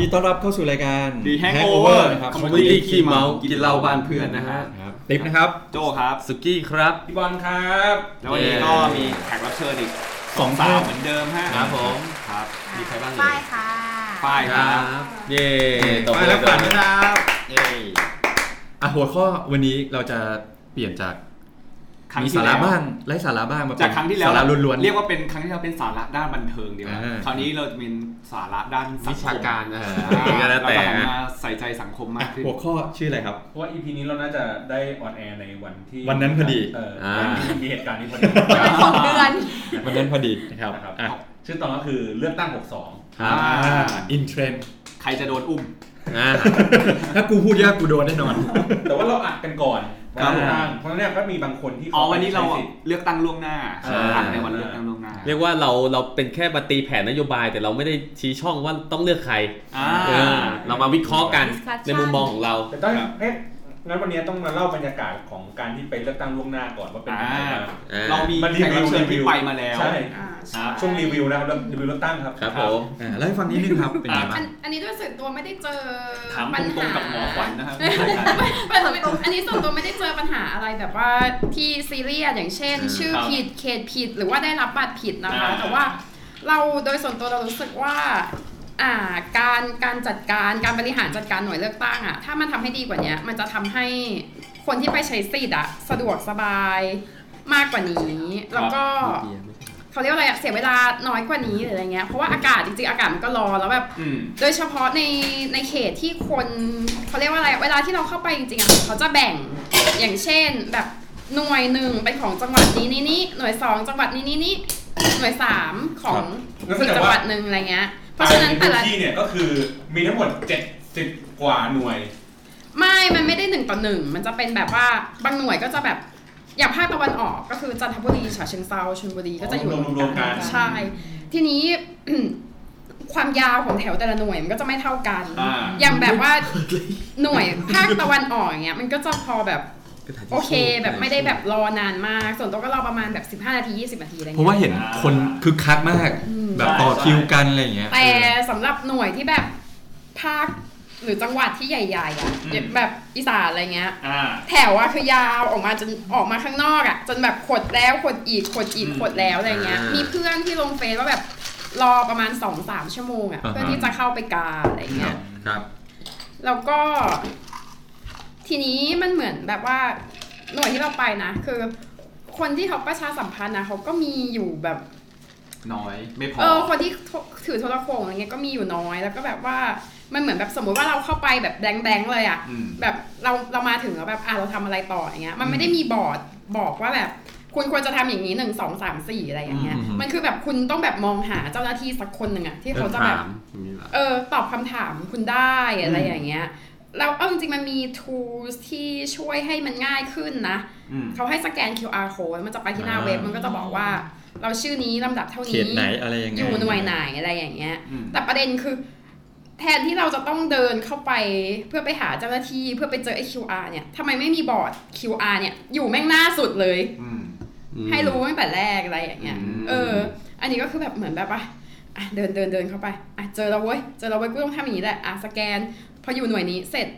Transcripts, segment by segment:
ดีต้อนรับเข้าสู่รายการ The Hangover Hangover นะครับ ข ค อ อง มเมดี้ขี้เมากินเหล้าบ้านเพื่อนนะฮะ ครับติ๊บนะครับ โจครับ สุกี้ครับ พี่บอลครับ แล้ววันนี้ก็มีแขกรับเชิญอีก สอง สา สาว ม เหมือนเดิมฮะ ครับผม ครับ มีใครบ้างเอ่ ป้าย ยค่ะ ป้ายครับ เย่ ไปแล้วปั่นนะครับ เย่ อ่ะหัวข้อวันนี้เราจะเปลี่ยนจาก ครั้ง มี ที่ สาระ แล้ว บ้างไร้สาระบ้างมาเป็น จากครั้งที่แล้ว สาระล้วนๆ เรียกว่าเป็นครั้งที่เราเป็นสาระด้านบันเทิงดีกว่า อ่า คราวนี้เราจะเป็นสาระด้านสั วิ งค ชาม การเออ อ่า ก็ เรา แล้วแต่ จะหันมาใส่ใจสังคมมากขึ้น หัวข้อชื่ออะไรครับ เพราะว่า EP นี้เราน่าจะได้ออนแอร์ในวันที่ วันนั้นพอดี เอออา มีเหตุการณ์นี้พอดี เป็นของเดือน มันนั้นพอดีนะครับ นะครับ อ่ะ ชื่อตอนก็คือเลือกตั้ง ครั อ่า บ อินเทรนด์ ใครจะโดนอุ้ม อ่า ถ้ากูพูดยากกูโดนแน่นอน 62 แต่ว่าเราอัดกันก่อน ครั วับนเลือกตั้งเพราะฉะนั้นเนี่ยก็มีบางคนที่ อ๋อวันนี้เรา ใช้สิทธิ์ เลือกตั้งล่วงหน้า ใช่ อ่าในวันเลือกตั้งล่วงหน้า เรียกว่าเราเราเป็นแค่มาตีแผนนโยบาย แต่เราไม่ได้ชี้ช่องว่าต้องเลือกใคร อ่า เออเรามาวิเคราะห์กัน Discussion ในมุมมองของเรา แต่ต้อง ครับ เอ๊ะงั้นวันนี้ต้องมาเล่าบรรยากาศของการที่ไปเลือกตั้งล่วงหน้าก่อนว่าเป็นยังไงบ้าง อ่า เรามี มารีวิว แขกรับเชิญ รี ที่ วิว ไปมาแล้ว ใช่ อ่าใ ครับ ช่วงรีวิวนะครับรีวิวเลือกตั้งครับ ครับผม อ่ะเล่าให้ฟังนิดนึงครับเป็นไงบ้า อั ง นอันนี้ด้วยส่วนตัวไม่ได้เจอ ถาม ปัญ ตรงๆหากับหมอขวัญนะครับ ไม่ไม่ไม่อันนี้ส่วนตัวไม่ได้เจอปัญหาอะไรแบบว่าที่ซีเรียสอย่างเช่น ชื่อ ครับ ผิดเขตผิดหรือว่าได้รับบัตรผิดนะคะ อ่า แต่ว่าเราโดยส่วนตัวเรารู้สึกว่าอ่าการการจัดการการบริหารจัดการหน่วยเลือกตั้งอ่ะถ้ามันทำให้ดีกว่าเนี้ยมันจะทำให้คนที่ไปใช้สิทธิ์อ่ะสะดวกสบายมากกว่านี้ แล้วก็ เขาเรียกว่าอะไรอะเสียเวลาน้อยกว่านี้หรืออะไรเงี้ย เพราะว่าอากาศจริงๆ อากาศมันก็ร้อนแล้วแบบ อืม โดยเฉพาะในในเขตที่คนเขาเรียกว่าอะไร เวลาที่เราเข้าไปจริงๆอะเขาจะแบ่งอย่างเช่นแบบหน่วยหนึ่งเป็นของจังหวัดนี้นี้นี้หน่วยสองจังหวัดนี้นี้นี้หน่วยสามของ ครับ อีกจังหวัดหนึ่งอะไรเงี้ย เพราะฉะนั้น ภ แต่ ยใน ละ พื้ที่เนี่ยก็คือมีทั้งหมด 70 กว่าหน่วย ไม่มันไม่ได้หนึ่งต่อหนึ่งมันจะเป็นแบบว่าบางหน่วยก็จะแบบอย่างภาคตะวันออกก็คือจันทบุรีฉะเชิงเซาชลบุรีก็จะอยู่ อ๋อรวมๆกัน ใช่ ทีนี้ ความยาวของแถวแต่ละหน่วยมันก็จะไม่เท่ากัน อ่า อย่างแบบว่าหน่วยภาคตะวันออกอย่างเงี้ยมันก็จะพอแบบโอเคแบบไม่ได้แบบรอนานมาก ส่วนตัวก็รอประมาณแบบ 15 นาที 20 นาทีอะไร เพราะ เงี้ย ว่าเห็นคนคึกคักมาก แบบต่อคิวกันอะไรอย่างเงี้ย แต่สำหรับหน่วยที่แบบภาคหรือจังหวัดที่ใหญ่ๆอ่ะ อืม แบบอีสานอะไรเงี้ย อ่า แถวอะคือยาวออกมาจนออกมาข้างนอกอะจนแบบขดแล้วขดอีกขดอีก อืม ขดแล้วอะไรเงี้ย อ่ามี มีเพื่อนที่ลงเฟซว่าแบบรอประมาณ 2-3 ชั่วโมงอะ อ่าฮะ เพื่อที่จะเข้าไปกาอะไรเงี้ย ครับ แล้วก็ทีนี้มันเหมือนแบบว่าหน่วยที่เราไปนะ คือคนที่เขาประชาสัมพันธ์นะเขาก็มีอยู่แบบ น้อยไม่พอ เออคนที่ถือโทรโขงอะไรเงี้ยก็มีอยู่น้อย แล้วก็แบบว่ามันเหมือนแบบสมมุติว่าเราเข้าไปแบบแบงค์แบงค์เลยอะ่ะ อืม แบบเราเรามาถึงแล้วแบบอ่ะเราทำอะไรต่ออย่างเงี้ย มันไม่ได้มีบอร์ดบอกว่าแบบ คุณควรจะทำอย่างนี้หนึ่งสองสามสี่อะไรอย่างเงี้ย อืมอืม มันคือแบบคุณต้องแบบมองหาเจ้าหน้าที่สักคนหนึ่งอะที่เขาจะแบบ ถามมีละ เออตอบคำถามคุณได้อะไรอย่างเงี้ยแล้วเอาจริงๆมันมี tools ที่ช่วยให้มันง่ายขึ้นนะ อืม เขาให้สแกน QR code มันจะไปที่หน้า อ่า เว็บมันก็จะบอกว่า เราชื่อนี้ลำดับเท่า เข นี้ ตไหนอะไรยังไง อยู่หน่วยไหนอะไรอย่างเงี้ย อืม แต่ประเด็นคือ แทนที่เราจะต้องเดินเข้าไปเพื่อไปหาเจ้าหน้าที่เพื่อไปเจอไอ้ QR เนี่ยทำไมไม่มีบอร์ด QR เนี่ยอยู่แม่งหน้าสุดเลย อืม ให้รู้ตั้งแต่แรกอะไรอย่างเงี้ย อืม เออ อันนี้ก็คือแบบเหมือนแบบว่าอ่ะเดินเดินเดินเข้าไป อ่ะเจอแล้วเว้ย เจอแล้วเว้ยกูต้องทำอย่างนี้แหละ อ่ะสแกน พออยู่หน่วยนี้เสร็จ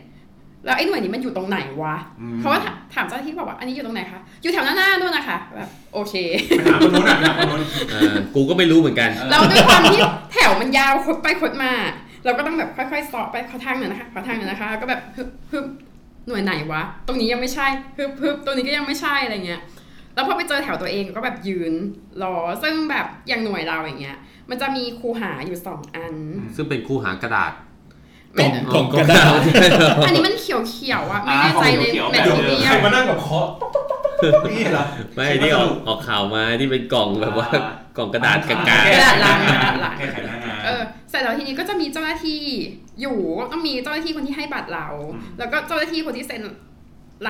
แล้วไอ้หน่วยนี้มันอยู่ตรงไหนวะ อืม เขาก็ถามถามเจ้าหน้าที่บอกว่าอันนี้อยู่ตรงไหนคะ อยู่แถวหน้าหน้านู่นนะคะ แบบโอเค ไปหาคนนู้นอ่ะไปหาคนนู้น เออกูก็ไม่รู้เหมือนกัน แล้วด้วยความที่แถวมันยาวคดไปคดมา เราก็ต้องแบบค่อยๆเสาะไปขอทางหน่อยนะคะขอทางหน่อยนะคะ ก็แบบฮึบฮึบหน่วยไหนวะ ตรงนี้ยังไม่ใช่ฮึบฮึบตรงนี้ก็ยังไม่ใช่อะไรเงี้ย แล้วพอไปเจอแถวตัวเองก็แบบยืนรอซึ่งแบบอย่างหน่วยเราอย่างเงี้ย มันจะมีคูหาอยู่สองอัน ซึ่งเป็นคูหากระดาษ กล่อง ไม่ กล่องกระดาษ อันนี้มันเขียวๆอ่ะไม่แน่ใจใน อ่าของ แม เขียทวๆ เทีย ใคร ล มานั่งกับเคาะนี่เหรอ ไม่ที่ออกออกข่าวมาที่เป็นกล่องแบบว่า อ่า กล่องกระดาษกากา กระดาษลังกระดาษลัง แค่ไขหน้างาน เออเสร็จแล้วทีนี้ก็จะมีเจ้าหน้าที่อยู่ต้องมีเจ้าหน้าที่คนที่ให้บัตรเรา อืม แล้วก็เจ้าหน้าที่คนที่เซ็น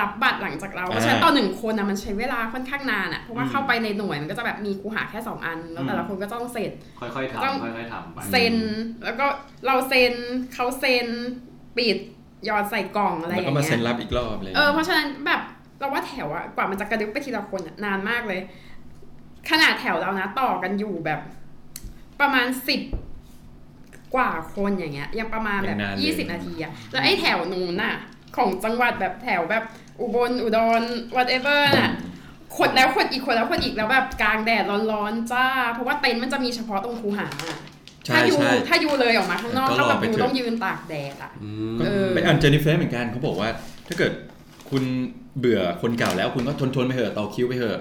รับบัตรหลังจากเราเพ อ่า ราะฉะนั้นต่อหนึ่งคนนะมันใช้เวลาค่อนข้างนานอะเพราะว่าเข้าไปในหน่วยมันก็จะแบบมีคูหาแค่สองอัน แล้วแต่ละคนก็ต้องเซ็น ค่อยๆ ต้อง ทำค่อยๆทำไป เซ็นแล้วก็เราเซ็นเขาเซ็นปิดหยอดใส่กล่องอะไรอ แล้วก็ย่างเงี้ย มาเซ็นรับอีกรอบเลย เออเพราะฉะนั้นแบบเราว่าแถวอะกว่ามันจะกระดึบไปทีละคนอะนานมากเลย ขนาดแถวเรานะต่อกันอยู่แบบ ประมาณสิบ กว่าคนอย่างเงี้ยยังประมาณแบ ยังนานเลย บ 20 นาทีอะแล้วไอ้แถวนู้นน่ะ ของจังหวัดแบบแถวแบบอุบลอุดร whatever น่ะขดแล้วขดอีกขดแล้วขดอีกแล้วแบบกลางแดดร้อนๆจ้า เพราะว่าเต็นท์มันจะมีเฉพาะตรงคูหาอะ ใช่ ถ้าอยู่ ใช่ ถ้าอยู่เลยออกมาข้างนอก ก็ร ก็ อ แบบ ไป ดู เถอะ ต้องยืนตากแดดอะ อืม ก็ เออ ไปอ่านเจนนิเฟสเหมือนกันเขาบอกว่า ถ้าเกิดคุณเบื่อคนเก่าแล้วคุณก็ทนทนๆไปเถอะต่อคิวไปเถอะ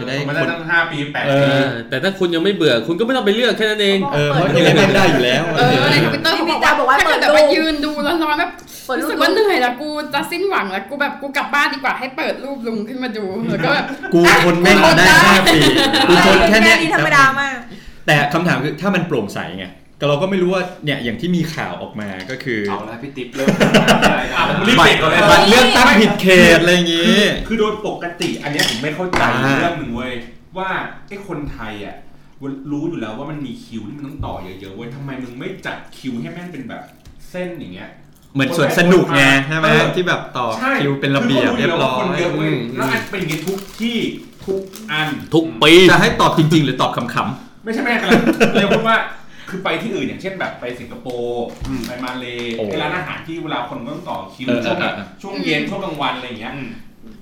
จะได้ เออมัน ค ได้ น ตั้งห้าปีแปด เอ ปี อ แต่ถ้าคุณยังไม่เบื่อคุณก็ไม่ต้องไปเลือกแค่นั้นเอง เออเพราะยังไงมันได้อยู่แล้ว เออในทวิตเตอร์เขา มีจาบบ อ อก ก ว่า ว่า เปิ ถ้าเกิดดแบบ รูป ว่ายืนดูร้อนๆแบบ เปิดรู รู้ ป สึก วั ว่าน เหนื่อยละกูจะสิ้นหวังละกูแบบกูกลับบ้านดีกว่าให้เปิดรูปลุงขึ้นมาดูแล้วก็ แบบ กูทนแม่งมาได้ กูทนห้าได้ปีกูทนแค่เนี้ย นี้ธรรมดามาก แต่คำถามคือถ้ามันโปร่งใสไงก็เราก็ไม่รู้ว่าเนี่ยอย่างที่มีข่าวออกมาก็คือ เอาละพี่ติ๊บเริ่ม อ่ะผมรีบเบรกก่อนเลย บัตรเลือกตั้งผิดเขตอะไรอย่างงี้ คือโดยปกติ อันเนี้ยผมไม่เข้าใจ อ่า เรื่องหนึ่งเว้ยว่าไอ้คนไทยอ่ะรู้อยู่แล้วว่ามันมีคิวที่มันต้องต่อเยอะๆเว้ยทำไมมึงไม่จัดคิวให้แม่งเป็นแบบเส้นอย่างเงี้ย เหมือนสวนสนุกไงใช่ไหม เออ ที่แบบต่อคิวเป็นระเบียบเรียบร้อย คืขาคนเยอะเว้ย อืม แล้วอันเป็นอย่างงี้ทุกที่ทุกอัน ทุกปี จะให้ตอบจริง ๆ หรือตอบขำ ไม่ใช่แม่กำลันเลยพูดว่าคือไปที่อื่นอย่างเช่นแบบไปสิงคโปร์ไปมาเล โอ้ ไปร้านอาหารที่เวลาคนก็ต้องต่อคิว เออ ช่วงแบบ เออเออ ช่วงเย็นช่วงกลางวันอะไรอย่างเงี้ย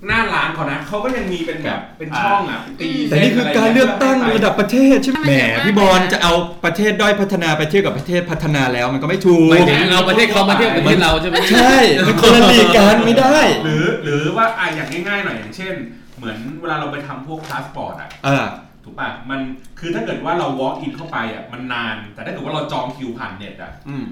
หน้าร้านเขานะเขาก็ยังมีเป็นแบบเป็นช่องอ่ะตี ๆ เส้ แต่นี่คือะ ไ การเลือกตั้ง ให้ไป ระดับประเทศใช่ไหม มัน แหม เยอะมาก พี่บอลจะเอาประเทศด้อยพัฒนาไปเทียบกับประเทศพัฒนาแล้วมันก็ไม่ถูก หมายถึงเอาประเทศเขามาเทียบกับประเทศเราใช่ไหม ใช่ มันคนละลีกกันไม่ได้ หรือหรือว่าอ่ะอย่างง่ายๆหน่อยอย่างเช่น เหมือนเวลาเราไปทำพวกพาสปอร์ตอ่ะ อ่า ถูกป่ะมันคือถ้าเกิดว่าเรา walk in เข้าไปอ่ะมันนาน แต่ถ้าเกิดว่าเราจองคิวผ่านเน็ตอ่ะ อืม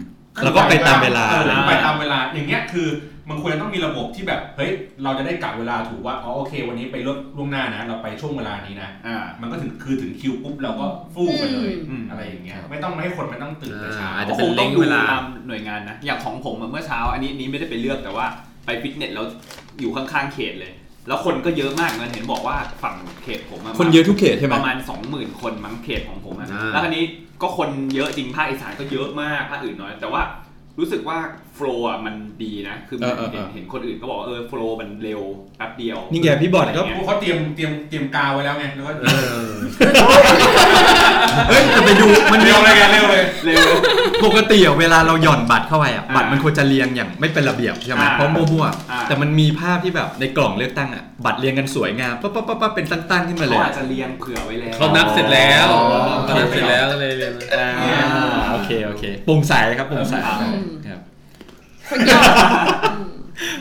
แล้วก็ไปตามเวลา ออไปตามเวลา อย่างเงี้ยคือมันควรจะต้องมีระบบที่แบบ เฮ้ย เราจะได้กะเวลาถูกว่า อ๋อโอเค วันนี้ไปล่วงล่วงหน้านะ เราไปช่วงเวลานี้นะ อ่า มันก็ถึงคือถึงคิวปุ๊บเราก็ฟู่ไปเลย อืม อะไรอย่างเงี้ย ไม่ต้องให้คนมันต้องตื่นแต่เช้า อาจจะเป็นเล็งเวลา คงต้องดูตามหน่วยงานนะ อย่างของผมอะเมื่อเช้า อันนี้อันนี้ไม่ได้ไปเลือกแต่ว่าไปฟิตเนสแล้วอยู่ข้างๆเขตเลย แล้วคนก็เยอะมากนะเห็นบอกว่าฝั่งเขตผมอะ คนเยอะทุกเขตใช่ไหม ประมาณ 20,000 คนมั้งเขตของผมอะ อ่า แล้วคันนี้ก็คนเยอะจริงภาคอีสานก็เยอะมากภาคอื่นน้อย แต่ว่ารู้สึกว่าโฟล์อะมันดีนะ คือ เออเออ เห็น เออ เห็นคนอื่นก็บอกว่าเออโฟล์มันเร็วแป๊บเดียว นี่ไงพี่บอลก็ พวกเขาเตรียมเตรียมเตรียมกาวไว้แล้วไง แล้วก็ เฮ้ยแต่ไปดูมันมี เร็วเลยไงเร็วเลย เร็ว ปกติอะเวลาเราหย่อนบัตรเข้าไปอะ อ่า บัตรมันควรจะเรียงอย่างไม่เป็นระเบียบใช่ไหม อ่า เพราะมั่ว อ่า ๆแต่มันมีภาพที่แบบในกล่องเลือกตั้งอะบัตรเรียงกันสวยงามปั๊บปั๊บปั๊บปั๊บเป็นตั้งๆขึ้นมาเลยเขาอาจจะเรียงเผื่อไว้แล้ว เขานับเสร็จแล้ว อ๋อ เขานับเสร็จแล้วก็เลยเรียน อ่า อ่าโอเคโอเคโปร่งใสครับโปร่งใส อืม ครับ คนหยอดอืม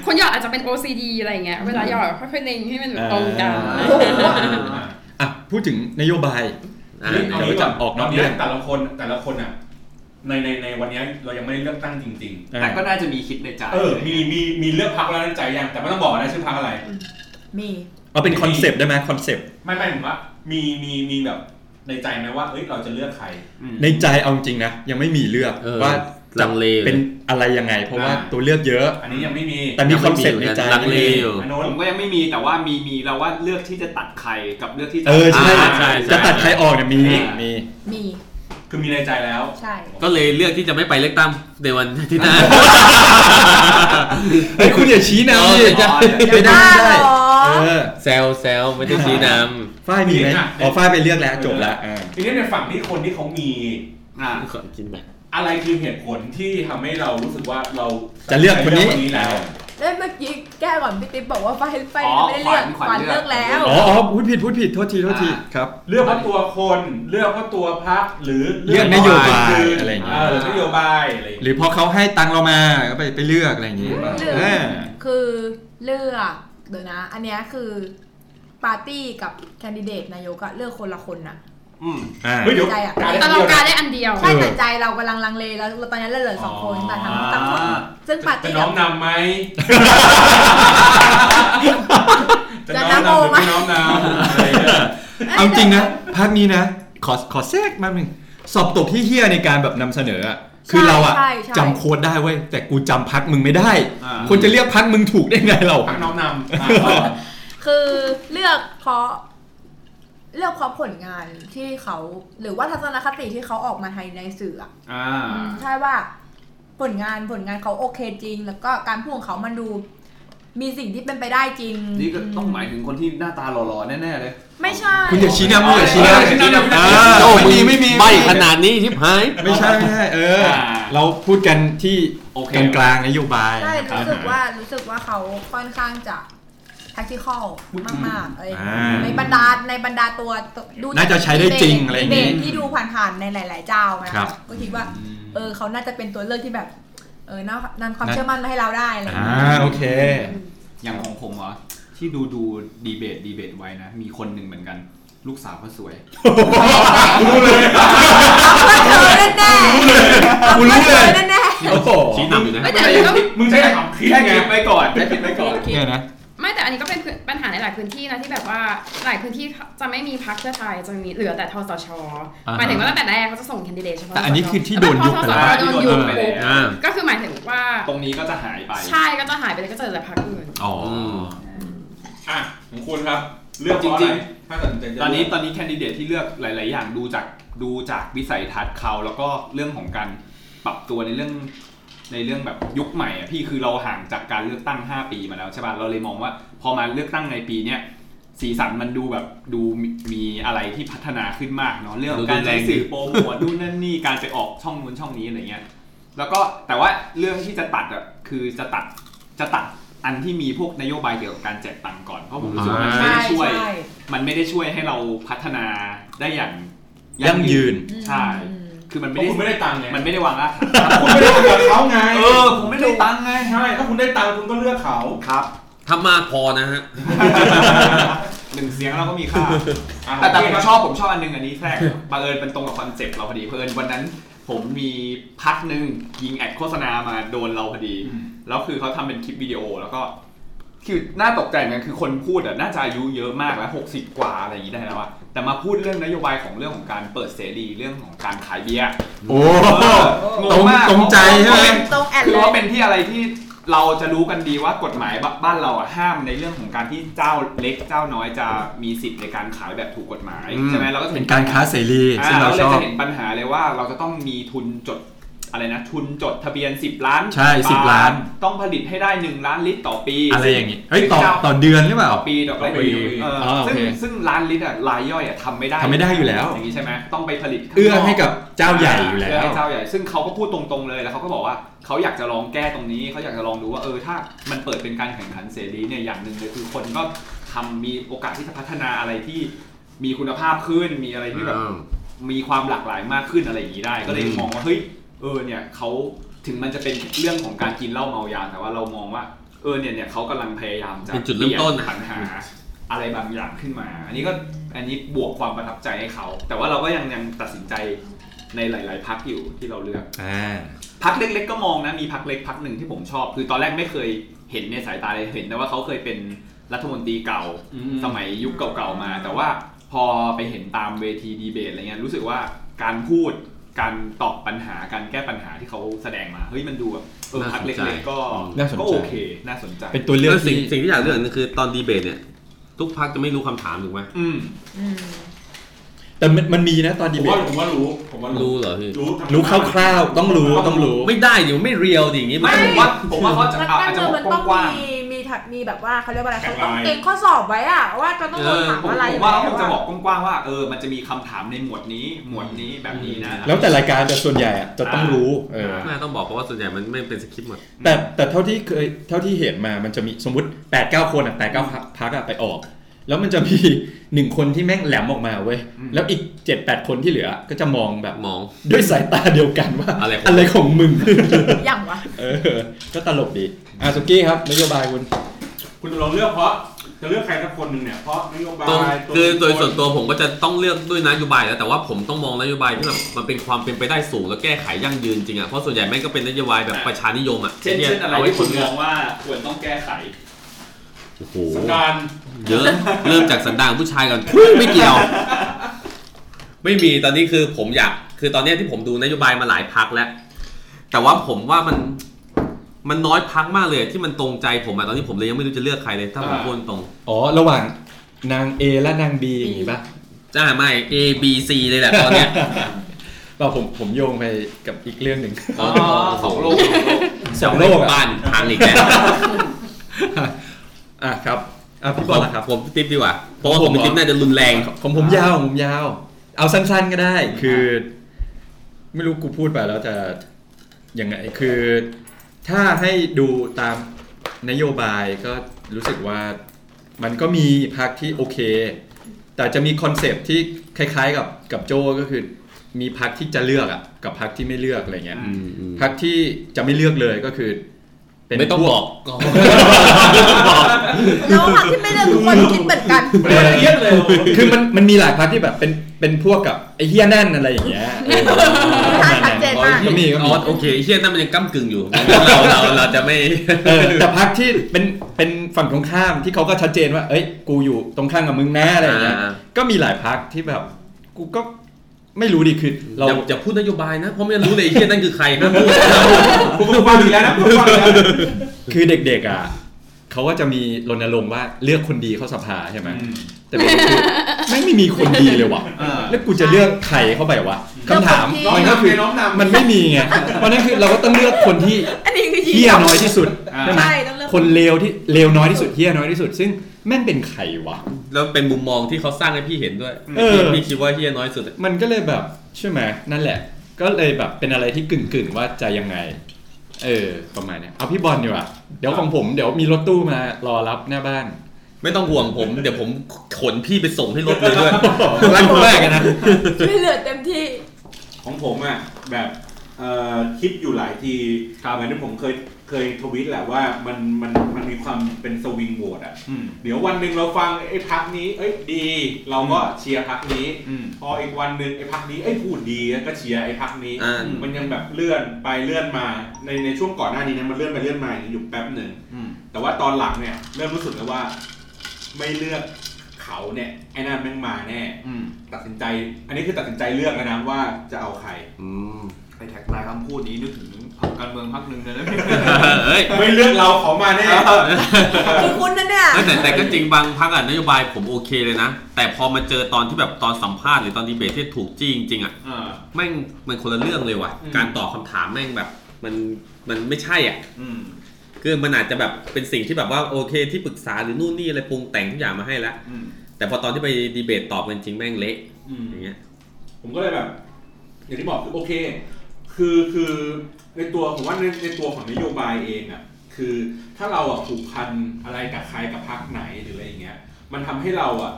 คนหยอดอาจจะเป็น OCD อะไรเงี้ยเวลาหยอดค่อยๆเล็งให้มันแบบตรงกัน อ่า อ่ะพูดถึงนโยบาย อ่า เฮ้ย เดี๋ยวจะออกนอกเรื่อง แต่ละคนแต่ละคนอ่ะ ในในในวันเนี้ยเรายังไม่ได้เลือกตั้งจริง ๆ แต่ก็น่าจะมีคิดในใจ เออ มี มี มีเลือกพักแล้วในใจยัง แต่ไม่ต้องบอกนะชื่อพักอะไร มี เอาเป็นคอนเซปต์ได้ไหมคอนเซปต์ ไม่ไม่ผมว่า มี มี มีแบบในใจไหมว่า เอ้ย เราจะเลือกใคร ในใจเอาจริงๆนะยังไม่มีเลือก เออ ว่า ลั จะ งเล เป็นอะไรยังไง เพราะว่า อ่า ตัวเลือกเยอะ อันนี้ยังไม่มี แต่มีคอนเซปต์ในใจ ลังเลอยู่ อันโน้ ผ น มก็ยังไม่มีแต่ว่ามีมีเราว่าเลือกที่จะตัดใครกับเลือกที่จะ เออใช่ อ่าใช่ใช่ จะตัดใครออกเนี่ยมี มี มี มี คือมีในใจแล้ว ใช่ ก็เลยเลือกที่จะไม่ไปเลือกตั้งในวัน ที่หน้า เฮ้ยคุณอย่าชี้นำดิ เออ จะไม่ได้ไม่ได้เออ แซลแซลไม่ได้ชี้น ฝ้ายมีไหม มีอ่ะ อ๋อฝ้ายไปเลือกแล้วจบแล้ว ทีนี้ในฝั่งที่คนที่เขามี อ่า ำขอกินไป อะไรคือเหตุผลที่ทำให้เรารู้สึกว่าเรา จะเลือกคนนี้ เลือกนี้แล้ว แล้วเมื่อกี้แก้ก่อนพี่ติ๊บบอกว่าไฟไฟไม่ขได้เลื วั อก ญ ขวัญเลือกแล้ว อ๋ออ๋อพูดผิดพูดผิดโทษทีโทษทีครับ เลือกเพราะตัวคน เลือกเพราะตัวพักหรือ เลือกนโยบาย คื ะไรอย่างเงี้ย เออนโยบายอะไรอย่าง ห เงี้ย รือพอเขาให้ตังค์เรามาก็ไปไปเลือกอะไรอย่างงี้ป่ะ เลือก เออ คือเลือกเดี๋ยวนะ อันเนี้ยคือปาร์ตี้กับแคนดิเดตนายกอะเลือกคนละคนนะ อืม อ่า เฮ้ยเดี๋ยว ใจอะ การ แต่ ได้ เรา เดียว การ นะ ได้อันเดียว ใช่ เออ แต่ใจเรากำลังลังเลแล้วตอนนี้เราเหลือสองคน อ๋อ แต่ทำทั้งหมดซึ่งปาร์ จะ ตี้ น้อม กับ นำไหม จะ จะ น้อม น้อนำหรือมไหม ไม่น้อมนำอะไรอย่างเงี้ย เอาจริงนะภาคนี้นะ ขอขอแทรกมาหนึ่งสอบตกที่เฮียในการแบบนำเสนออะคือเราอะ ใช่ใช่ จำโค้ดได้เว้ยแต่กูจำพักมึงไม่ได้ อ่า คนจะเรียกพักมึงถูกได้ไงเรา พักน้อมนำอ่ะ คือเลือกเพราะ เลือกเพราะผลงานที่เขาหรือว่าทัศนคติที่เขาออกมาให้ในสื่ออะ อ่า ใช่ว่าผลงานผลงานเขาโอเคจริง แล้วก็การพูดของเขามันดู มีสิ่งที่เป็นไปได้จริง นี่ก็ต้องหมายถึงคนที่หน้าตาหล่อๆ แน่ๆเลย ไม่ใช่ คุณอย่าชี้นำคุณอย่าชี้นำ เออชี้นำ อ่า โอ้ ไม่มี ง ไม่มี ใบขนาดนี้ทิพาย ไม่ใช่ไม่ใช่เออ อ่า เราพูดกันที่ โอเค กลางกลางๆนโยบาย ใช่ นะครับ รู้สึกว่ารู้สึกว่าเขาค่อนข้างจะ practical มากๆอะไรอย่างเงี้ย อ่า ในบรรดาในบรรดาตัวตัวดู น่าจะใช้ได้จริงอะไรอย่างงี้ เบที่ดูผ่านๆในหลาย ๆ เจ้านะครับ ก็คิดว่าเออเขาน่าจะเป็นตัวเลือกที่แบบ เออนำนำความเชื่อมั่นมาให้เราได้อะไรอย่าง อ่า เงี้ย โอเค อย่างของผมเหรอที่ดูดูดีเบตดีเบตไว้นะ มีคนหนึ่งเหมือนกัน ลูกสาวเขาสวย รู้เลย เอาเพื่อนเธอแน่ๆ กูรู้เลย อาพื่อนธอแน่ โอ้โห ชี้นำอยู่นะ ไม่แต่อันนี้ก็ มึงใช้คำคิด แค่ ไง คิดไปก่อนแค่คิดไปก่อน เนี่ยนะ ไม่แต่อันนี้ก็เป็นปัญหาในหลายพื้นที่นะที่แบบว่าหลายพื้นที่จะไม่มีพรรคเพื่อไทยจะมีเหลือแต่ทสช อ่าฮะ หมายถึงว่าตั้งแต่แรกเขาจะส่งแคนดิเดตเฉพาะ แต่อันนี้คือที่โดนยุบไปแล้ว ต่พอทสชโดนยุบ โดนยุบไปแล้ว ปุ๊บก็คือหมายถึงว่า ตรงนี้ก็จะหายไป ใช่ก็จะหายไปเลยก็จะเหลือแต่พรรคอื่น อ๋อ อ่ะของคุณครับ เลือก จริงๆ เพาะอะไถ้าตัดสินใจจะ ตอนนี้ เลืก ตอนนี้แคนดิเดตที่เลือกหลาย ๆ อย่างดูจากดูจากวิสัยทัศน์เขาแล้วก็เรื่องของการปรับตัวในเรื่องในเรื่องแบบยุคใหม่อะพี่คือเราห่างจากการเลือกตั้ง 5 ปีมาแล้วใช่ป่ะเราเลยมองว่า พอมาเลือกตั้งในปีเนี้ยสีสันมันดูแบบดูมีมีอะไรที่พัฒนาขึ้นมากเนาะเรื่องของการใช้สื่อโปรโมทดูนนั่นนี่การไปออกช่องนู้นช่องนี้อะไรเงี้ย แล้วก็แต่ว่าเรื่องที่จะตัดอ่ะคือจะตัดจะตัดอันที่มีพวกนโยบายเกี่ยวกับการแจกตังค์ก่อนเพราะผมรู้สึกว่ามันไม่ๆใช่ ได้ช่วย ใช่ มันไม่ได้ช่วยให้เราพัฒนาได้อย่าง ยั่งยืน ใช่ อืม คือมัน เพ ไม่ได้ราะคุณไม่ได้ตังค์ไง มันไม่ได้วางรากฐาน คุณไม่ได้ตังค์กับเขาไง เออ ผมไม่ได้ตังค์ไง ใช่ ถ้าคุณได้ตังค์คุณก็เลือกเขา ครับ ถ้ามากพอนะฮะ หนึ่งเสียงเราก็มีค่า แต่ แต่ผมชอบผมชอบอันหนึงอันนี้แทรกบังเอิญเป็นตรงกับคอนเซ็ปต์เราพอดีเพอเอิญวันนั้น ผมมีพักหนึ่งยิงแอดโฆษณามาโดนเราพอดี อืม แล้วคือเขาทำเป็นคลิปวิดีโอแล้วก็ คือน่าตกใจเหมือนกันคือคนพูดอ่ะน่าจะอายุเยอะมากแล้วหกสิบกว่าอะไรอย่างนี้ได้แล้วอะแต่มาพูดเรื่องนโยบายของเรื่องของการเปิดเสรีเรื่องของการขายเบียร์ โอ้ เอองงมาก ตรงใจใช่ไหม ตรงแอด คือ เล ว่าย เป็นที่อะไรที่เราจะรู้กันดีว่ากฎหมายบ้านเราอ่ะห้ามในเรื่องของการที่เจ้าเล็กเจ้าน้อยจะมีสิทธิ์ในการขายแบบถูกกฎหมายใช่ไหมเราก็จะ เป็ เห็ น น การค้าเสรี อ่า ซึ่งเราชเราเลย อ จะ บ เห็นปัญหาเลยว่าเราจะต้องมีทุนจดอะไรนะ ทุนจดทะเบียน 10 ล้าน ใช่10 บท ล้าน ต้องผลิตให้ได้ 1 ล้านลิตรต่อปี อะไรอย่าง นี้ นี้ เฮ้ยต่อต่อเดือนหรือเปล่า ต่อปีต่อ ต่อปี ปีเออ อ ซึ่ง โอเค ซึ่งล้านลิตรอะรายย่อยอะทำไม่ได้ ทำไม่ได้อยู่แล้ว อย่างนี้ใช่ไหมต้องไปผลิตข้างนก เอื้อให้กับเจ้าใหญ่อยู่แล้ เให้ ว เจ้าใหญ่ซึ่งเขาก็พูดตรงๆเลยแล้วเขาก็บอกว่าเขาอยากจะลองแก้ตรงนี้เขาอยากจะลองดูว่าเออถ้ามันเปิดเป็นการแข่งขันเสรีเนี่ยอย่างหนึ่งเลยคือคนก็ทำมีโอกาสที่จะพัฒนาอะไรที่มีคุณภาพขึ้นมีอะไรที่แบบ มีความหลากหลายมากขึ้นอะไรอย่างนี้ได้ ก็เลย อืม มองว่าเฮ้ยเออเนี่ยเขาถึงมันจะเป็นเรื่องของการกินเหล้าเมายาแต่ว่าเรามองว่าเออเนี่ยเนี่ยเขากำลังพยายามจะ เป็นจุดเริ่มต้น ปลี่ยปัญหาอะไรบางอย่างขึ้นมา อันนี้ก็อันนี้บวกความประทับใจให้เขา แต่ว่าเราก็ยังยังตัดสินใจในหลาย ๆพักอยู่ที่เราเลือก อ่า พักเล็กๆก็มองนะ มีพักเล็กพักหนึ่งที่ผมชอบ คือตอนแรกไม่เคยเห็นในสายตาเลยเห็นแต่ว่าเขาเคยเป็นรัฐมนตรีเก่า อืม สมัยยุคเก่าๆมา แต่ว่าพอไปเห็นตามเวทีดีเบตอะไรเงี้ยรู้สึกว่าการพูดการตอบปัญหาการแก้ปัญหาที่เขาแสดงมาเฮ้ยมันดูแบบเออ น่าสนใจ พักเล็กๆก็ น่าสนใจ ก็โอเค น่าสนใจ เป็นตัวเลื เรื่ อ อก งสิ่ง ที่ สิ่งที่อยากเลือกหนึงคือตอนดีเบตเนี่ย ทุกพักจะไม่รู้คำถามถูกไหม อืม แต่มันมันมีนะตอน ผ ดี ม เบ ว่า ต ผมว่ารู้ ผมว่ารู้ รู้เหรอพี่ รู้ทั้ง รู้คร่าวๆ ต้องรู้ต้องรู้ ไม่ได้เดี๋ยวไม่เรียวดิอย่างนี้ ไม่ น ผมว่าผมว่าเขาจะ มัน เอา นั่ อาจ น จะ คือ ม มัน อ ต้อง ง กว้าง มีมีถักมีแบบว่าเขาเรียกว่าอะไรเขาต้องเตรียมข้อสอบไว้อะว่าจะต้องโดนถาม ผม อะไร ผมว่าเขาคงจะบอกกว้างๆว่าเออมันจะมีคำถามในหมวดนี้หมวดนี้แบบนี้นะ แล้วแต่รายการแต่ส่วนใหญ่อะจะต้องรู้เออ ไม่ต้องบอกเพราะว่าส่วนใหญ่มันไม่เป็นสคริปต์หมด แต่แต่เท่าที่เคยเท่าที่เห็นมามันจะมีสมมติ8ปดเก้าคนอ่ะแปดเก้าพักอ่ะไปออก แล้วมันจะมี หนึ่งคนที่แม่งแหลมออกมาเว้ย อืม แล้วอีก 7 8 คนที่เหลือก็จะมองแบบ มอง ด้วยสายตาเดียวกันว่า อะไรของ อะไรของ มึง อย่างวะ เออ ก็ตลกดี อ่ะสุกี้ครับนโยบายคุณ คุณจะลองเลือกเพราะ จะเลือกใครสักคนหนึ่งเนี่ย เพราะนโยบาย ตรง ตัว คือโดยส่วนตัวผมก็จะต้องเลือกด้วยนโยบายแล้วแต่ว่าผมต้องมองนโยบายที่แบบมันเป็นความเป็นไปได้สูงแล้วแก้ไขยั่งยืนจริงอ่ะเพราะส่วนใหญ่แม่งก็เป็นนโยบายแบบประชานิยมอ่ะ เช่นเช่นอะไร เาว้ ที่คุ น ณมองว่าควรต้องแก้ไข โอ้โห สันดาน เยอะเริ่มจากสันดานผู้ชายก่อนทุยไม่เกี่ยว ไม่มีตอนนี้คือผมอยาก คือตอนเนี้ยที่ผมดูนโยบายมาหลายพักแล้ว แต่ว่าผมว่ามันมันน้อยพักมากเลยที่มันตรงใจผมอะตอนนี้ผมเลยยังไม่รู้จะเลือกใครเลยถ้าผมพูดตรง อ๋อ ระหว่างนาง A และนาง B อย่างงี้ปะ จ้าไม่ A B C เลยแหละตอนเนี้ย เราผมผมโยงไปกับอีกเรื่องหนึ่ง อ๋อสองโลก สองโลกอะ บ้านพังอีกแล้ว อ่ะครับ อ่ะพี่ บบ อ อก ล ละ ล่ะ ค ครัรับบ ผมติ๊บดีกว่าเพราะว่าผมเป็นติ๊บน่าจะรุนแรง ของผมยาวของผมยาว เอาสั้นๆก็ได้ คือ ไม่รู้กูพูดไปแล้วจะ ยังไงคือถ้าให้ดูตามนโยบายก็รู้สึกว่ามันก็มีพักที่โอเค แต่จะมีคอนเซปต์ที่คล้ายๆกับกับโจก็คือ มีพักที่จะเลือกอ่ะกับพักที่ไม่เลือกอะไรเงี้ย อื พักที่จะไม่เลือกเลยก็คือเป็น ไม่ต้อง พว บอก แล้วพักที่ไม่เลือกทุกคนคิดเหมือนกัน ไม่ได้เยี่ยมเลยโอ้โห คือมันมันมีหลายพักที่แบบเป็นเป็นพวกกับไอ้เฮี้ยนั่นอะไรอย่างเงี้ยเออ ใช่ชัดเจนมาก ก็มีก็ อ๋ มี อโอเคไอ้เฮียนั่นมันยังก้ากึ่งอยู่ เราเรา เราจะไม่ เออแต่พักที่เป็นเป็นฝั่งตรงข้ามที่เขาก็ชัดเจนว่า เอ้ย กูอยู่ตรงข้ามกับมึงนะอะไรอย่างเงี้ย อ่า ก็มีหลายพักที่แบบ กูก็ไม่รู้ดิคือเรา อย่าอย่าพูดนโยบายนะ เพราะไม่งั้นรู้เลยไอ้เฮียนั่นคือใครนะพูด ผมฟังอยู่แล้วนะผมฟังอยู่แล้วนะ คือเด็กๆอ่ะเขาก็จะมีรณรงค์ว่าเลือกคนดีเข้าสภาใช่ไหม อืม แต่ประเด็นคือ ไม่ไม่มีคนดีเลยว่ะ เออ แล้วกูจะเลือกใครเข้าไปวะคำถาม เลือกคนมันที่ก็คือ น้องนำไงน้องนำ มันไม่มีไงเพราะฉะนั้นคือเราก็ต้องเลือกคน ที่ อันนี้คือ เฮี้ยน้อยที่สุด อ่า ใช่ไหม ใช่ต้องเลือก คนเลวที่เลวน้อยที่สุดเฮี้ยน้อยที่สุด ซึ่งแม่งเป็นใครวะ แล้วเป็นมุมมองที่เขาสร้างให้พี่เห็นด้วย เออ พี่พี่คิดว่าเฮียน้อยสุดอะ มันก็เลยแบบใช่ไหมนั่นแหละ ก็เลยแบบเป็นอะไรที่กึ่งกึ่งๆว่าจะยังไง เออ ประมาณเนี้ยเอาพี่บอลดีกว่าเดี๋ยวของผมเดี๋ยวมีรถตู้มารอรับหน้าบ้าน ไม่ต้องห่วงผม เดี๋ยวผมขนพี่ไปส่งให้รถเลยด้วย รักผมมากอะนะ ช่วยเหลือเต็มที่ ของผมอ่ะแบบเอ่อคิดอยู่หลายที ครับ เหมือนที่ผมเคยเคยทวิตแหละว่ามันมันมันมีความเป็นสวิงโหวตอ่ะ อืม เดี๋ยววันหนึ่งเราฟังไอ้พักนี้ เอ้ยดี เราก็เชียร์พักนี้ อืม พออีกวันหนึ่งไอ้พักนี้เอ้ยพูดดีก็เชียร์ไอ้พักนี้ อ่า มันยังแบบเลื่อนไปเลื่อนมาในในช่วงก่อนหน้านี้นะมันเลื่อนไปเลื่อนมาอยู่แป๊บหนึ่ง อืม แต่ว่าตอนหลังเนี่ยเริ่มรู้สึกแล้วว่า ไม่เลือกเขาเนี่ยไอ้นั่นแม่งมาแน่ อืม ตัดสินใจ อันนี้คือตัดสินใจเลือกแล้วนะว่าจะเอาใคร ไอแท็กไลน์คำพูดนี้นึกถึงพรรคการเมืองพรรคหนึ่งเลยนะ เฮ้ย ไม่เลือกเราเขามาแน่ คือคุณนะเนี่ย เฮ้ยแต่แต่ก็จริงบางพักอ่ะนโยบายผมโอเคเลยนะ แต่พอมาเจอตอนที่แบบตอนสัมภาษณ์หรือตอนดีเบตที่ถูกจี้จริงๆอ่ะ อ่า แม่งมันคนละเรื่องเลยว่ะ อืม การตอบคำถามแม่งแบบมันมันไม่ใช่อ่ะ อืม คือมันอาจจะแบบเป็นสิ่งที่แบบว่าโอเคที่ปรึกษาหรือนู่นนี่อะไรปรุงแต่งทุกอย่างมาให้แล้ว อืม แต่พอตอนที่ไปดีเบตตอบกันจริงแม่งเละ อืม อย่างเงี้ย ผมก็เลยแบบ อย่างที่บอกคือโอเค คือคือในตัวผมว่าในในตัวของนโยบายเองอ่ะ คือถ้าเราอ่ะผูกพันอะไรกับใครกับพรรคไหนหรืออะไรอย่างเงี้ย มันทำให้เราอ่ะ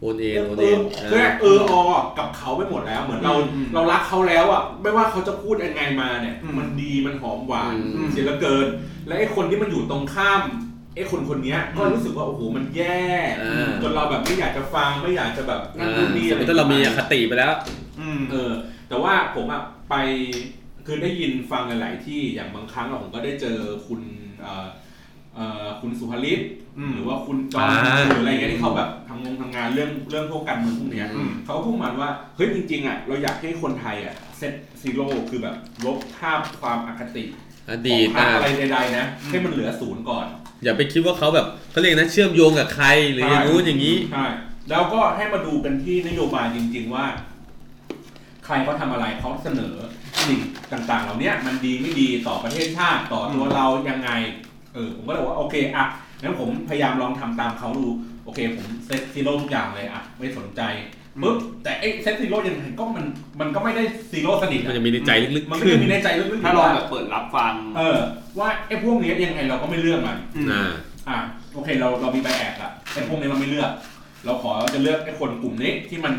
โอนเอ เอนอ โอน เอ เอ อน คือเออออกับเขาไปหมดแล้ว เหมือนเรา อืม เรารักเขาแล้วอ่ะ ไม่ว่าเขาจะพูดยังไงมาเนี่ย อืม มันดีมันหอมหวาน อืม เสียเหลือเกิน และไอ้คนที่มันอยู่ตรงข้ามไอ้คนคนเนี้ยก็รู้สึกว่าโอ้โหมันแย่ เออ จนเราแบบไม่อยากจะฟังไม่อยากจะแบบ เอ นั่น อ นู่นนี่ ส อะ ม ไร มติถ้าเรามีอคติไปแล้ว อืม เออ แต่ว่าผมอ่ะไปคือได้ยินฟังหลาย ๆ ที่อย่างบางครั้งอะผมก็ได้เจอคุณเอ่อเอ่อคุณสุภลิศ อืม หรือว่าคุณจอห์น อ่า หรืออะไรเงี้ยที่เขาแบบทำงงทำงานเรื่องเรื่องพวกการเมืองพวกเนี้ย อืม เขาก็พูดมันว่า เฮ้ยจริงๆอ่ะเราอยากให้คนไทยอ่ะเซตซีโร่คือแบบลบภาพความอคติขอดี อง ต พรรค นะ อะไรใดๆนะ ให้มันเหลือศูนย์ก่อน อย่าไปคิดว่าเขาแบบเขาเรียกนะเชื่อมโยงกับใครหรืออย่างงู้นอย่างนี้ ใช่แล้วก็ให้มาดูกันที่นโยบายจริง ๆว่า ใครเขาทำอะไรเขาเสนอสิ่งต่าง ๆ เหล่าเนี้ยมันดีไม่ดีต่อประเทศชาติต่อตัวเรายังไงเออผมก็เลยว่าโอเคอ่ะงั้นผมพยายามลองทำตามเขาดูโอเค ผมเซตซีโร่ทุกอย่างเลยอ่ะไม่สนใจปึ๊บแต่ไอ้เซตซีโร่ยังไงก็มันมันก็ไม่ได้ซีโร่สนิท มัน อะ จะมีในใจลึก มัน ๆ ก็จะมีในใจลึกๆ ถ้าลอง ว่า แบบเปิดรับฟัง เออ ว่าไอ้พวกเนี้ยยังไงเราก็ไม่เลือกมัน อ่า อ่ะโอเคเราเรามีใบแอบละไอ้พวกนี้เราไม่เลือก เราขอจะเลือกไอ้คนกลุ่มนี้ที่มัน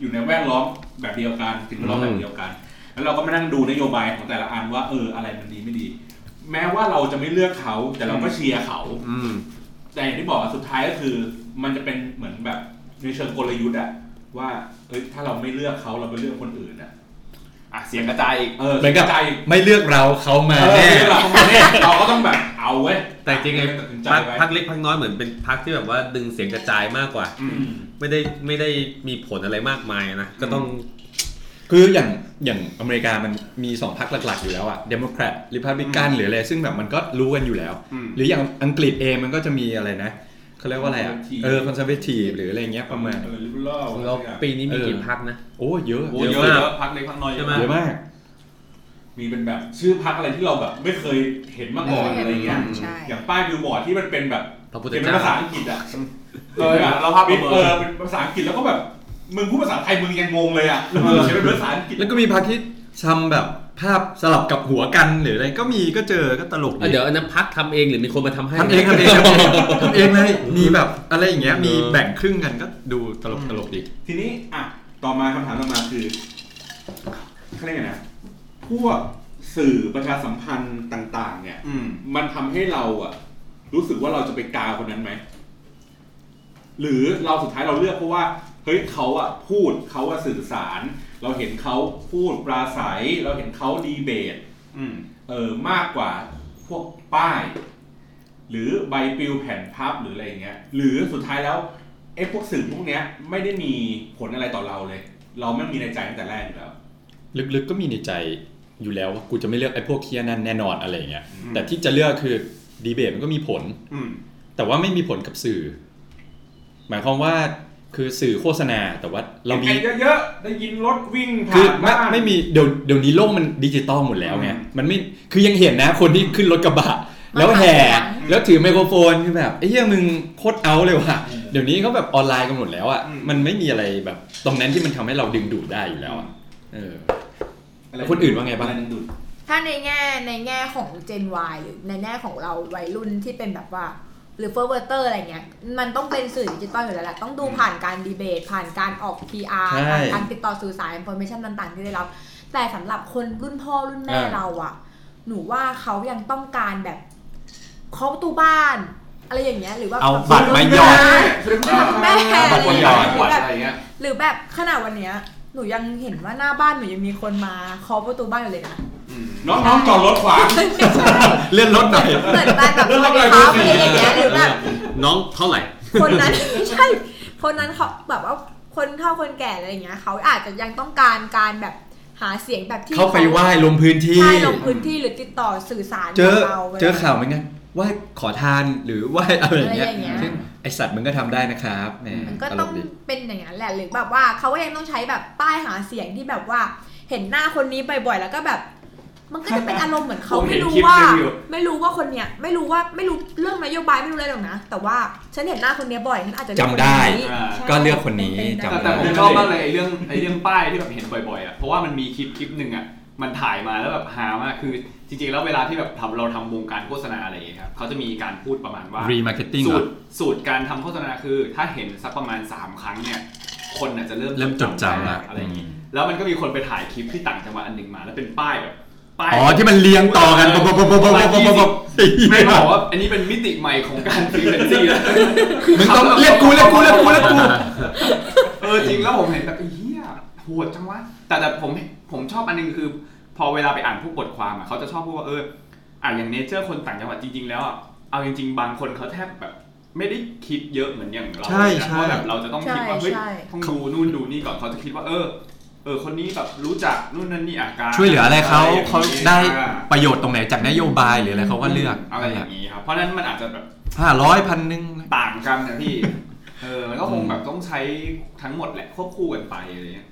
อยู่ในแวดล้อมแบบเดียวกันถึงแวดล้อมแบบเดียวกัน แล้วเราก็มานั่งดูนโยบายของแต่ละอันว่าเอออะไรมันดีไม่ดี แม้ว่าเราจะไม่เลือกเขาแต่เราก็เชียร์เขา อืม แต่อย่างที่บอกอะสุดท้ายก็คือ มันจะเป็นเหมือนแบบในเชิงกลยุทธ์อะว่าเอ้ยถ้าเราไม่เลือกเขาเราไปเลือกคนอื่นอะ อ่ะ เสียงกระจายอีก เออ เหมือนกับ ใจ ไม่เลือกเราเขามา เออ แน่ เราเข้ามาเนี่ยเราก็ต้องแบบเอาเว้ย แต่จริงไง ตัดสินใจ พัก ไว้ พักเล็กพักน้อยเหมือนเป็นพักที่แบบว่าดึงเสียงกระจายมากกว่า อืม ไม่ได้ไม่ได้มีผลอะไรมากมายนะก็ต้อง คืออย่างอย่างอเมริกามันมีสองพรรคหลักๆอยู่แล้วอะเดโมแครตริพับลิกันหรืออะไรซึ่งแบบมันก็รู้กันอยู่แล้ว อืม หรืออย่างอังกฤษเองมันก็จะมีอะไรนะเขาเรียกว่าอะไรอะเออคอนเซอร์เวทีฟหรืออะไรเงี้ยประมาณ เออ liberal อะไร เรา สักอย่าง ปีนี้มีกี่พักนะ โอ้เยอะ โอ้ เยอะ เยอะ มาก เยอะพักเล็กพักน้อยเยอะ ใช่ มาก ไห เยอะมาก มีเป็นแบบชื่อพักอะไรที่เราแบบไม่เคยเห็นมาก่อนอะไรเงี้ย ใช่ อย่างป้ายบิลบอร์ดที่มันเป็นแบบ พระพุทธ เป็น เจ้า ภาษาอังกฤษอ่ะ เออเราภาพ เอ ประ อ เมิ เอน อเป็นภาษาอังกฤษแล้วก็แบบมึงพูดภาษาไทยมึงยังงงเลยอ่ะเออเขียนเป็นภาษาอังกฤษ แล้วก็มีพรรคที่ทำแบบ ภาพสลับกับหัวกันหรืออะไรก็มีก็เจอก็ตลก อ่ะเดี๋ยวอันนั้นพักทำเองหรือมีคนมาทำให้ ทำเองทำเองทำ เองทำเองเลยมีแบบอะไรอย่างเงี้ยมี เออ แบ่งครึ่งกันก็ดูตลกตลกดี ทีนี้อ่ะต่อมาคำถามต่อมาคือเขาเรียกไงนะพวกสื่อประชาสัมพันธ์ต่าง ๆ เนี่ย อืม มันทำให้เราอะรู้สึกว่าเราจะไปกาคนนั้นไหม หรือเราสุดท้ายเราเลือกเพราะว่า เฮ้ยเขาอะพูดเขาอะสื่อสาร เราเห็นเขาพูดปราศัย เราเห็นเขาดีเบต อืม เออมากกว่าพวกป้าย หรือใบปลิวแผ่นพับหรืออะไรอย่างเงี้ย หรือสุดท้ายแล้วไอ้พวกสื่อพวกเนี้ย ไม่ได้มีผลอะไรต่อเราเลย เราไม่มีในใจตั้งแต่แรกอยู่แล้ว ลึกๆก็มีในใจอยู่แล้วว่ากูจะไม่เลือกไอ้พวกเคียนั่นแน่นอนอะไรอย่างเงี้ย อืม แต่ที่จะเลือกคือดีเบตมันก็มีผล อืม แต่ว่าไม่มีผลกับสื่อ หมายความว่าคือสื่อโฆษณาแต่ว่าเรามี เห็นไอ้เยอะๆ ได้ยินรถวิ่ง คือผ่าน ไม่ บ้าน ไม่มีเดี๋ยวเดี๋ยวนี้โลกมันดิจิตอลหมดแล้วไง อืม มันไม่คือยังเห็นนะคนที่ขึ้นรถกระบะ แล้วแห่ มาถ่ายหนัง แล้วถือไมโครโฟนคือแบบไอ้เหี้ยมึงโคตรเอาเลยว่ะเดี๋ยวนี้เขาแบบออนไลน์กันหมดแล้วอ่ะมันไม่มีอะไรแบบ ตรงนั้นที่มันทำให้เราดึงดูดได้อยู่แล้วอะเออ แล้วคนอื่นว่าไงบ้าง อะไรดูด ถ้าในแง่ในแง่ของ Gen Y หรือในแง่ของเราวัยรุ่นที่เป็นแบบว่า หรือเฟอร์เวอร์เตอร์อะไรเงี้ย มันต้องเป็นสื่อดิจิตอลอยู่แล้วแหละ ต้องดูผ่านการดีเบต ผ่านการออก PR ใช่ ผ่านการติดต่อสื่อสาร i n f o r m a t i o n ต่างๆ ที่ได้รับ แต่สำหรับคนรุ่นพ่อรุ่นแม่ อ่า เราอะหนูว่าเขายังต้องการแบบเคาะประตูบ้าน อะไรอย่างเงี้ยหรือว่า เอาบัตรมาหยอด แม่ บางอะไร คน อย่าง ใหญ่ เงี้ยหรื วัดอแบบ อะไรเงี้ย หรือแบบขนาดวันเนี้ยหนูยังเห็นว่าหน้าบ้านหนูยังมีคนมาเคาะประตูบ้านอยู่เลย นะ อืม น้องๆจอดรถขวาง เลื่อนรถหน่อย เหมือนแบบแบบสวัสดีครับอะไรอย่างเงี้ย หรือแบบ น้องเท่าไหร่ คนนั้น ไม่ใช่ คนนั้นเขาแบบว่าคนเฒ่าคนแก่อะไรอย่างเงี้ยเขาอาจจะยังต้องการการแบบหาเสียงแบบที่ เข้าไปไหว้ลงพื้นที่ ใช่ลงพื้นที่หรือติดต่อสื่อสาร เจอ กับเรา เจอ อะไร ข่าวเหมือนกันไหว้ขอทานหรือไหว้อะไรอย่างเงี้ย อะไรอย่างเงี้ย ซึ่งไอสัตว์มึงก็ทำได้นะครับแหม มันก็ ตล ต้อง กดี เป็นอย่างนั้นแหละหรือแบบว่าเขาก็ยังต้องใช้แบบป้ายหาเสียงที่แบบว่า เห็นหน้าคนนี้บ่อยๆแล้วก็แบบ มันก็จะเป็นอารมณ์เหมือนเขา ผมเห็ ไม่ น รู้ คลิป ว่า หนึ่งอยู่ ไม่รู้ว่าคนเนี้ยไม่รู้ว่าไม่รู้เรื่องนโยบายไม่รู้อะไรหรอกนะ แต่ว่าฉันเห็นหน้าคนเนี้ยบ่อยฉันอาจจะเลือกคน จำได้ นี้ อ่า ใช่ ก็เลือกคนนี้ เป็นไปจำได้แต่แต่ ได้ ผมชอบมากเลยไอ้เรื่องไอ้เรื่องป้ายที่แบบเห็นบ่อยๆอ่ะเพราะว่ามันมีคลิปคลิปหนึ่งอ่ะมันถ่ายมาแล้วแบบหามากคือจริงๆแล้วเวลาที่แบบทำเราทำวงการโฆษณาอะไรอย่างเงี้ยครับเขาจะมีการพูดประมาณว่า remarketing เห สู รอ ตรสูตรการทำโฆษณาคือ ถ้าเห็นสักประมาณ 3 ครั้งเนี่ย คนอาจจะเริ่ม เริ่มจดจำละ อะไรอย่างงี้ อืม แล้วมันก็มีคนไปถ่ายคลิปที่ต่างจังหวัดอันหนึ่งมา แล้วเป็นป้ายแบบป้าย อ๋อที่มันเลี้ยงต่อกันปุ๊บปุ๊บปุ๊บปุ๊บปุ๊บปุ๊บปุ๊บปุ๊บ ไม่บอกว่าอันนี้เป็นมิติใหม่ของการฟรีแลน ซี่แล้ว มึง ต้องเรียกกูเรียกกูเรียกกูเรียกกู เออจริงแล้วผมเห็นแบบไอ้เฮียโหดจังวะแต่แต่ผมผมชอบอันหนึงคือ พอเวลาไปอ่านพวกบทความอ่ะเขาจะชอบพูดว่าเอออ่ะอย่างเนเจอร์คนต่างจังหวัดจริง ๆ แล้วอ่ะเอาจริง ๆ บางคนเขาแทบแบบ ไม่ได้คิดเยอะเหมือนอย่างเรา ใช่ใช่ เพราะแบบเราจะต้องคิดว่าเฮ้ย ใช่ใช่ ต้องดูนู่นดูนี่ก่อนเขาจะคิดว่า เออ เออคนนี้แบบรู้จักนู่นนั่นนี่อาการ ช่วยเหลืออะไรเขา ย่งนี้ เขาได้ อ่า ประโยชน์ตรงไหนจากนโยบายหรืออะไรเขาก็เลือก อะไรอย่างนี้ครับเพราะฉะนั้นมันอาจจะแบบ ห้าร้อยพันหนึ่ง ต่างกันนะพี่ เออ มันก็คง อืม แบบต้องใช้ทั้งหมดแหละควบคู่กันไปอะไรเงี้ย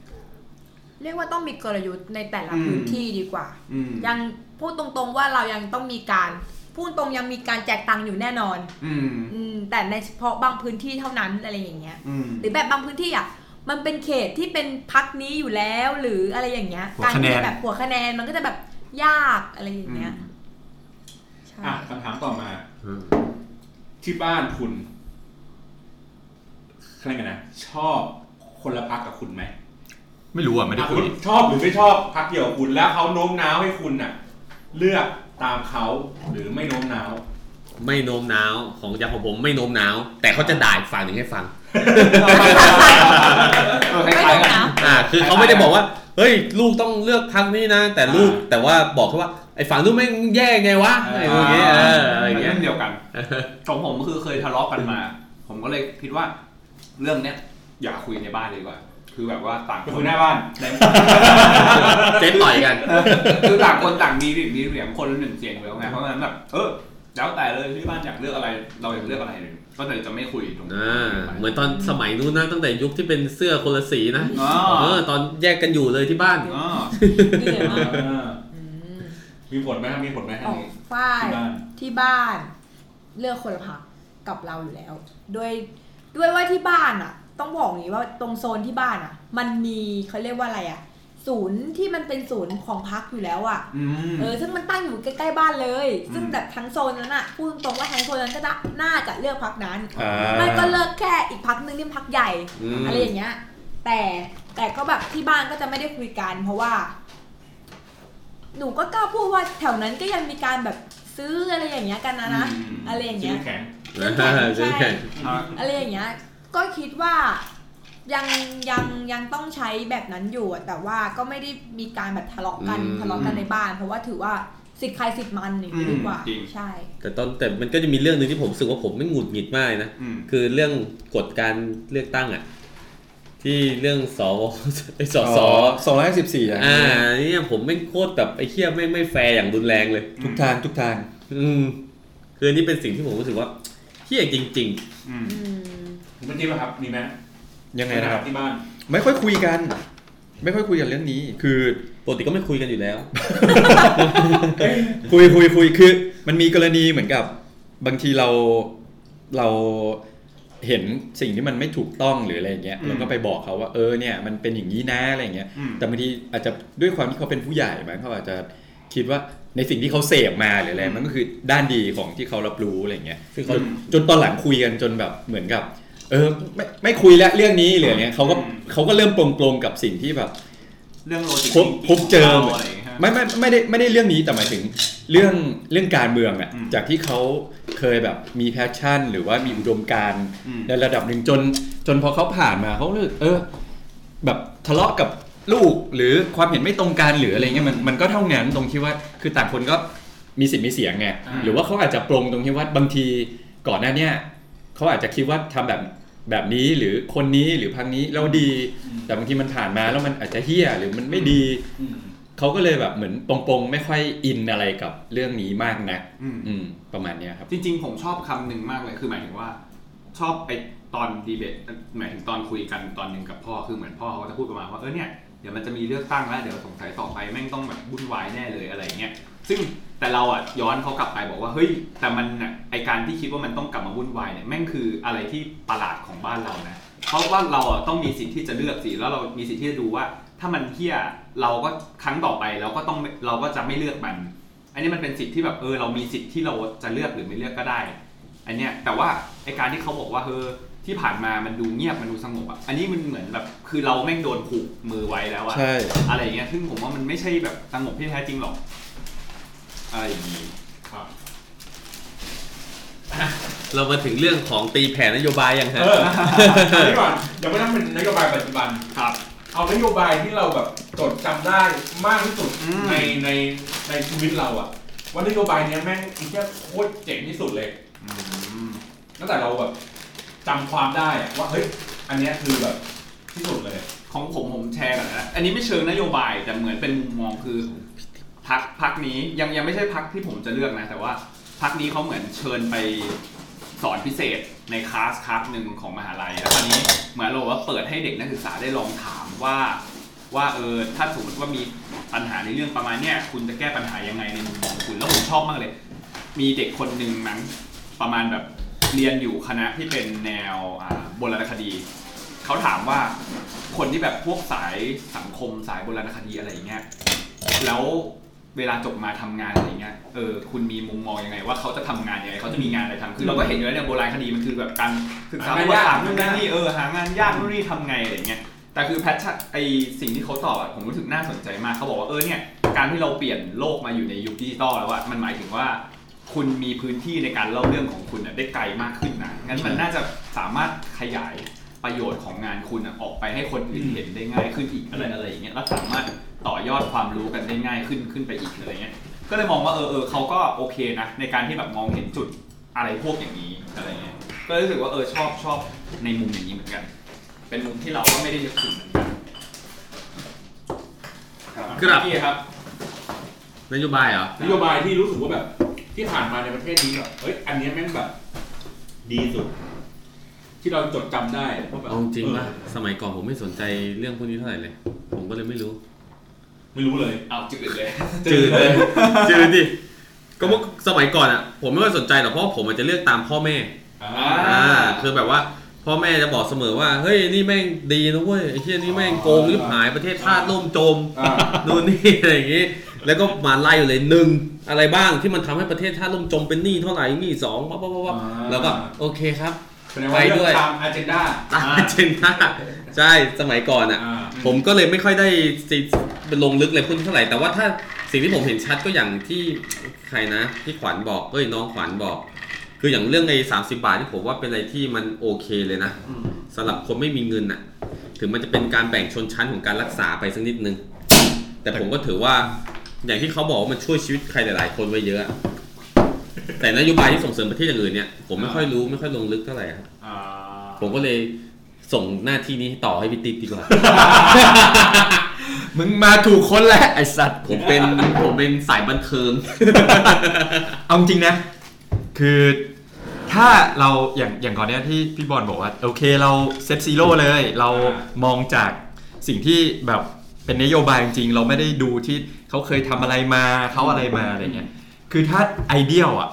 เรียกว่าต้องมีกลยุทธ์ในแต่ละ อืม พื้นที่ดีกว่า อืม ยังพูดตรงๆว่าเรายังต้องมีการพูดตรงยังมีการแจกตังค์อยู่แน่นอน อืม อืมแต่ในเฉพาะบางพื้นที่เท่านั้นอะไรอย่างเงี้ย อืม หรือแบบบางพื้นที่อ่ะ มันเป็นเขตที่เป็นพักนี้อยู่แล้วหรืออะไรอย่างเงี้ย หัว การ คะแนน ที่จะแบบหัวคะแนนมันก็จะแบบยากอะไรอย่างเงี้ยใช่ อ่ะคำถามต่อมา ที่บ้านคุณอะไรกันนะ ชอบคนละพักกับคุณไหม ไม่รู้อ่ะไม่ได้ อ่ะ คุ คุณ ย ชอบหรือไม่ชอบพักเดียวกับคุณแล้วเขาโน้มน้าวให้คุณน่ะ เลือกตามเขาหรือไม่โน้มน้าว ไม่โน้มน้าวของอย่างของผมไม่โน้มน้าว แต่เขาจะด่าอีกฝั่งหนึ่งให้ฟัง เออคล้ายๆกัน อ่าคือเขาไม่ได้บอกว่า เฮ้ย ลูกต้องเลือกพักนี้นะ แต่ลูกแต่ว่าบอกแค่ว่าไอ้ฝั่งนู้นไม่งแย่ไงวะอะไรอย่างเงี้ยเอออะไรอย่างเงี้ย เรื่องเดียวกันของผมคือเคยทะเลาะกันมา ผมก็เลยคิดว่า เรื่องเนี้ยอย่าคุยในบ้านเลยดีกว่า คือแบบว่าต่าง ไป ค คุ น ยหน้าบ้าน เจ๊ต่อยกัน คือต่างคนต่างมีสิทธิ์มีเสียงคนละหนึ่งเสียงอยู่แล้วไงเพราะฉะนั้นแบบเออแล้วแต่เลยที่บ้านอยากเลือกอะไร เราอยากเลือกอะไรเลยก็เลยจะไม่คุยตรงนี้ อ่าเหมือนตอนสมัยนู้นนะตั้งแต่ยุคที่เป็นเสื้อคนละสีนะ อ๋อ เออตอนแยกกันอยู่เลยที่บ้าน อ๋อ เหนื่อยมาก อ่า อืม มีผลไหมครับมีผลไหมครัอบ อกฝ้าย ที่บ้าน ที่บ้าน เลือกคนละพักกับเราอยู่แล้วด้วยด้วยว่าที่บ้านอ่ะ ต้องบอกอย่างนี้ว่าตรงโซนที่บ้านอ่ะ มันมีเขาเรียกว่าอะไรอ่ะ ศูนย์ที่มันเป็นศูนย์ของพักอยู่แล้วอะ อืม เออซึ่งมันตั้งอยู่ใกล้ๆบ้านเลย ซึ่ง อืม แบบทั้งโซนนั้นอะพูดตรงๆว่าทั้งโซนนั้นก็น่าน่าจะเลือกพักนั้น อ่า ไม่ก็เลือกแค่อีกพักหนึ่งที่พักใหญ่ อืม อะไรอย่างเงี้ย แต่แต่ก็แบบที่บ้านก็จะไม่ได้คุยกัน เพราะว่า หนูก็กล้าพูดว่าแถวนั้นก็ยังมีการแบบซื้ออะไรอย่างเงี้ยกันนะนะ อืม อะไรอย่าง ชื่ เงี้ อย แข็ง ใช่ ใช่ อ่ะ อะไรอย่างเงี้ย ก็คิดว่ายังยังยังต้องใช้แบบนั้นอยู่อะแต่ว่าก็ไม่ได้มีการแบบทะเลาะกัน อืม ทะเลาะกันในบ้าน เพราะว่าถือว่าสิทธิ์ใครสิทธิ์มันอย่างนี้ดีกว่า อืมจริง ใช่ แต่ตอนแต่มันก็จะมีเรื่องหนึ่งที่ผมรู้สึกว่าผมไม่หงุดหงิดมากเลยนะ อืม คือเรื่องกฎการเลือกตั้งอ่ะ ที่เรื่องสวไอ้สส สองร้อยสิบสี่อ่ะ อ่าเนี่ยผมไม่งโคตรแบบไอ้เคียไม่งไม่แฟร์อย่างรุนแรงเลย ทุกทางทุกทาง อืมคืออันนี้เป็นสิ่งที่ผมรู้สึกว่าเฮี้ยจริง อืม อืม เมื่อกี้ป่ะครับ มีไหม ยังไงนะครับ ที่บ้าน ไม่ค่อยคุยกัน ไม่ค่อยคุยกันเรื่องนี้ คือ ๆปกติก็ไม่คุยกันอยู่แล้ว คุยคุยคุยคือมันมีกรณีเหมือนกับบางทีเราเราเห็นสิ่งที่มันไม่ถูกต้องหรืออะไรอย่างเงี้ย อืม เราก็ไปบอกเขาว่าเออเนี่ยมันเป็นอย่างนี้นะอะไรอย่างเงี้ย อืม แต่บางทีอาจจะด้วยความที่เขาเป็นผู้ใหญ่มั้งเขาอาจจะคิดว่าในสิ่งที่เขาเสพมาหรืออะไร อืม มันก็คือด้านดีของที่เขารับรู้อะไรอย่างเงี้ย ซึ่งเขา จนจนตอนหลังคุยกันจนแบบเหมือนกับ เออไม่ไม่คุยแล้วเรื่องนี้หรืออย่างเงี้ยเขาก็ อืม เขาก็เริ่มปลงๆกับสิ่งที่แบบ เรื่องโลจิส พบ ติก พบเจอเหขงมือราน อะไรย่างเงี้ยฮะ ไม่ไม่ไม่ได้ไม่ได้เรื่องนี้แต่หมายถึงเรื่องเรื่องการเมืองอะ อืม จากที่เขาเคยแบบมีแพชชั่น หรือว่ามีอุดมการณ์ อืม ในระดับหนึ่งจน จนพอเขาผ่านมาเขาเลยเออ แบบทะเลาะกับลูกหรือความเห็นไม่ตรงกันหรืออะไรเงี้ยมันมันก็เท่านั้นตรงที่ว่าคือต่างคนก็มีสิทธิ์มีเสียงไง อ่า หรือว่าเขาอาจจะปรงตรงที่ว่าบางทีก่อนหน้าเนี้ยเขาอาจจะคิดว่าทำแบบแบบนี้หรือคนนี้หรือพังนี้เราดี แต่บางทีมันผ่านมาแล้วมันอาจจะเฮี้ยหรือมันไม่ดี เขาก็เลยแบบเหมือนปงปงๆไม่ค่อยอินอะไรกับเรื่องนี้มากนะ อืม อืม ประมาณเนี้ยครับ จริงๆ ผมชอบคำหนึ่งมากเลย คือหมายถึงว่า ชอบไปตอนดีเบตหมายถึงตอนคุยกันตอนหนึ่งกับพ่อคือเหมือนพ่อเขาก็จะพูดประมาณว่าเออเนี่ยเดี๋ยวมันจะมีเลือกตั้งแล้วเดี๋ยวสงสัยต่อไปแม่งต้องแบบวุ่นวายแน่เลยอะไรเงี้ยซึ่งแต่เราอ่ะย้อนเขากลับไปบอกว่าเฮ้ยแต่มันอ่ะไอการที่คิดว่ามันต้องกลับมาวุ่นวายเนี่ยแม่งคืออะไรที่ประหลาดของบ้านเรานะเพราะว่าเราอ่ะต้องมีสิทธิ์ที่จะเลือกสิแล้วเรามีสิทธิ์ที่จะดูว่า ถ้ามันเที่ยเราก็ครั้งต่อไปเราก็ต้องเราก็จะไม่เลือกมัน อันนี้มันเป็นสิทธิ์ที่แบบเออเรามีสิทธิ์ที่เราจะเลือกหรือไม่เลือกก็ได้ อันเนี้ยแต่ว่าไอการที่เขาบอกว่าเออที่ผ่านมามันดูเงียบมันดูสงบอะอันนี้มันเหมือนแบบคือเราแม่งโดนผูกมือไว้แล้วอะ ใช่ อะไรอย่างเงี้ยซึ่งผมว่ามันไม่ใช่แบบสงบที่แท้จริงหรอกอะไรอย่างงี้ ครับ เรามาถึงเรื่องของตีแผนนโยบายยังฮะ เอออันนี้ก่อนเดี๋ยวไม่ต้องเป็นนโยบายปัจจุบัน ครับ เอานโยบายที่เราแบบจดจำได้มากที่สุด อืม ในในในชีวิตเราอะว่านโยบายเนี้ยแม่งไอ้เหี้ยโคตรเจ๋งที่สุดเลย อืม ตั้งแต่เราแบบจำความได้อะว่าเฮ้ยอันเนี้ยคือแบบที่สุดเลย ของผมผมแชร์กันนะอันนี้ไม่เชิงนโยบายแต่เหมือนเป็นมุมมองคือพักพักนี้ยังยังไม่ใช่พักที่ผมจะเลือกนะ แต่ว่าพักนี้เขาเหมือนเชิญไป สอนพิเศษในคลาสคลาสหนึ่งของมหาลัย แล้วตอนนี้เหมือนเราว่าเปิดให้เด็กนักศึกษาได้ลองถามว่า ว่าเออถ้าสมมติว่ามีปัญหาในเรื่องประมาณเนี้ยคุณจะแก้ปัญหายังไงในมุมของคุณแล้วผมชอบมากเลย มีเด็กคนหนึ่งมั้งประมาณแบบเรียนอยู่คณะที่เป็นแนวอ่าโบราณคดี เขาถามว่าคนที่แบบพวกสายสังคมสายโบราณคดีอะไรอย่างเงี้ยแล้วเวลาจบมาทำงานอะไรเงี้ยเออคุณมีมุมมองยังไง ว่าเขาจะทำงานยังไงเขาจะมีงานอะไรทำคือเราก็เห็นอยู่แล้วเนี่ยโบราณคดีมันคือแบบการศึกษาประวัติศาสตร์นู่นนั่นนี่เออหางานยากนู่นนี่ทำไงอะไรเงี้ย แต่คือแพทชั่นไอสิ่งที่เขาตอบอะผมรู้สึกน่าสนใจมากเขาบอกว่าเออเนี่ยการที่เราเปลี่ยนโลกมาอยู่ในยุคดิจิตอลแล้วอะมันหมายถึงว่า คุณมีพื้นที่ในการเล่าเรื่องของคุณอะได้ไกลมากขึ้นนะงั้นมันน่าจะสามารถขยายประโยชน์ของงานคุณอะออกไปให้คนอื่นเห็นได้ง่ายขึ้นอีกอะไรอะไรอย่างเงี้ยแล้วสามารถต่อยอดความรู้กันได้ง่ายขึ้นขึ้นไปอีกอะไรเงี้ยก็เลยมองว่าเออเออเขาก็โอเคนะ ในการที่แบบมองเห็นจุดอะไรพวกอย่างนี้อะไรเงี้ยก็รู้สึกว่าเออชอบชอบในมุมอย่างนี้เหมือนกัน เป็นมุมที่เราก็ไม่ได้นึกถึงเหมือนกัน ครับ พี่ครับ นโยบายเหรอ นโยบายที่รู้สึกว่าแบบที่ผ่านมาในประเทศนี้แบบเฮ้ยอันเนี้ยแม่งแบบ ดีสุด ที่เราจดจำได้เพราะแบบ เอาจริง เออ ว่าสมัยก่อนผมไม่สนใจเรื่องพวกนี้เท่าไหร่เลย ผมก็เลยไม่รู้ ไม่รู้เลย เอาจืดเลย จืดเลย จืดดิก็เมื่อสมัยก่อนอ่ะ ผมไม่ค่อยสนใจหรอกเพราะว่าผมอาจจะเลือกตามพ่อแม่ อ่า อ่า คือแบบว่า พ พ่อแม่จะบอกเสมอว่า เฮ้ยนี่แม่งดีนะเว้ยไอ้เหี้ยนี่แม่งโกงยิบหายประเทศชาติล่มจม อ่า นู่นนี่อะไรอย่างงี้ แล้วก็มาไล่อยู่เลยหนึ่งอะไรบ้างที่มันทำให้ประเทศชาติล่มจมเป็นหนี้เท่าไหร่หนี้สองปั๊บปั๊บปั๊บปั๊บ อ่า แล้วก็โอเคครับ แสดงว่า ไป เลื ด้ อ วย กตามอเจนดา ตาม เจนหน้าใช่สมัยก่อนอ่ะ อ่า ผมก็เลยไม่ค่อยได้ซีลงลึกเลยพุ่นเท่าไหร่ แต่ว่าถ้าสิ่งที่ผมเห็นชัดก็อย่างที่ใครนะที่ขวัญบอกเอ้ยน้องขวัญบอก คืออย่างเรื่องใน30 บาทที่ผมว่าเป็นอะไรที่มันโอเคเลยนะสำหรับคนไม่มีเงินน่ะ ถึงมันจะเป็นการแบ่งชนชั้นของการรักษาไปสักนิดนึง แต่ผมก็ถือว่าอย่างที่เขาบอกว่ามันช่วยชีวิตใครหลายๆ คนไว้เยอะอะแต่นโยบายที่ส่งเสริมประเทศอย่างอื่นเนี่ยผมไม่ค่อยรู้ไม่ค่อยลงลึกเท่าไหร่ครับ อ่า ผมก็เลยส่งหน้าที่นี้ต่อให้พี่ติ๊กดีกว่า มึงมาถูกคนแหละไอสัตว์ ผมเป็นผมเป็นสายบันเทิง เอาจริงๆนะ คือถ้าเราอย่างอย่างก่อนเนี้ยที่พี่บอลบอกว่า โอเคเราเซตซีโร่เลย เรามองจากสิ่งที่แบบเป็นนโยบายจริงๆ เราไม่ได้ดูที่เขาเคยทำอะไรมาเขาอะไรมาอะไรเงี้ยคือถ้าไอเดียลอะ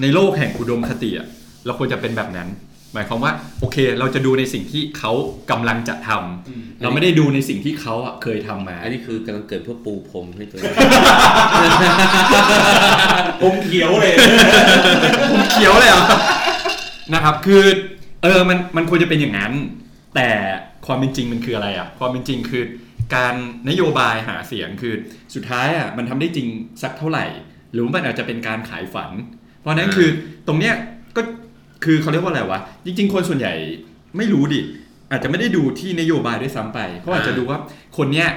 ในโลกแห่งอุดมคติอะเราควรจะเป็นแบบนั้น หมายความว่าโอเคเราจะดูในสิ่งที่เขากำลังจะทำเราไม่ได้ดูในสิ่งที่เขาอะเคยทำมา อันนี้คือกำลังเกิดเพื่อปูพรมให้ตัวเอง ผมเขียวเลย เขียวเลยเหรอ นะครับคือเออมันมันควรจะเป็นอย่างนั้น แต่ความเป็นจริงมันคืออะไรอ่ะ ความเป็นจริงคือ การนโยบายหาเสียงคือสุดท้ายอ่ะมันทำได้จริงสักเท่าไหร่ หรือมันอาจจะเป็นการขายฝัน เพราะฉะนั้น อ่า คือตรงเนี้ยก็คือเขาเรียกว่าอะไรวะ จริง ๆ คนส่วนใหญ่ไม่รู้ดิ อาจจะไม่ได้ดูที่นโยบายด้วยซ้ำไปเขาอาจจะดูว่าคนเนี้ย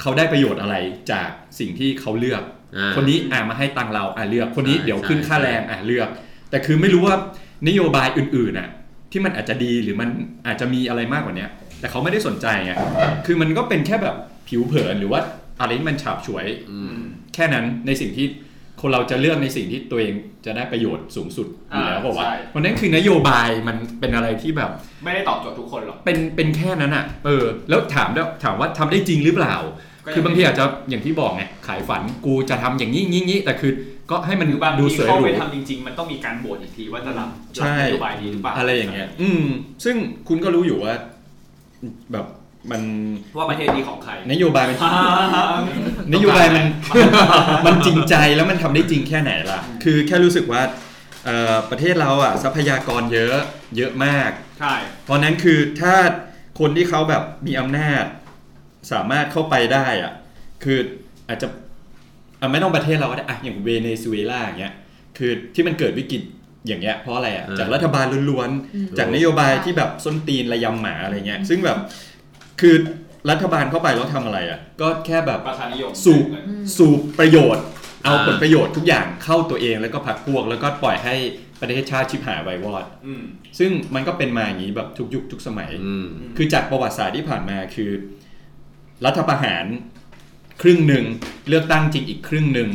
เขาได้ประโยชน์อะไรจากสิ่งที่เขาเลือก อ่า คนนี้อ่ามาให้ตังค์เราอ่าเลือกคนนี้ ใช่ เดี๋ยวขึ้น ใช่ ค่าแรงอ่าเลือก แต่คือไม่รู้ว่านโยบายอื่นๆน่ะที่มันอาจจะดีหรือมันอาจจะมีอะไรมากกว่าเนี้ยแต่เขาไม่ได้สนใจไงคือมันก็เป็นแค่แบบผิวเผินหรือว่าอะไรที่มันฉาบฉวย อืม แค่นั้นในสิ่งที่คนเราจะเลือกในสิ่งที่ตัวเองจะได้ประโยชน์สูงสุดอยู่แล้วเปล่าวะ อ่าใช่ เพราะฉะนั้นคือนโยบายมันเป็นอะไรที่แบบ ไม่ได้ตอบโจทย์ทุกคนหรอก เป็นเป็นแค่นั้นอ่ะ เออ แล้วถามด้วยถามว่าทำได้จริงหรือเปล่า ก็ยัง คือบางทีอาจจะอย่างที่บอกไง ขายฝันกูจะทำอย่างนี้งี้งี้แต่คือ ก็ให้มัน คือบาง ดู ที สวย เข้า หรู ไปทำจริง ๆ มันต้องมีการโหวตอีกทีว่าจะรับรับนโยบายนี้หรือเปล่า อะไรอย่างเงี้ย อืม ซึ่งคุณก็รู้อยู่ว่า แบบมัน ว่าประเทศนี้ของใคร นโยบายมัน นโยบายมัน มันจริงใจแล้วมันทำได้จริงแค่ไหนล่ะ คือแค่รู้สึกว่าเอ่อประเทศเราอ่ะทรัพยากรเยอะเยอะมาก ใช่ เพราะนั้นคือถ้าคนที่เขาแบบมีอำนาจ สามารถเข้าไปได้อะคืออาจจะอ่ะไม่ต้องประเทศเราก็ได้อะอย่างเวเนซุเอลาอย่างเงี้ยคือที่มันเกิดวิกฤตอย่างเงี้ยเพราะอะไรอ่ะ เออ จากรัฐบาลล้วน อืม ๆ จากนโยบายที่แบบส้นตีนระยำหมาอะไรเงี้ยซึ่งแบบคือรัฐบาลเข้าไปแล้วทำอะไรอ่ะก็แค่แบบ ประชานิยม สูบ อืม สูบประโยชน์ เอา อ่า ผลประโยชน์ทุกอย่างเข้าตัวเองแล้วก็พรรคพวก แล้วก็ปล่อยให้ประเทศชาติชิบหายไวายวอด อืม ซึ่งมันก็เป็นมาอย่างนี้แบบทุกยุคทุกสมัย อืม คือจากประวัติศาสตร์ที่ผ่านมาคือ รัฐประหารครึ่งหนึ่งเลือกตั้งจริงอีกครึ่งหนึ่ง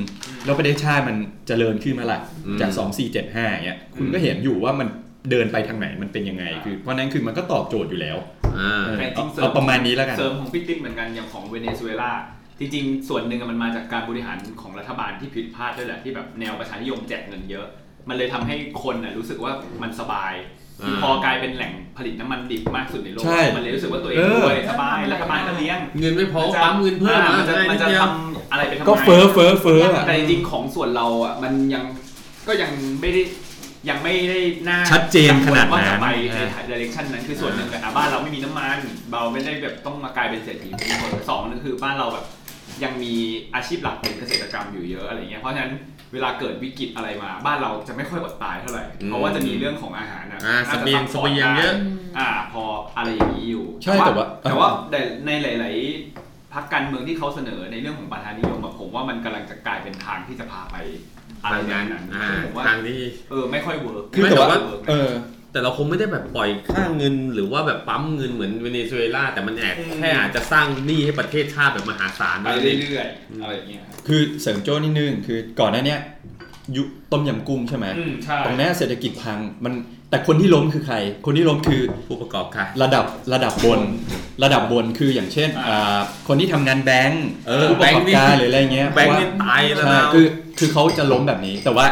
แล้วประเทศชาติมันเจริญขึ้นมาละ อืม จาก 2475อย่างเงี้ยคุณก็เห็นอยู่ว่ามันเดินไปทางไหนมันเป็นยังไง คือเพราะนั้นคือมันก็ตอบโจทย์อยู่แล้ว อ่า เออ แต่จริงๆเสริม เอาประมาณนี้แล้วกัน เสริมของพี่ติ๊กเหมือนกันอย่างของเวเนซุเอลาจริงๆ ส่วนหนึ่งอะมันมาจากการบริหารของรัฐบาลที่ผิดพลาดด้วยแหละที่แบบแนวประชานิยมแจกเงินเยอะ มันเลยทำให้คนน่ะรู้สึกว่ามันสบาย อ่า พอกลายเป็นแหล่งผลิตน้ำมันดิบมากสุดในโลก ใช่ มันเลยรู้สึกว่าตัวเอง เออ รวยสบายรัฐบาลก็เลี้ยง เงินไม่พอปั๊มเงินเพิ่ม อ่ามันจะ ได้ มันจะ ดเดียว ทำอะไรไปทำไม ก็เฟ้อเฟ้อเฟ้อ แต่จริงๆของส่วนเราอ่ะมันยังก็ยังไม่ได้ยังไม่ได้น่า ชัดเจนขนาดนั้น ว่าจะไปในดิเรกชันนั้นคือส่วนหนึ่งแต่อ่ะบ้านเราไม่มีน้ำมันเราไม่ได้แบบต้องมากลายเป็นเศรษฐีเป็นคนสองนึงคือบ้านเราแบบยังมีอาชีพหลักเป็นเกษตรกรรมอยู่เยอะอะไรเงี้ยเพราะฉะนั้นเวลาเกิดวิกฤตอะไรมา บ้านเราจะไม่ค่อยอดตายเท่าไหร่ อืม เพราะว่าจะมีเรื่องของอาหารนะ อ่า น่า เส จะ เบียง ซัพพเสร์ต เบียงเยอะ อ่าพออะไรอย่างนี้อยู่ ใช่แต่ว่า แต่ว่าแต่ในหลาย ๆ พรรคการเมืองที่เขาเสนอในเรื่องของประธานนิยมอะผมว่ามันกำลังจะกลายเป็นทางที่จะพาไปอะไร ทาง แบบนั้น นั้น อ่า ผมว่า ทางนี้ เออไม่ค่อยเวิร์ก คือ ไม่ แต่ว่า แต่ว่า เวิร์กนะ เออ แต่เราคงไม่ได้แบบปล่อยค่าเงินหรือว่าแบบปั๊มเงินเหมือนเวเนซุเอลาแต่มันแอบแค่อาจจะสร้างหนี้ให้ประเทศชาติแบบมหาศาล ไป นั่นเอง เรื่อยๆอะไรอย่างเงี้ยครับ คือเสริมโจ้นิดนึงคือก่อนหน้าเนี้ยยุคต้มยำกุ้งใช่ไหม อืมใช่ ตรงเนี้ยเศรษฐกิจพังมันแต่คนที่ล้มคือใคร คนที่ล้มคือ ผู้ประกอบการ ระดับระดับบนระดับบนคืออย่างเช่นอ่าคนที่ทำงานแบงก์ เออ ผู้ประกอบ แบงก์นี่ การหรืออะไรเงี้ย แบงค์นี่ตายแล้ว ใช่ นะ คือคือเขาจะล้มแบบนี้ แต่ว่า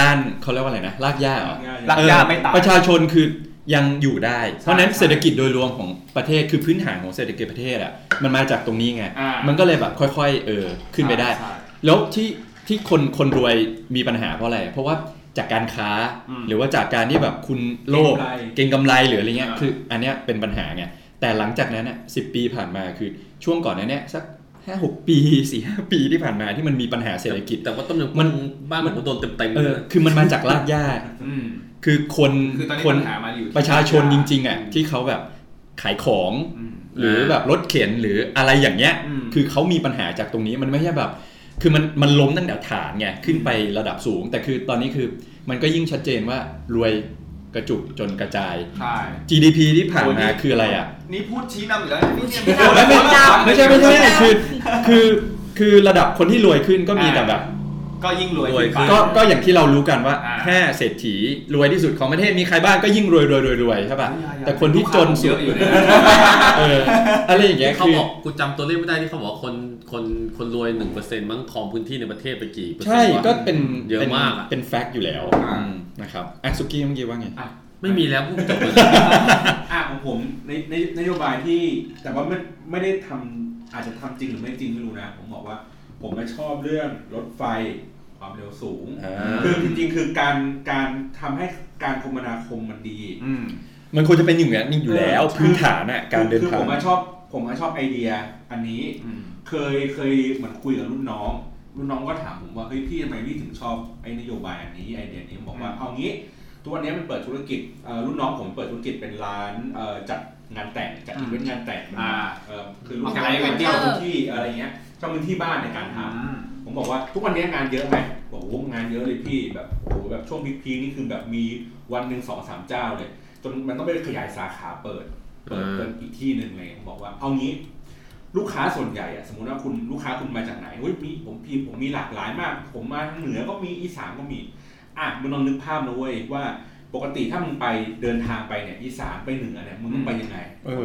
ด้านเขาเรียกว่าอะไรนะรากหญ้าเหรอ รักยาไม่ตาย ประชาชนคือ ยังอยู่ได้ เพราะฉะนั้นเศรษฐกิจโดยรวมของประเทศคือพื้นฐานของเศรษฐกิจประเทศอ่ะมันมาจากตรงนี้ไง อ่ามั มันก็เลยแบบค่อยๆเออขึ้นไปได้ ใช่ แล้วที่ที่คนคนรวยมีปัญหาเพราะอะไร เพราะว่าจากการค้า อืม หรือว่าจากการที่แบบคุณโลภ เก็งเก่งกำไรกำไรหรืออะไรเงี้ย อ่า คืออันเนี้ยเป็นปัญหาไงแต่หลังจากนั้นอ่ะสิปีผ่านมาคือช่วงก่อนหนั้านเนี้ยสักห้าหกปีสี่ห้าปีที่ผ่านมาที่มันมีปัญหาเศรษฐกิจ แต่ว่าต้มยำกุ้ง มัน บ้าน มั ผ น มก็โดนเต็มเต็มๆ เอ เลย อ นะ คือมันมาจากรากหญ้า อืม คือคน คือตอนนี้ คน ปัญหามาอยู่ที่ ประชาชนจริงๆอ่ะที่เขาแบบขายของ อืม หรือแบบรถเข็นหรืออะไรอย่างเงี้ย อืม คือเขามีปัญหาจากตรงนี้มันไม่ใช่แบบ คือมันมันล้มตั้งแต่ฐานไงขึ้นไประดับสูง แต่คือตอนนี้คือมันก็ยิ่งชัดเจนว่ารวยกระจุกจนกระจาย ใช่ GDP ที่ผ่าน โอ้ย มา นี่ คืออะไรอ่ะ นี่พูดชี้นำอีกแล้วนี่เนี่ย ไม่ไม่ไม่ ไม่ใช่ไม่ใช่คือคือคือระดับคนที่รวยขึ้นก็มีแต่แบบ ก็ยิ่งรวย รวย ขึ้นไป ก็ก็อย่างที่เรารู้กันว่า อ่า แค่เศรษฐีรวยที่สุดของประเทศมีใครบ้างก็ยิ่งรวยรวยรวยรวยใช่ป่ะ ใช่ใช่ แต่คนที่จนสุดเยอะอยู่นะ เอออะไรอย่างเงี้ย เขา คือ บอกกูจำตัวเลขไม่ได้ที่เขาบอกว่าคนคนคนรวยหนึ่งเปอร์เซ็นต์มั้งครองพื้นที่ในประเทศไปกี่เปอร์เซ็นต์ ใช่ วะ ก็เป็น เยอะ ป็น มากอะ เป็นแฟกต์อยู่แล้ว อ่า อืมนะครับอ่ะสุกี้เมื่อกี้ว่าไง อ่ะ ไม่มีแล้วพูดจบเลย อ่ะของผมในในนโยบายที่แต่ว่าไม่ไม่ได้ทำอาจจะทำจริงหรือไม่จริงไม่รู้นะ ผมบอกว่า ผมไม่ชอบเรื่องรถไฟความเร็วสูง อ่า คือจริงๆ คือการการทำให้การคมนาคมมันดี อืม มันควรจะเป็นอย่างนั้นอยู่แล้ว คือ พื้นฐานอ่ะการเดิน คือ ทา ผ ง มอะชอบผมอะชอบไอเดียอันนี้ อืม เคยเคยเหมือนคุยกับรุ่นน้อง รุ่นน้องก็ถามผมว่าเฮ้ยพี่ทำไมพี่ถึงชอบไอ้นโยบายอันนี้ไอเดียนี้ผมบอกว่า อืม เอางี้ทุกวันนี้มันเปิดธุรกิจเอ่อรุ่นน้องผมเปิดธุรกิจเป็นร้านเอ่อจัดงานแต่งจัดอีเวนต์งานแต่งมัน อ่า เอ่อคือรุ่นน้ อ อ อก ง จาก event เช่าพื้นที่อะไรเงี้ยเช่าพื้นที่บ้านในการทำ ผมบอกว่าทุกวันนี้งานเยอะไหมบอกโอ้งานเยอะเลยพี่แบบโอ้โหแบบช่วงพีคพีนี่คือแบบมีวันหนึ่งสองสามเจ้าเลย จนมันต้องไปขยายสาขาเปิดเปิด อ่า เปิดอีกที่หนึ่งเลยผมบอกว่าเอางี้ ลูกค้าส่วนใหญ่อะสมมติว่าคุณลูกค้าคุณมาจากไหนเฮ้ยมีผมพีผมมีหลากหลายมาก ผมมาทางเหนือก็มีอีสานก็มี อ่ะมึงลองนึกภาพนะเว้ยว่าปกติถ้ามึงไปเดินทางไปเนี่ยอีสานไปเหนือเนี่ยมึงต้องไปยังไง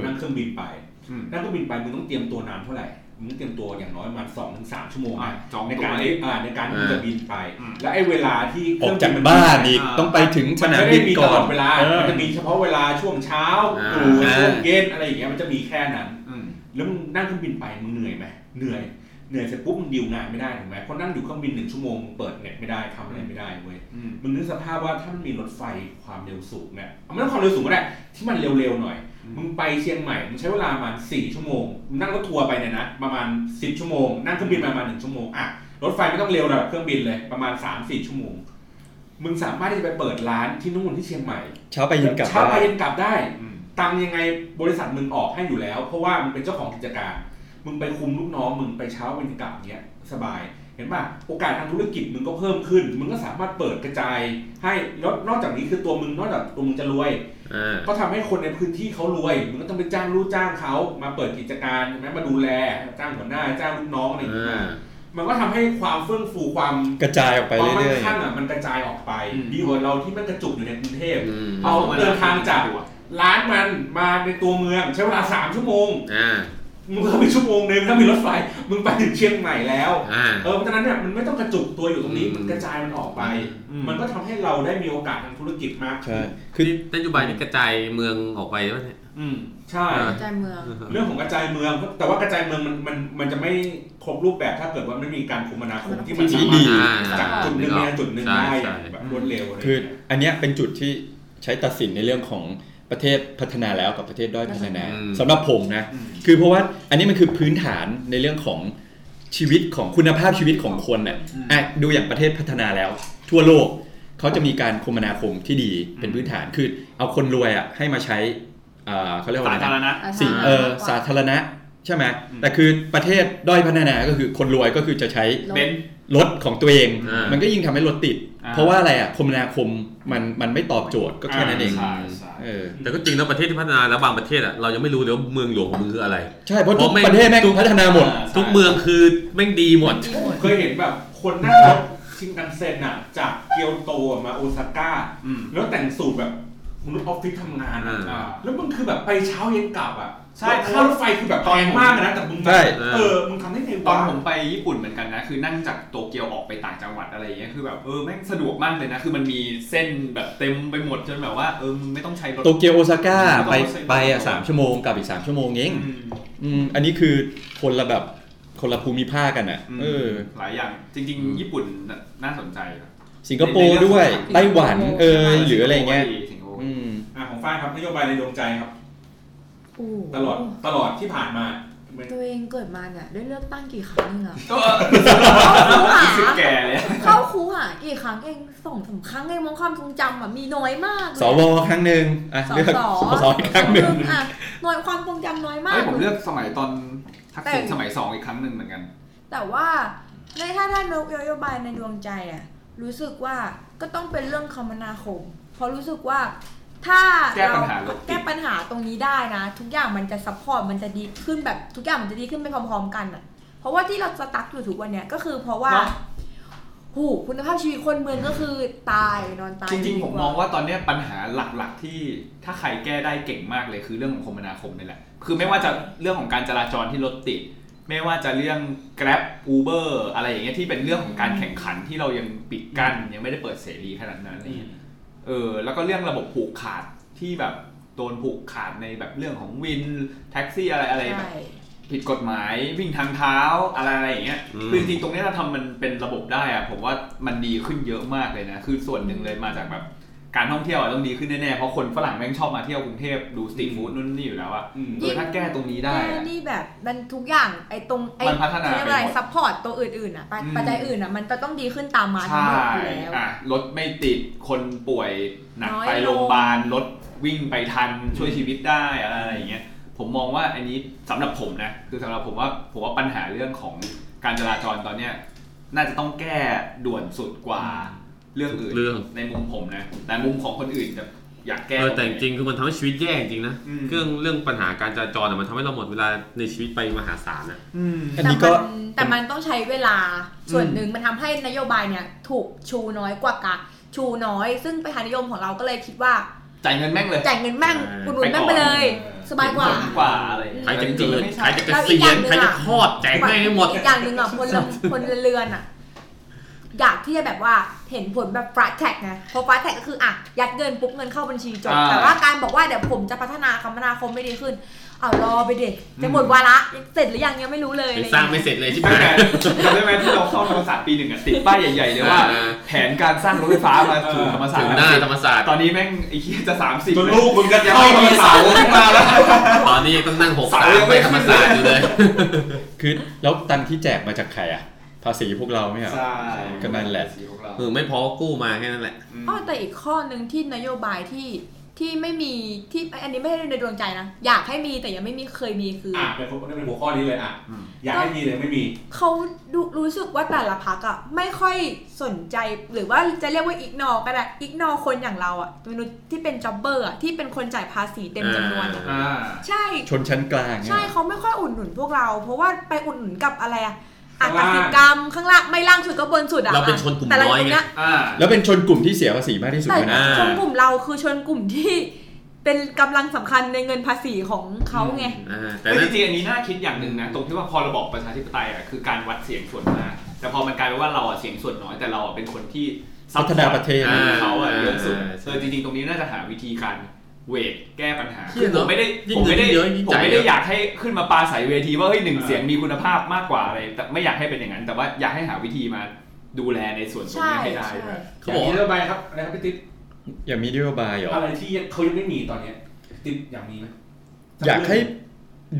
นั่งเครื่องบินไป อืม นั่งเครื่องบินไปมึงต้องเตรียมตัวนานเท่าไหร่มึงต้องเตรียมตัวอย่างน้อยประมาณสองถึงสามชั่วโมง อ่ะ นะ จอง ใน ตัว การ เล ที่ ย อ่าในการที่ อ่า จะบินไป อืม และไอ้เวลาที่เค ออกรื่ง จาก บิมั บ้านอีก อ่า ต้องไปถึงส มัน นาม ไม่ บินได้มี ก่ ต อ ลอน ดเวลา เออ มันจะมีเฉพาะเวลาช่วงเช้า อ่า หรือช่วงเย็นอะไรอย่างเงี้ยมันจะมีแค่นั้น อืม แล้วมึงนั่งเครื่องบินไปมึงเหนื่อยไหมเหนื่อยเหนื่อยเสร็จปุ๊บมึงดิวงานไม่ได้ถูกไหมเพราะนั่งอยู่เครื่องบินหนึ่งชั่วโมงมึงเปิดเน็ตไม่ได้ทำอะไรไม่ได้เว้ย อืม มึงนึกสภาพว่าถ้ามันมีรถไฟความเร็วสูงเนี่ยเอาไม่ต้องความเร็วสูงก็ได้ที่มันเร็วๆหน่อย อืม มึงไปเชียงใหม่มึงใช้เวลาประมาณสี่ชั่วโมงมึงนั่งรถทัวร์ไปเนี่ยนะประมาณสิบชั่วโมงนั่งเครื่องบินมาประมาณหนึ่งชั่วโมงอ่ะรถไฟไม่ต้องเร็วระดับเครื่องบินเลยประมาณสามสี่ชั่วโมง มึงสามารถที่จะไปเปิดร้านที่นู่นที่เชียงใหม่ เช้าไปเย็นกลับ เช้าไป บ้าน เย็นกลับได้ อืม ตังค์ยังไงบริษัทมึงออกให้อยู่แล้ว เพราะว่ามึงเป็นเจ้าของกิจการ มึงไปคุมลูกน้องมึงไปเช้าไปกลับเนี้ยสบาย เห็นป่ะโอกาสทางธุรกิจมึงก็เพิ่มขึ้น มึงก็สามารถเปิดกระจาย ให้แล้วนอกจากนี้คือตัวมึงนอกจากตัวมึงจะรวย อ่า ก็ทำให้คนในพื้นที่เขารวย มึงก็ต้องไปจ้างลูกจ้างเขามาเปิดกิจการใช่ไหมมาดูแลจ้างหัวหน้าจ้างลูกน้องอะไรอย่างเงี้ยมันก็ทำให้ความเฟื่องฟูความ กระจายออกไป ความมั่ เรื่ ง อย คั่งอ่ะมันกระจายออกไป อืม ดีกว่าเราที่มันกระจุกอยู่ในกรุงเทพ อืม เอาเดินทางจาก ร้านมันมาในตัวเมืองใช้เวลาสามชั่วโมง อ่า มึงเพิ่มไปชั่วโมงหนึงถ้ามีรถไฟ มึงไปถึงเชียงใหม่แล้ว อ่า เออเพราะฉะนั้นเนี่ยมันไม่ต้องกระจุกตัวอยู่ตรงนี้ อืม มันกระจายมันออกไป อืม มันก็ทำให้เราได้มีโอกาสทางธุรกิจมาก ๆ ขึ้ ใช่ น คือ นโยบายนี่กระจายเมืองออกไปวะเนี่ย อืมใช่ อ่า ใจเมือง เรื่องของกระจายเมืองก็แต่ว่ากระจายเมืองมันมันมันจะไม่ครบรูปแบบถ้าเกิดว่าไม่มีการคมนาคมที่มัน ที่ สา ดี มารถ อ่า จากจุดหนึ่งไปยังจุดหนึ่ง ใช่ ได้ ใช่ แบบรวดเร็วอะไร คือ เงี้ย อันเนี้ยเป็นจุดที่ใช้ตัดสินในเรื่องของประเทศพัฒนาแล้วกับประเทศด้อยพัฒนา อืม สำหรับผมนะ อืม คือเพราะว่าอันนี้มันคือพื้นฐานในเรื่องของชีวิตของคุณภาพชีวิตของคนน่ะ อืม อ่ะดูอย่างประเทศพัฒนาแล้ว ทั่วโลกเขาจะมีการคมนาคมที่ดีเป็นพื้นฐานคือเอาคนรวยอ่ะให้มาใช้อ่าเขาเรียกว่า สา อะไร ธาร นะ ณะ สิเออสาธารณะใช่ไหม อืม แต่คือประเทศด้อยพัฒนาก็คือคนรวยก็คือจะใช้ เบนซ์ รถของตัวเอง อ่ามั มันก็ยิ่งทำให้รถติด อ่า เพราะว่าอะไรอ่ะคมนาคมมันมันไม่ตอบโจทย์ก็แค่นั้นเอง อ่า ใช่ใช่ เออ แต่ก็จริงนะประเทศที่พัฒนาแล้วบางประเทศอะเรายังไม่รู้เลยว่าเมืองหลวงของมึงคืออะไร ใช่เพราะ เพ ทุ ราะ ก ไม่ ประเทศแม่งพัฒนาหมด าใช่ ทุกเมืองคือแม่งดีหมด เคยเห็นแบบคนนั่งรถชิงกันเซ็นอ่ะจากเกียวโตมาโอซาก้า อืม แล้วแต่งสูตรแบบมนุษย์ออฟฟิศทำงานอะ อ่า แล้วมันคือแบบไปเช้าเย็นกลับอ่ะ ใช่ ค่ารถไฟคือแบบแพงมากนะแต่มึง ใช่ เออมึงทำได้ไง ตอน วะ ผมไปญี่ปุ่นเหมือนกันนะ คือนั่งจากโตเกียวออกไปต่างจังหวัดอะไรอย่างเงี้ยคือแบบเออแม่งสะดวกมากเลยนะ คือมันมีเส้นแบบเต็มไปหมดจนแบบว่าเออมึงไม่ต้องใช้รถ โตเกียวโอซาก้าไป ใช่ ไปอ่ะสามชั่วโมงกลับอีกสามชั่วโมงเอ อื ง ม อืมอันนี้คือคนละแบบคนละภูมิภาคกันอ่ะ อืม เออ หลายอย่างจริง ๆ ญี่ปุ่นน่ะน่าสนใจนะ สิงคโปร์ด้วยไต้หวันเอยหรืออะไรเงี้ย สิงคโปร์ อืม อ่ะของฝ้ายครับนโยบายในดวงใจครับ อู้ ตลอดตลอดที่ผ่านมาเป็น ตัวเองเกิดมาเนี่ยได้เลือกตั้งกี่ครั้งเองอะ ก็ เข้าคู รู้สึก หา แก่เลยอะ เข้าคูหากี่ครั้งเองสองสามครั้งเองมองความทรงจำอะมีน้อยมากเลย สวครั้งหนึ่งอ่ะ สอ เลือก สอ สออีกครั้งหนึ่ง อ่ะหน่วยความทรงจำน้อยมาก เฮ้ยผมเลือกสมัยตอนทัก แต่ ษิณสมัยสองอีกครั้งหนึ่งเหมือนกัน แต่ว่าในถ้าท่านนกนโยบายในดวงใจอ่ะรู้สึกว่าก็ต้องเป็นเรื่องคมนาคม เพราะรู้สึกว่าถ้า แก้ปัญหารถติด แก้ปัญหาตรงนี้ได้นะ ทุกอย่างมันจะซัพพอร์ตมันจะดีขึ้นแบบทุกอย่างมันจะดีขึ้นไปพร้อมๆกันอ่ะ เพราะว่าที่เราสตั๊กอยู่ทุกวันเนี้ยก็คือเพราะว่า เนอะ หูคุณภาพชีวิตคนเมืองก็คือตายนอนตาย จริงๆ ผมมอง ดีกว่า ว่าตอนเนี้ยปัญหาหลักๆที่ถ้าใครแก้ได้เก่งมากเลยคือเรื่องของคมนาคมนี่แหละ คือไม่ว่าจะเรื่องของการจราจรที่รถติด ไม่ว่าจะเรื่อง Grab Uber อะไรอย่างเงี้ยที่เป็นเรื่องของการแข่งขันที่เรายังปิดกั้นยังไม่ได้เปิดเสรีขนาดนั้นอะไรเงี้ยเออแล้วก็เรื่องระบบผูกขาดที่แบบโดนผูกขาดในแบบเรื่องของวินแท็กซี่อะไรอะไรแบบ ใช่ ผิดกฎหมายวิ่งทางเท้าอะไรอะไรอย่างเงี้ย อืม คือจริงๆตรงเนี้ยเราทำมันเป็นระบบได้อะผมว่ามันดีขึ้นเยอะมากเลยนะ คือส่วนหนึ่งเลยมาจากแบบการท่องเที่ยวอะต้องดีขึ้นแน่ๆ เพราะคนฝรั่งแม่งชอบมาเที่ยวกรุงเทพดูสตรีทฟู้ดนู่นนี่อยู่แล้วอะ อืม เออถ้าแก้ตรงนี้ได้อะ แม่นี่แบบมันทุกอย่างไอ้ตรงไอ้ มันพัฒนา เขเรียกว่าอะไร ไปหมด ซัพพอร์ตตัวอื่นๆอ่ะปัจ อืม ปัจจัยอื่นอ่ะมันจะต้องดีขึ้นตามมาทั้ง ใช่ หมดอยู่แล้ว อะรถไม่ติดคนป่วยหนัก น้อย ไป ลง โรงพยาบาลรถวิ่งไปทันช่วยชีวิตได้อะไรอย่างเงี้ยผมมองว่าอันนี้สำหรับผมนะคือสำหรับผมว่าผมว่าปัญหาเรื่องของการจราจรตอนเนี้ยน่าจะต้องแก้ด่วนสุดกว่าเรื่องอื่น เรื่อง ในมุมผมนะแต่มุมของคนอื่นจะอยากแก้ เออแต่จริงๆคือมันทำให้ชีวิตแย่จริงๆนะ อืม เรื่องเรื่องปัญหาการจราจรอะมันทำให้เราหมดเวลาในชีวิตไปมหาศาลนะ อืม อัน แต่ นี้ มั ก็ นแต่มันต้องใช้เวลาส่วนหนึ่งมันทำให้นโยบายเนี่ยถูกชูน้อยกว่ากะชูน้อย ซึ่งประธานนิยมของเราก็เลยคิดว่า จ่ายเงินแม่งเลย จ่ายเงินแม่ง ใช่ อุดหนุนแม่งไปเลย ไปก่อน สบายกเห็นผลกว่าว่าอะไร ใครจะ จริง เกิ ๆ ด มันไม่ ใคร ใช่ จะเก แล้วอี ษีณกอยย่างหนึ่งอะ ใครจะคลอดแจกแม่งให้หมด อีกอย่างห นึ่งอ่ะพลพลเรือนอ่ะอยากที่จะแบบว่าเห็นผลแบบฟาสแท็กนะเพราะฟาสแท็กก็คืออ่ะยัดเงินปุ๊บเงินเข้าบัญชีจบ อ่า แต่ว่าการบอกว่าเดี๋ยวผมจะพัฒนาคมนาคมไม่ดีขึ้นเอารอไปเด็กจะหมดวาระเสร็จหรือยังยังไม่รู้เลย ยังสร้างไม่เสร็จเลยใช่ไหม ตั้งแต่จำได้ไหมที่เราเข้าธรรมศาสตร์ปีหนึ่งอะติดป้ายใหญ่ๆเลยว่า แผนการสร้างรถไฟฟ้ามาสู่ธรรมศาสต ถึ ร์ งหน้าธรรมศาสตร์ ตอนนี้แม่งไอ้เหี้ยจะสามสิบ จนลูกมึงก็ ยัง เข้า ไม่ มา มี สา เสาว ขึ้นมาแล้ว ตอนนี้ยังต้องนั่งหก เสา สาม ยังไม่ ไปธรรมศาสตร์อยู่เลย คือแล้วตังค์ที่แจกมาจากใครอ่ะ ภาษีพวกเราไม่เหรอ ก็นั่นแหละ เออไม่พอก็กู้มาแค่นั้นแหละ อ๋อแต่อีกข้อหนึ่งที่นโยบายที่ที่ไม่มีที่อันนี้ไม่ได้ในดวงใจนะอยากให้มีแต่ยังไม่มีเคยมีคืออ อ่ะเป็นเป็นหัวข้อนี้เลยอ่ะ อืม อยากให้มีเลยไม่มี เขาดูรู้สึกว่าแต่ละพักอ่ะไม่ค่อยสนใจหรือว่าจะเรียกว่าอีกนอก็ได้อีกนอคนอย่างเราอ่ะมนุษย์ที่เป็นจ็อบเบอร์อ่ะที่เป็นคนจ่ายภาษีเต็มจำนวนอะ อ่า ใช่ ชนชั้นกลางเนี่ย ใช่เขาไม่ค่อยอุดหนุนพวกเรา เพราะว่าไปอุดหนุนกับอะไรอะอา ข้าง กา ล่าง ศกรรมข้างล่างไม่ล่างสุดก็บนสุดอะ เราเป็นชนกลุ่ม แต่ละ น้อยไง เนี้ อ่า แล้วเป็นชนกลุ่มที่เสียภาษีมากที่สุด แต่ ด้วยนะ ชนกลุ่มเราคือชนกลุ่มที่เป็นกำลังสำคัญในเงินภาษีของเขาไง อ่าแต่ แต่จ นั้น ริงๆอันนี้น่าคิดอย่างหนึ่งนะ ตรงที่ว่าพอระบอบประชาธิปไตยอ่ะคือการวัดเสียงส่วนมาก แต่พอมันกลายเป็นว่าเราอ่ะเสียงส่วนน้อยแต่เราอ่ะเป็นคนที่ พัฒนาประเทศ ซัพพอร์ตเขาอ่ะเยอะสุด อ่าใช่ เออจริงๆตรงนี้น่าจะหาวิธีการเวทแก้ปัญหา เหี้ย ผ เนอะ มไม่ได้ ยิ่ง ผมไม่ได้ เยอะยิ่ง ผมไม่ ใจเย ได้ อะ อยากให้ขึ้นมาปาใสเวทีว่าเฮ้ยหนึ่ง อ่า เสียงมีคุณภาพมากกว่าอะไรแต่ไม่อยากให้เป็นอย่างนั้น แต่ว่าอยากให้หาวิธีมาดูแลในส่วนตรงนี้ให้ได้ ใช่ ด้วย เขาบอก ยมี ว่า นโยบายครับอะไรครับพี่ติ๊บ อย่ามีนโยบายเหรอ อะไรที่เขายังไม่มีตอนเนี้ยติ๊บอยากมีไหม อยากให้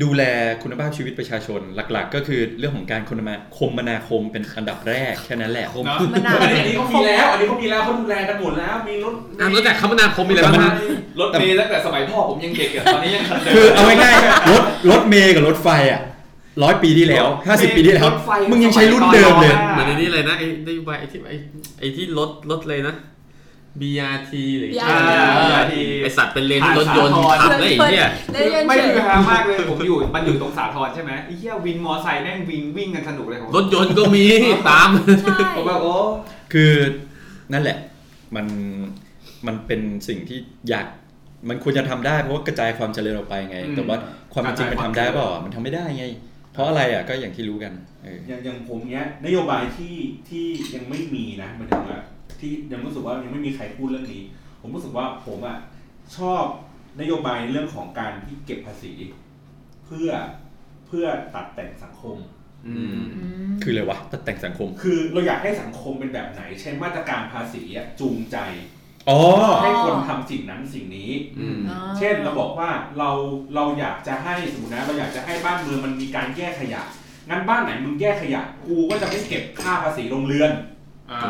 ดูแลคุณภาพชีวิตประชาชนหลัก ๆ ก็คือเรื่องของการคมนาคมนาคมเป็นอันดับแรกแค่นั้นแหละ คม เนาะ มันนา อั น นนี้เขามีแล้วอันนี้เขามีแล้วเขาดูแลกันหมดแล้วมีรถ อ่ะแล้วแต่คมนาคมมีอะไร แต่ บ้าง มัน นะ รถเมล์ตั้งแต่สมัยพ่อผมยังเด็กอะตอนนี้ยังคันเดิม คือเอาง่ายๆรถรถเมย์กับรถไฟอ่ะร้อยปีที่แล้วห้าสิบปีที่แล้ว รถไฟ มึงยังใช้รุ่นเดิมเลย เหมือนในนี้เลยนะไอ้นโยบายไอ้ที่ไอ้ไอ้ที่รถรถเลยนะ BRT หรือ อ่า เออ BRT ไอสัตว์เป็นเลนที่รถยนต์ ผ่านสา ขับ ธร ได้อีกเนี่ย เลยเรียน ไม่ เชิญ คือฮามากเลยผมอยู่มันอยู่ตรงสาทรใช่ไหมไอ้เหี้ยวินมอไซค์แม่งวิ่งวิ่งกันสนุกเลยผม รถยนต์ก็มีตาม ใช่ ผมแบบโอ้ คือนั่นแหละมันมันเป็นสิ่งที่อยาก มันควรจะทำได้เพราะว่ากระจายความเจริญออกไปไง อืม แต่ว่าความเป็นจริงมันทำได้เปล่าอ่ะมันทำไม่ได้ไง เพราะอะไรอ่ะก็อย่างที่รู้กันเออ อย่างอย่างผมเนี้ยนโยบายที่ที่ยังไม่มีนะหมายถึงว่าที่ยังรู้สึกว่ายังไม่มีใครพูดเรื่องนี้ ผมรู้สึกว่าผมอ่ะชอบนโยบายเรื่องของการที่เก็บภาษี เพื่อเพื่อตัดแต่งสังคม อืม คือเลยวะตัดแต่งสังคม คือเราอยากให้สังคมเป็นแบบไหน ใช้มาตรการภาษีอะจูงใจ อ๋อ ให้คนทำสิ่งนั้นสิ่งนี้ อืม อ๋อ เช่นเราบอกว่าเราเราอยากจะให้สมมตินะเราอยากจะให้บ้านเมืองมันมีการแยกขยะงั้นบ้านไหนมึงแยกขยะกูก็จะไม่เก็บค่าภาษีโรงเรือน อ่า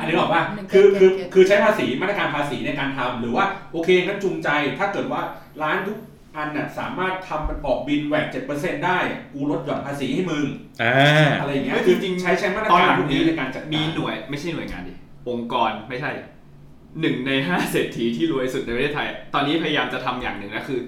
อันนี้บอกว่า หนึ่ง คือ เก็บ คือ เก็บ คือใช้ภาษีมาตรการภาษีในการทำหรือว่าโอเคงั้นจูงใจ ถ้าเกิดว่าร้านทุกอันน่ะสามารถทำมันออกบินแหวกเจ็ดเปอร์เซ็นต์ได้ กูลดหย่อนภาษีให้มึง อ่า อะไรอย่างเงี้ย เฮ้ย คื จ อ ริงๆ ใช้ใช้มาตร ตอน การ หลัง พวกนี้ นี้ ในการจัดการ มีหน่วยไม่ใช่หน่วยงานดิ องค์กรไม่ใช่หนึ่งในห้าเศรษฐีที่รวยสุดในประเทศไทย ตอนนี้พยายามจะทำอย่างหนึ่งนะคือ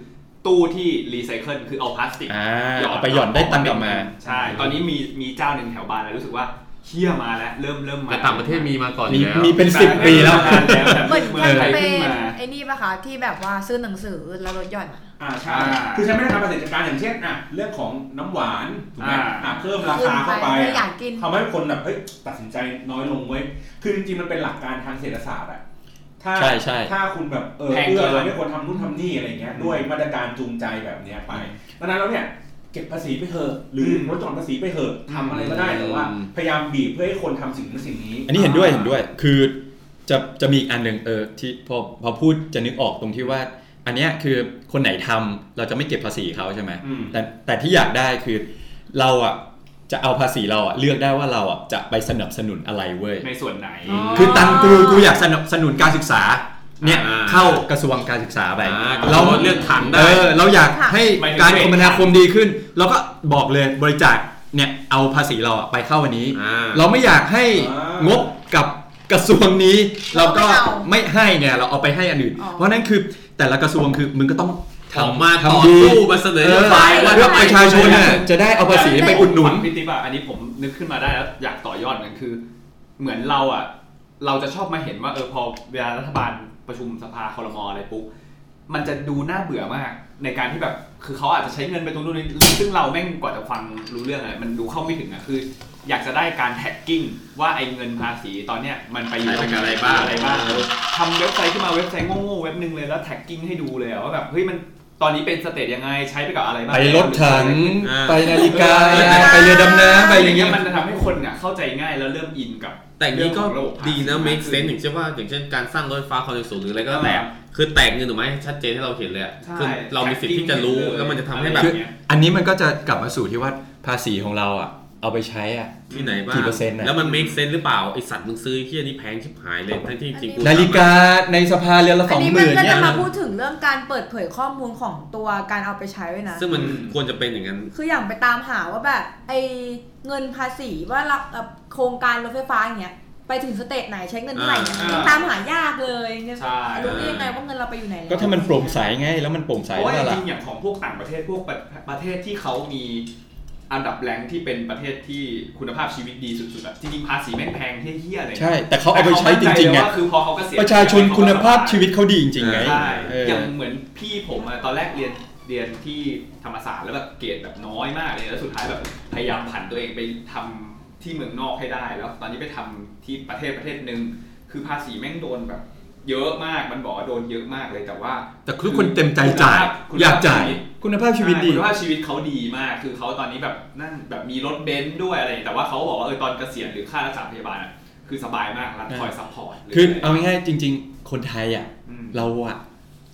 ตู้ที่รีไซเคิลคือเอาพลาสติก อ่าเอาไปหย่อนได้ตังค์กลับมา ใช่ ตอนนี้มีมีเจ้าหนึ่งแถวบ้านแล้วรู้สึกว่าเชี่ยมาแล้ว เริ่มเริ่มมา แต่ต่างประเทศมีมาก่อนอ มี ยู่แล้ว มีเป็นสิบปีแล้ว นานแล้ว เหมือน เมื แค อง ม ไทย เป ขึ้น ญ มา ไอ้นี่ปะคะที่แบบว่าซื้อหนังสือแล้วลดหย่อนอะ อ่าใช่ อ่า คือใช้มาตรการภาษีจัดการอย่างเช่นอ่ะเรื่องของน้ำหวานถูกไหม อ่า อ่ะเพิ่มราคาเข้าไป ขึ้นไปอยากกิน ทำให้คนแบบเฮ้ยตัดสินใจน้อยลงเว้ยคือจริงๆมันเป็นหลักการทางเศรษฐศาสตร์อะถ้า ใช่ใช่ ถ้าคุณแบบเออ แพง เอื้อ เกิน เราไม่ควรทำนู่นทำนี่อะไรเงี้ยด้วยมาตรการจูงใจแบบเนี้ยไปดังนั้นแล้วเนี่ยเก็บภาษีไปเถอะหรือลดหย่อนภาษีไปเถอะทำอะไรก็ได้แต่ว่า พยายามบีบเพื่อให้คนทำสิ่งนั้นสิ่งนี้ อันนี้เห็นด้วยเห็นด้วย คือจะจะมีอีกอันหนึ่งเออที่พอพอพูดจะนึกออกตรงที่ว่า อันเนี้ยคือคนไหนทำเราจะไม่เก็บภาษีเขาใช่ไหม อืม แต่แต่ที่อยากได้คือเราอ่ะจะเอาภาษีเราอ่ะเลือกได้ว่าเราอ่ะจะไปสนับสนุนอะไรเว้ย ในส่วนไหน อ๋อ คือตังกูกูอยากสนับสนุนการศึกษาเนี่ย อ่า เข้ากระทรวงการศึกษาไป อ่า เรา เราเลือกถัง เอ ได้ อเราอยากให้ หมายถึง การ เวคทมนาคมดีขึ้น เราก็บอกเลยบริจาคเนี่ยเอาภาษีเราอะไปเข้าวันนี้ อ่า เราไม่อยากให้งบกับกระทรวงนี้ เราก็ เราก็ไม่ ไม่ให้เนี่ยเราเอาไปให้อันอื่น อ๋อ เพราะนั้นคือแต่ละกระทรวงคือมึงก็ต้อง ออก ทำ มาต่อ ทำดี สู้มาเสน เอออนโยบายว่า เพื่อ ทำไม ประชาชนน่ะจะได้เอาภาษีไปอุดหนุน ขวัญพิติป่ะอันนี้ผมนึกขึ้นมาได้แล้วอยากต่อยอดเหมือนกันคือ เหมือนเราอ่ะ เราจะชอบมาเห็นว่าเออพอเวลารัฐบาลประชุมสภาคอรมออะไรปุ๊บมันจะดูน่าเบื่อมากในการที่แบบคือเขาอาจจะใช้เงินไปตรงนู้นนี่ซึ่งเราแม่งกว่าจะฟังรู้เรื่องอะไรมันดูเข้าไม่ถึงอ่ะคือ อยากจะได้การแท็กกิ้งว่าไอ้เงินภาษีตอนเนี้ยมันไปอยู่ ไปกับอะไรบ้าง อะไรบ้างทำเว็บไซต์ขึ้นมาเว็บไซต์โง่ๆเว็บหนึ่งเลยแล้วแท็กกิ้งให้ดูเลยอะว่าแบบเฮ้ยมันตอนนี้เป็นสเตจยังไงใช้ไปกับอะไรบ้าง ไปรถถัง อ่า ไปนาฬิกา เออ ไปเรือดำน้ำไป ไปออาย่ย่างง เงี้ยเงี้ยมันจะทำให้คนเนี่ยเข้าใจง่ายแล้วเริ่มอินกับ แต่อย่างนี้ก็ เรื่องของระบบภาษี ดีนะ make คือ sense อย่างเช่นว่าอย่างเช่นการสร้างรถไฟฟ้าความเร็วสูงหรืออะไรก็แล้วแต่ อ่า คือแตกเงินถูกไหมให้ชัดเจนให้เราเห็นเลยอะ ใช่ คือเรามีสิทธิ์ที่จะรู้ tracking แล้วมันจะทำให้แบบ คืออันนี้มันก็จะกลับมาสู่ที่ว่าภาษีของเราอะเอาไปใช้อะ ที่ไหนบ้าง กี่เปอร์เซ็นต์อะ แล้วมัน make sense หรือเปล่าไอสัตว์มึงซื้อที่อันนี้แพงชิบหายเลยทั้งที่จริงกู นาฬิกาในสภาเรือนละส อั อน ง นี้ ห มัน มื่น ก็ เนี่ จะ ย มาพูดถึงเรื่องการเปิดเผยข้อมูลของตัวการเอาไปใช้ด้วยนะ ซึ่งมันควรจะเป็นอย่างนั้น คืออย่างไปตามหาว่าแบบไอเงินภาษีว่าเราเอ่อโครงการรถไฟฟ้าอย่างเงี้ยไปถึงสเตจไหนใช้เงินเท่าไหร่เนี่ย อ่า ตามหายากเลยเนี่ย ใช่ รู้ได้ยังไงว่าเงินเราไปอยู่ไหนแล้ว ก็ถ้ามันโปร่งใสไง แล้วมันโปร่งใส เพราะว่า แล้ว จ ล่ะ ริงๆอย่างของพวกต่างประเทศพวกประประเทศที่เขามีอันดับแรงที่เป็นประเทศที่คุณภาพชีวิตดีสุดๆอะจริงๆภาษีแม่งแพงเฮี้ยๆเลยนะ ใช่ แต่เขาเอาไปใช้จริงๆไง แต่เขามั่นใเลยว่าคือพอเขาเกษียณ ประชาชนคุณภาพชีวิตเขาดีจริงๆไง ใช่ เออ อย่างเหมือนพี่ผมอะตอนแรกเรียนเรียนที่ธรรมศาสตร์แล้วแบบเกรดแบบน้อยมากเลยแล้วสุดท้ายแบบพยายามผันตัวเองไปทำที่เมืองนอกให้ได้ แล้วตอนนี้ไปทำที่ประเทศประเทศหนึ่งคือภาษีแม่งโดนแบบ เยอะมากมันบอกว่าโดนเยอะมากเลยแต่ว่า แต่ทุกคนเต็มใจจ่าย คุณภาพ อยากจ่าย คุณภาพชีวิตดี ใคุณภาพชีวิตเขาดีมาก คือเขาตอนนี้แบบนั่นแบบมีรถเบนซ์ด้วยอะไรอย่างเงี้ยแต่ว่าเขาบอกว่าเออตอนเกษียณหรือค่ารักษาพยาบาลอะคือสบายมากรัฐคอยซัพพอร์ตหรื คือ อะไร เอาง่ายๆจริง ๆ คนไทยอ่ะ ม เราอ่ะ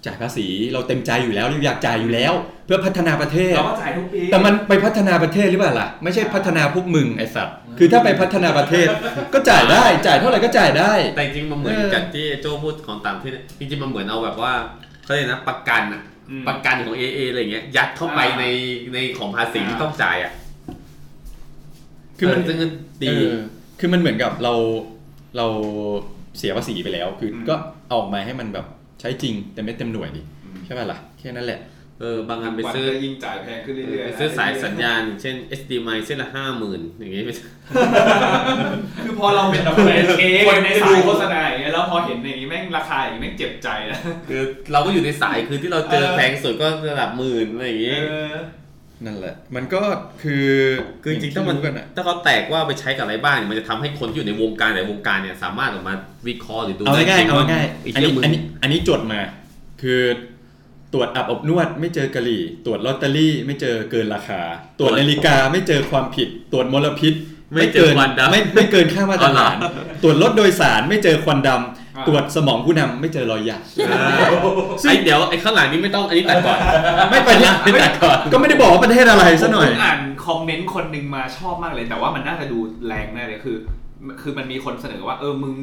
จ่ายภาษีเราเต็มใจอยู่แล้วเราอยากจ่ายอยู่แล้ว เพื่อพัฒนาประเทศ เราก็จ่ายทุกปี แต่มันไปพัฒนาประเทศหรือเปล่าล่ะ ไม่ใช่พัฒนาพวกมึงไอ้สัตว์ คือถ้าไปพัฒนาประเทศก็จ่ายได้ จ่ายเท่าไหร่ก็จ่ายได้ แต่จริงๆมันเหมือน เออ กับที่โจพูดของต่างประเทศเนี่ยจริงๆมันเหมือนเอาแบบว่าเขาเรียกนะประกันอะ อืม ประกันของ AA อะไรอย่างเงี้ยยัดเข้าไป อ่า ในในของภาษีที่ต้องจ่ายอ่ะ คือมัน เซึ่งดี เออคือมันเหมือนกับเราเราเสียภาษีไปแล้ว คืออ ม ก็เอาออกมาให้มันแบบใช้จริงแต่ไม่เต็มหน่วยดิใช่ป่ะล่ะแค่นั้นแหละ เออบางอันไป วัน ซื้อ ก็ยิ่งจ่ายแพงขึ้นเรื่อย ไป ๆ ซื้อสายสัญญาณ เช่น HDMI เส้นละห้าหมื่นอย่างงี้ไป คือพอเราเป็นแบบเอ คน ใน ใน สา สาย ย โฆ โฆ ษ ษ ณา ณาออาย่ย่าง งเงี้เงี้ย ย แล้วพอเห็นอย่างงี้แม่งราคาอย่างงี้แม่งเจ็บใจนะ คือเราก็อยู่ในสายคือที่เราเจอแพงสุดก็ระดับหมื่นอะไรอย่าง เอ งี้ อ นั่นแหละ มันก็คือ คือจริงๆถ้ามัน อย่ที่กันอะ ถ้าเขาแตกว่าไปใช้กับอะไรบ้างเนี่ยมันจะทำให้คนที่อยู่ในวงการแต่วงการเนี่ยสามารถออกมาวิเคราะห์หรือดู เอาง่าย จริ ๆ ๆ เอาง่าย ไอ้ อัน เหี้ย นี้ มึง อันนี้อันนี้จดมา คือตรวจอาบอบนวดไม่เจอกะหรี่ ตรวจลอตเตอรี่ไม่เจอเกินราคา ตรวจนาฬิกาไม่เจอความผิด ตรวจมลพิษ ไม่เจอควันดำ ไม่ไม่เกินค่ามาตรฐาน อ๋อ ตรวจรถโดยสารไม่เจอควันดำ อ่า ตรวจสมองผู้นำไม่เจอรอยหยัก ซึ่ง ไอ้เดี๋ยวไอ้ข้างหลังนี้ไม่ต้องอันนี้ตัดก่อน ไม่ไปละ ไม่ตัดก่อน ก็ไม่ได้บอกว่าประเทศอะไรซะหน่อย ผมอ่านคอมเมนต์คนหนึ่งมาชอบมากเลย แต่ว่ามันน่าจะดูแรงแน่เลยคือ คือมันมีคนเสนอว่า เออมึง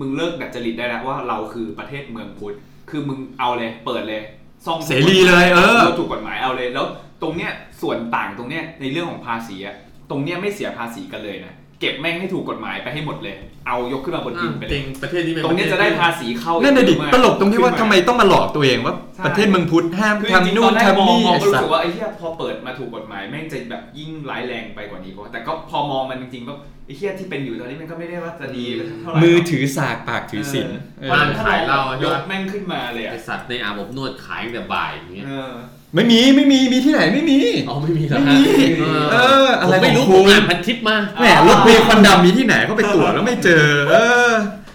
มึงเลิกดัดจริตได้แล้วว่าเราคือประเทศเมืองพุทธคือมึงเอาเลยเปิดเลยซ่อง เสรีเลยเออ ถูกกฎหมายเอาเลยแล้ว ตรงเนี้ยส่วนต่างตรงเนี้ยในเรื่องของภาษีอะตรงเนี้ยไม่เสียภาษีกันเลยนะเก็บแม่งให้ถูกกฎหมายไปให้หมดเลย เอายกขึ้นมาบนดินไปเล จริ ย งประเทศนี้ ตรงเนี้ยจะได้ภาษีเข้า นั่นน่ะดิ เยอะมาก ตลกตรงที่ว่าทำไมต้องมาหลอกตัวเองว่า ใช่ ประเทศเมืองพุทธห้าม คือจริ ทำ ง นู่ ๆตอน นแรกม ทำ อง นี่ มอง ไอ้ ก็รู้ สัต สึ ว์ กว่าไอ้เหี้ยพอเปิดมาถูกกฎหมายแม่งจะแบบยิ่งร้ายแรงไปกว่านี้เพราะแต่ก็พอมองมันจริงๆก็ไอ้เหี้ยที่เป็นอยู่ตอนนี้มันก็ไม่ได้ว่าจะดีเท่าไหร่ มือถือสากปากถือศีล เออเพราะฉะนั้นถ้า ายเรา เรา อะ ยกแม่งขึ้นมาเลยอะ ไอ้สัตว์ในอาบอบนวดขายตั้งแต่บ่ายอย่างเงี้ย เออ ไม่มีไม่มีมีที่ไหนไม่มี อ๋อไม่มีเหรอ ไม่ ฮะ มีเออ ผ อะ ม ไร ไม่รู้ ของ ผ คุณ มอ่านพันทิปมา แหมรถเมล์ควันดำมีที่ไหนเขาไปตรวจแล้วไม่เจอ เออ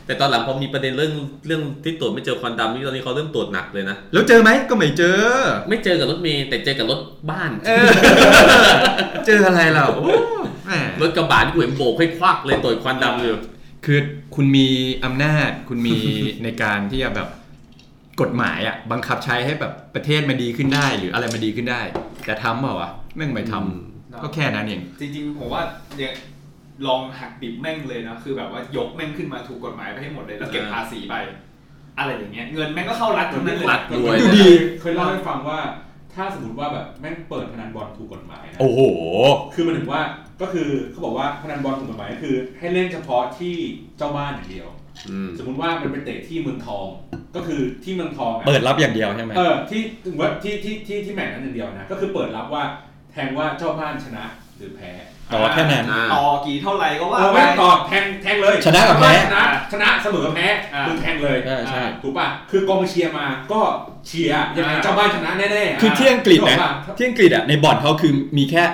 แต่ตอนหลังพอมีประเด็นเรื่องเรื่องที่ตรวจไม่เจอควันดำนี่ตอนนี้เขาเริ่มตรวจหนักเลยนะ แล้วเจอไหมก็ไม่เจอ ไม่เจอกับรถเมย์แต่เจอกับรถบ้าน เออ เจออะไรเราโอ้แหม รถกระบะที่กูเห็นโบกให้ควักเลยตรวจควันดำอยู่ คือคุณมีอำนาจคุณมี ในการที่จะแบบกฎหมายอ่ะบังคับใช้ให้แบบประเทศมันดีขึ้นได้หรืออะไรมันดีขึ้นได้ แต่ทำเปล่าวะแม่งไม่ท อืม ำก็แค่นั้นเอง จริงๆผมว่าเนี่ยลองหักดิบแม่งเลยนะคือแบบว่ายกแม่งขึ้นมาถูกกฎหมายไปให้หมดเลยแล้วเก็บภาษีไป อะไรอย่างเงี้ยเงินแม่งก็เข้ารัฐทั้งนั้นเลย รัฐรวย ดูดี เคยเล่าให้ฟังว่าถ้าสมมติว่าแบบแม่งเปิดพนันบอลถูกกฎหมายนะ โอ้โห คือมันถึงว่าก็คือเขาบอกว่าพนันบอลถูกกฎหมายก็คือ ให้เล่นเฉพาะที่เจ้าบ้านอย่างเดียว อืม สมมุติว่ามันไปเตะที่เมืองทอง ก็คือที่เมืองทองอะ เปิดรับอย่างเดียวใช่ไหม เออที่ถึงว่าที่ที่ที่ที่แมตช์นั้นอย่างเดียวนะก็คือเปิดรับว่าแทงว่าเจ้าบ้านชนะหรือแพ้ อ๋อแค่นั้น อ่า ต่อกี่เท่าไหร่ก็ว่า เรา ไป ไม่ตอบแทงแทงเลย ชนะกับแพ้ ชนะชนะเสมอแพ้ อ่า คือแทงเลย ใช่ใช่ ถูกป่ะคือกองเชียร์มาก็เชียร์ยังไงเจ้าบ้านชนะแน่ๆ คือที่อังกฤษนะ ถูป่ ที่อังกฤษอ่ะในบอลเขาคือมีแค่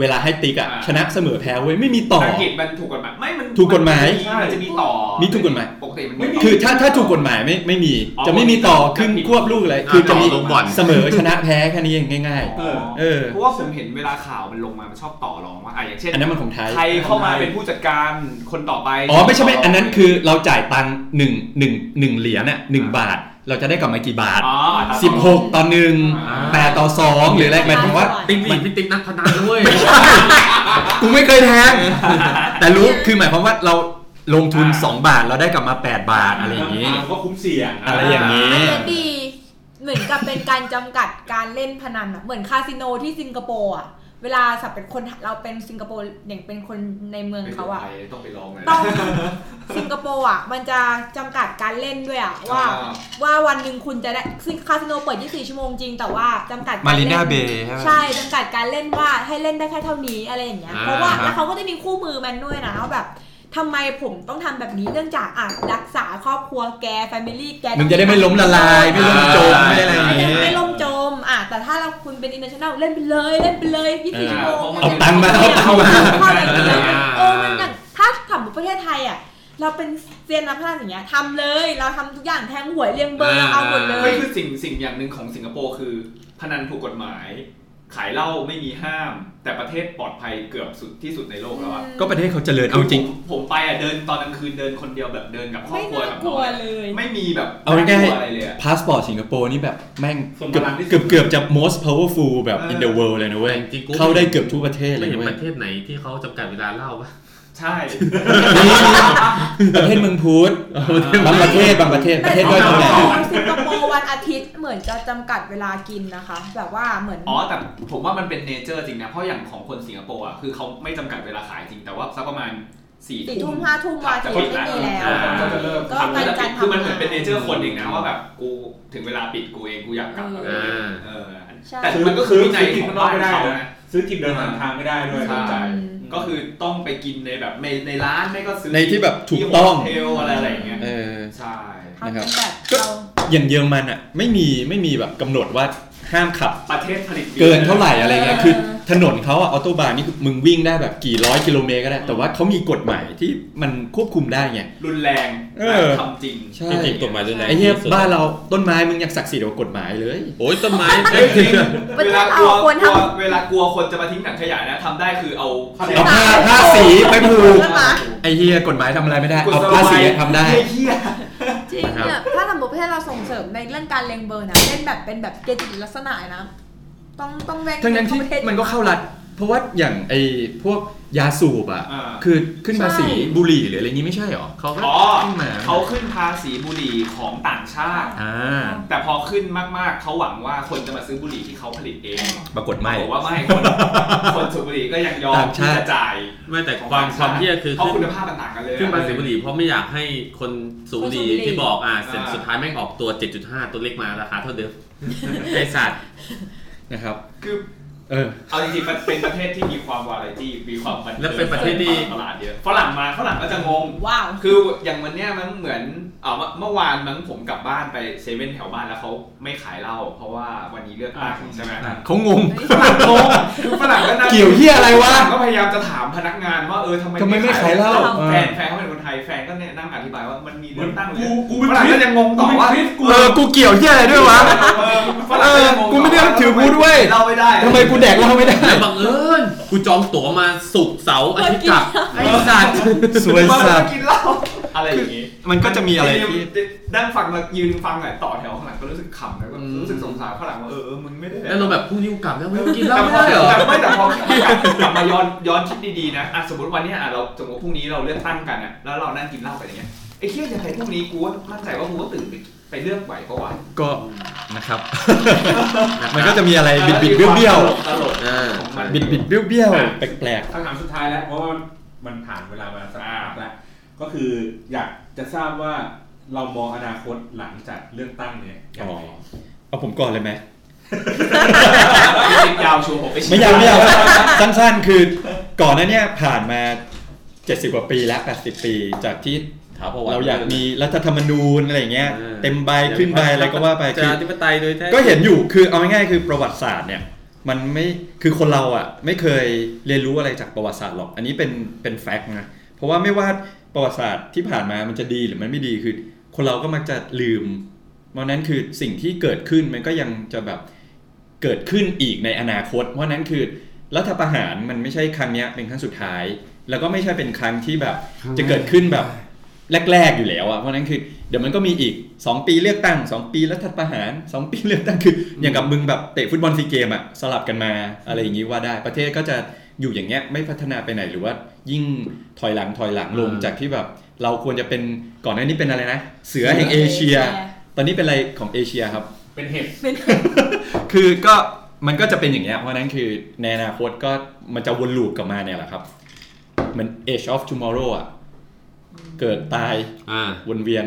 เวลาให้ติ๊กอ่ะ อ่า ชนะเสมอแพ้เว้ยไม่มีต่อ อังกฤษมันถูกกฎหมายไม่มัน ถูกกฎหมาย มันจะมีต่อ มีถูกกฎหมาย ปกติมันมีต่ คือถ้าถ้าถูกกฎหมายไม่ไม่มี อ๋อ จะไม่มีต่อครึ่ง จะผิด ควบลูกเลย คือจะมี ต่อลงบอล เสมอชนะแพ้แค่นี้เองง่าย เออ เออ เพราะว่าผมเห็นเวลาข่าวมันลงมา มันชอบต่อรองว่าอ่ะอย่างเช่ ๆ น อันนั้นมันของไทย ใครเข้ามาเป็นผู้จัดการคนต่อไป อ๋อไม่ใช่ไม่อันนั้นคือเราจ่ายตังค์หนึ่งหนึ่งหนึ่งเหรียญอ่ะหนึ่งบาท เราจะได้กลับมากี่บาท อ๋อตาม สิบหกต่อหนึ่ง อ่า แปดต่อสองหรืออะไรหมายถึงว่า ติ๊กนี่พี่ติ๊กนักพนันด้วย กูไม่เคยแท ง แต่รู้คือหมายความว่าเราลงทุน 2 บาทเราได้กลับมา 8 บาทอะไรอย่างนี้ ก็คุ้มเสี่ยง อะไรอย่างนี้ อันนี้ดี เหมือนกับเป็นการจำกัดการเล่นพนันอะเหมือนคาสิโนที่สิงคโปร์อะเวลาสับเป็นคนเราเป็นสิงคโปร์อย่างเป็นคนในเมืองเขาอะ ไปต้องไปลองเลย ต้องสิงคโปร์อ่ะ มันจะจำกัดการเล่นด้วยอ่ะ ว่า อ่า ว่าวันหนึ่งคุณจะได้ซึ่งคาสิโนเปิด 24 ชั่วโมงจริง แต่ว่าจำกัดกรล่ Marina Bay ใช่ไหม ใช่จำกัดการเล่นว่าให้เล่นได้แค่เท่านี้อะไรอย่างเงี้ย อ่า เพราะว่า ครับ แล้วเขาก็จะมีคู่มือมันด้วยนะว่าแบบทำไมผมต้องทำแบบนี้เนื่องจากอ่ะรักษาครอบครัวแกแฟมิลี่แก มึงจะได้ไม่ล้มละลาย ไม่ล้มจมไม่อะไรอย่างนี้ ไม่ล่มจมอ่ะแต่ถ้าเราคุณเป็นอินเตอร์เนชั่นแนลเล่นไปเลยเล่นไปเลย24ชั่วโมง เอาตังค์มาเอาตังค์มา ข้ออะไรอย่างเงี้ย อ่า เออมันอย่างถ้าขับประเทศไทยอ่ะ เราเป็นเซียนนักพนันอย่างเงี้ยทำเลย เราทำทุกอย่างแทงหวยเรียงเบอร์เอาหมดเล ไม่ ย คือสิ่งสิ่งอย่างหนึ่งของสิงคโปร์คือ พนันถูกกฎหมาย ขายเหล้าไม่มีห้าม แต่ประเทศปลอดภัยเกือบสุดที่สุดในโลกแล้วอะ ก็ประเทศเขาเจริญเอาจริง ผมผมไปอะเดินตอนกลางคืนเดินคนเดียวแบบเดินกับครอบ ไม่ ครัว น่า กับ ก น้ ลั องวเลย ไม่มีแบบ เอาง่าย น่กลัวอะไรเลยอะ ๆพาสปอร์ตสิงคโปร์นี่แบบแม่ง ส่ง เกือบ พลังที่สุด เกือบเกือบจะ most powerful แบบ in the world เลยนะเว้ย จริงๆกู เข้าได้เกือบทุกประเทศเล ไม่ ย เห็น เว้ ป ย ระเทศไหนที่เขาจำกัดเวลาเล่าปะ ใช่ ประเทศเมืองพุทธบางประเทศบางประเทศประเทศด้อย สิ กำ งค แหน โป ง ร์สิงคโปร์วันอาทิตย์เหมือนจะจำกัดเวลากินนะคะ แบบว่าเหมือน อ๋อ แต่ผมว่ามันเป็นเนเจอร์จริงนะ เพราะอย่างของคนสิงคโปร์อ่ะ คือเขาไม่จำกัดเวลาขายจริง แต่ว่าสักประมาณ สี่ สี่ ทุ่ ทุ่ ม มห้าทุ่มวันอา จะ ทิต ปิด ย์ไม่ ละ มีแล้ว อ่า ก็จะเลิก ก็ ทำ การ แล้ว จัด คือมันเหมือน ทำงาน เป็นเนเจอร์คนเองนะว่าแบบกูถึงเวลาปิดกูเองกูอยากกลับอะไรอย่างเงี้ยเออ ใช่ แต่มันก็คือวินัยของบ้าน ไม่ได้ เขา นะ นะ ซื้อกินเดินหาทางไม่ได้ด้วย ใช่ ต้องจ่าย ก็คือต้องไปกินในแบบในในร้านไม่ก็ซื้อ ในที่แบบถูกต้อง ที่โฮเทลอะไรอะไรอย่างเงี้ย เออ ใช่ ทำ นะครั เป็ บ นแบบเรา อย่างเยอรมันอ่ะไม่มีไม่มีแบบกำหนดว่าห้ามขับ ประเทศผลิตบียร์ เกินเท่าไหร่อะไรเงี้ยคือถนนเขาอะออโตบานนี่คือมึงวิ่งได้แบบกี่ร้อยกิโลเมตรก็ได้ แต่ว่าเขามีกฎหมายที่มันควบคุมได้ไง รุนแรง เอ และ อ ทำจริง ใช่ จริงๆกฎหมายรุนแรง ไอ้เหี้ย ที่สุด บ้านเราต้นไม้มึงยังศักดิ์สิทธิ์กว่ากฎหมายเลย โอ้ยต้นไม้ เฮ้ยจริง ประ เว เท ลา ศ กลั เรา ว ควร ก ท ลัวเวลากลัวคนจะมาทิ้งหนังขยะนะทำได้คือเอา เอาผ้าผ้าสีไปผู ำ ก ใช่ไหม ไอ้เหี้ยกฎหมายทำอะไรไม่ได้ เอาผ้าสีทำได้ เฮ้ยเหี้ย จริงเนี่ย ถ้าสมมติประเทศเราส่งเสริมในเรื่องการเลี้ยงเบอร์นะเล่นแบบเป็นแบบเกจิลักษณะนะ ต้องต้องเล่น ทั้งนั้นที่ ประเทศ มันก็เข้ารัฐ เพราะว่าอย่างไอ้พวกยาสูบอ่ะ อ่า คือขึ้นภาษี ใช่ บุหรี่หรืออะไรงี้ไม่ใช่หรอเขาก็ อ๋อ ขึ้นมา เขาขึ้นภาษีบุหรี่ของต่างชาติ อ่า แต่พอขึ้นมากๆ เขาหวังว่าคนจะมาซื้อบุหรี่ที่เขาผลิตเอง ปรากฏไม่ บอกว่าไม่คน คนสูบบุหรี่ก็ยังยอม ต่างชาติ ที่จะจ่าย ไม่แต่ความความเที่ยคือ เพราะ ขึ้น คุณภาพมันต่างกันเลย ขึ้นภาษีบุหรี่เพราะไม่อยากให้คนสูบบุหรี่ คนสูบบุหรี่ ที่บอกอ่ะเสร็จ อ่า สุดท้ายแม่งออกตัว 7.5 ตัวเล็กมาราคาเท่า เดิม ไอสัตว์ นะครับ คือ เออ เอาจริงๆมันเป็นประเทศที่มีความวาไรตี้มีความบัทิง และเป็นประเทศที่ ตลาดเยอะฝรั่งมาฝรั่งก็จะงง ว้าว คืออย่างวันเนี้ยมันเหมือนเอ่อเมื่อเมื่อวานมั้งผมกลับบ้านไปเซเว่นแถวบ้านแล้วเขาไม่ขายเหล้าเพราะว่าวันนี้เลือกตั้งใช่ไหม เขางง ฝรั่งงงคือฝรั่งก็นั่ง เกี่ยวเหี้ยอะไรวะ ก็พยายามจะถามพนักงานว่าเออทำไม ทำไมไม่ขายเหล้า แฟนแฟนเขาเป็นคนไทยแฟนก็เนี่ยนั่งอธิบายว่ามันมีเลือกตั้ง กูกู ฝ เป็น รั่งก็ยังงงต่อว่า กูเป็นคริส เออ กูเกี่ยวเหี้ยอะไรด้วยวะ เออฝรั่งยังงเองอกูไม่ได้นับถือพุทธเว้ย เหล้าไม่ได้ ทำไมกูแดกเหล้าไม่ได้ แล้วบังเอิญกูจองตั๋วมาศุกร์เสาร์อาทิตย์กลับไอสัตว์ สวยสัตว์ กินเหล้าอะไรอย่างงี้ มันก็จะมีอะไรที่ นั่งฟังมายืนฟังอะต่อแถวข้างหลังก็รู้สึกขำแล้วก็รู้สึกสงสารข้างหลังว่าเออเออมึงไม่ได้ แล้วเราแบบพรุ่งนี้กูก ลับแล้วไม่กินเห แต่ ล้า พอ ไม่ได้เหรอ แต่ไม่แต่พอกลับมาย้อนย้อนคิดดีๆนะอ่ะสมมติวันเนี้ยอ่ะเราสมมติพรุ่งนี้เราเลือกตั้งกันอะแล้วเรานั่งกินเหล้าไปอย่างเงี้ยไอ้เหี้ยยังไงพรุ่งนี้กูว่ามั่นใจว่ากูก็ตื่นไปไปเลือกไหวเพราะว่า ก็นะครับ มันก็จะมีอะไรบิดบิดเบี้ยวเบี้ยว ตลก เออ ของมัน บิดบิดเบี้ยวเบี้ยว อ่ะ แปลก คำถามสุดท้ายแล้ว เพราะว่ามันผ่านเวลามาสักพักแล้ว ก็คืออยากจะทราบว่าเรามองอนาคตหลังจากเลือกตั้งเนี่ย ๆ ยั อ๋ ง อ ไง เอาผมก่อนเลยไหม ยาวชัวร์ผมไป ไม่ยาวไม่ ยาวสั้นๆ คือก่อนหน้าเนี้ผ่านมา 70 กว่าปีแล้ว80 ปีจากที่ ถามประวัติ เราอยากมีรัฐธรรมนูญอะไรอย่างเงี้ย เออ เต็มใบขึ้นใบอะไรก็ว่าไป จะ คือ อธิปไตยโดยแท้ ก็เห็นอยู่คือเอาง่ายๆคือประวัติศาสตร์เนี่ยมันไม่คือคนเราอ่ะไม่เคยเรียนรู้อะไรจากประวัติศาสตร์หรอก อันนี้เป็นเป็นแฟกต์นะเพราะว่าไม่ว่าประวัติศาสตร์ที่ผ่านมามันจะดีหรือมันไม่ดีคือ คนเราก็มักจะลืมเพราะฉะนั้นคือสิ่งที่เกิดขึ้นมันก็ยังจะแบบ เกิดขึ้นอีกในอนาคต เพราะฉะนั้นคือรัฐประหารมันไม่ใช่ครั้งเนี้ยเป็นครั้งสุดท้าย แล้วก็ไม่ใช่เป็นครั้งที่แบบจะเกิดขึ้นแบบแรก ๆอยู่แล้วอะเพราะฉะนั้นคือเดี๋ยวมันก็มีอีก 2 ปีเลือกตั้ง 2 ปีรัฐประหาร 2 ปีเลือกตั้งคือ อย่างกับมึงแบบเตะฟุตบอลซีเกมอะสลับกันมาอะไรอย่างนี้ว่าได้ประเทศก็จะอยู่อย่างเงี้ยไม่พัฒนาไปไหนหรือว่ายิ่งถอยหลังถอยหลังลง อืม จากที่แบบเราควรจะเป็นก่อนหน้านี้เป็นอะไรนะ เสือแห่งเอเชีย เอเชีย ตอนนี้เป็นอะไรของเอเชียครับ เป็นเห็บ เป็น คือก็มันก็จะเป็นอย่างเงี้ย เพราะฉะนั้นคือในอนาคตก็มันจะวนลูปกลับมาเนี่ยแหละครับ เหมือน Age of Tomorrow อ่ะ เกิดตาย อ่า วนเวียน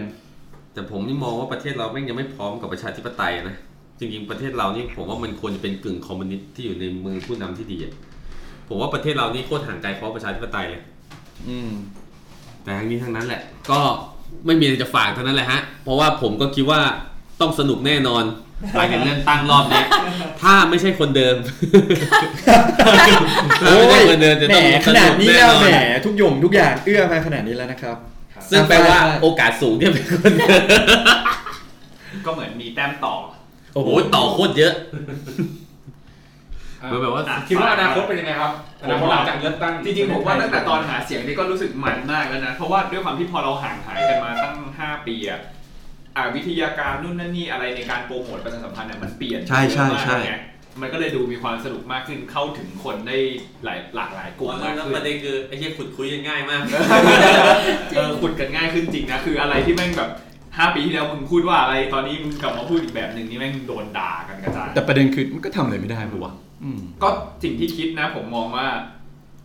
แต่ผมนี่มองว่าประเทศเราแม่งยังไม่พร้อมกับประชาธิปไตยนะ จริงๆประเทศเรานี่ผมว่ามันควรจะเป็นกึ่งคอมมิวนิสต์ที่อยู่ในมือผู้นำที่ดีอะผมว่าประเทศเรานี่โคตรห่างไกลเพราะประชาธิปไตยเลย อืม แต่ทั้งนี้ทั้งนั้นแหละ ก็ไม่มีอะไรจะฝากเท่านั้นแหละฮะ เพราะว่าผมก็คิดว่าต้องสนุกแน่นอนหลังจากเลือกตั้งรอบเนี้ยถ้าไม่ใช่คนเดิมถ้า โอ้ยไม่ใช่คนเดิมจะ แหม ต้อง ข ส นา นุ ด ก นี้ แน่ แล้ว นอ แหม น ทุกหยงทุกอย่างเอื้อมาขนาดนี้แล้วนะครับ ซึ่งแปลว่าโอกาสสูงที่จะเป็นคนเดิม ก็เหมือนมีแต้มต่อ โอ้โห โอ้ยต่อโคตรเยอะ อ่ะ มันแบบว่า คิดว่าอนาคตเป็นยังไงครับอนาคตหลังจากเลือกตั้ง จริงๆผมว่าตั้งแต่ตอนหาเสียงนี่ก็รู้สึกมันมากแล้วนะ เพราะว่าด้วยความที่พอเราห่างหายกันมาตั้ง 5 ปีอะอ่าวิทยาการนู่นนั่นนี่อะไรในการโปรโมทประชาสัมพันธ์เนี่ยมันเปลี่ยน ใช่ใช่ เยอะมาก ใช่ ไงมันก็เลยดูมีความสนุกมากขึ้นเข้าถึงคนได้หลายหลากหลายกลุ่มมาก แล้ว ขึ้ ประ น เด็นคือไอ้เหี้ยขุดคุยกันง่ายมาก เออขุดกันง่ายขึ้นจริงนะ คืออะไรที่แม่งแบบ 5 ปีที่แล้วมึงพูดว่าอะไรตอนนี้มึงกลับมาพูดอีกแบบหนึ่งนี่แม่งโดนด่ากันกระจาย แต่ประเด็นคือมันก็ทำอะไรไม่ได้ปะวะอืม ก็สิ่งที่คิดนะผมมองว่า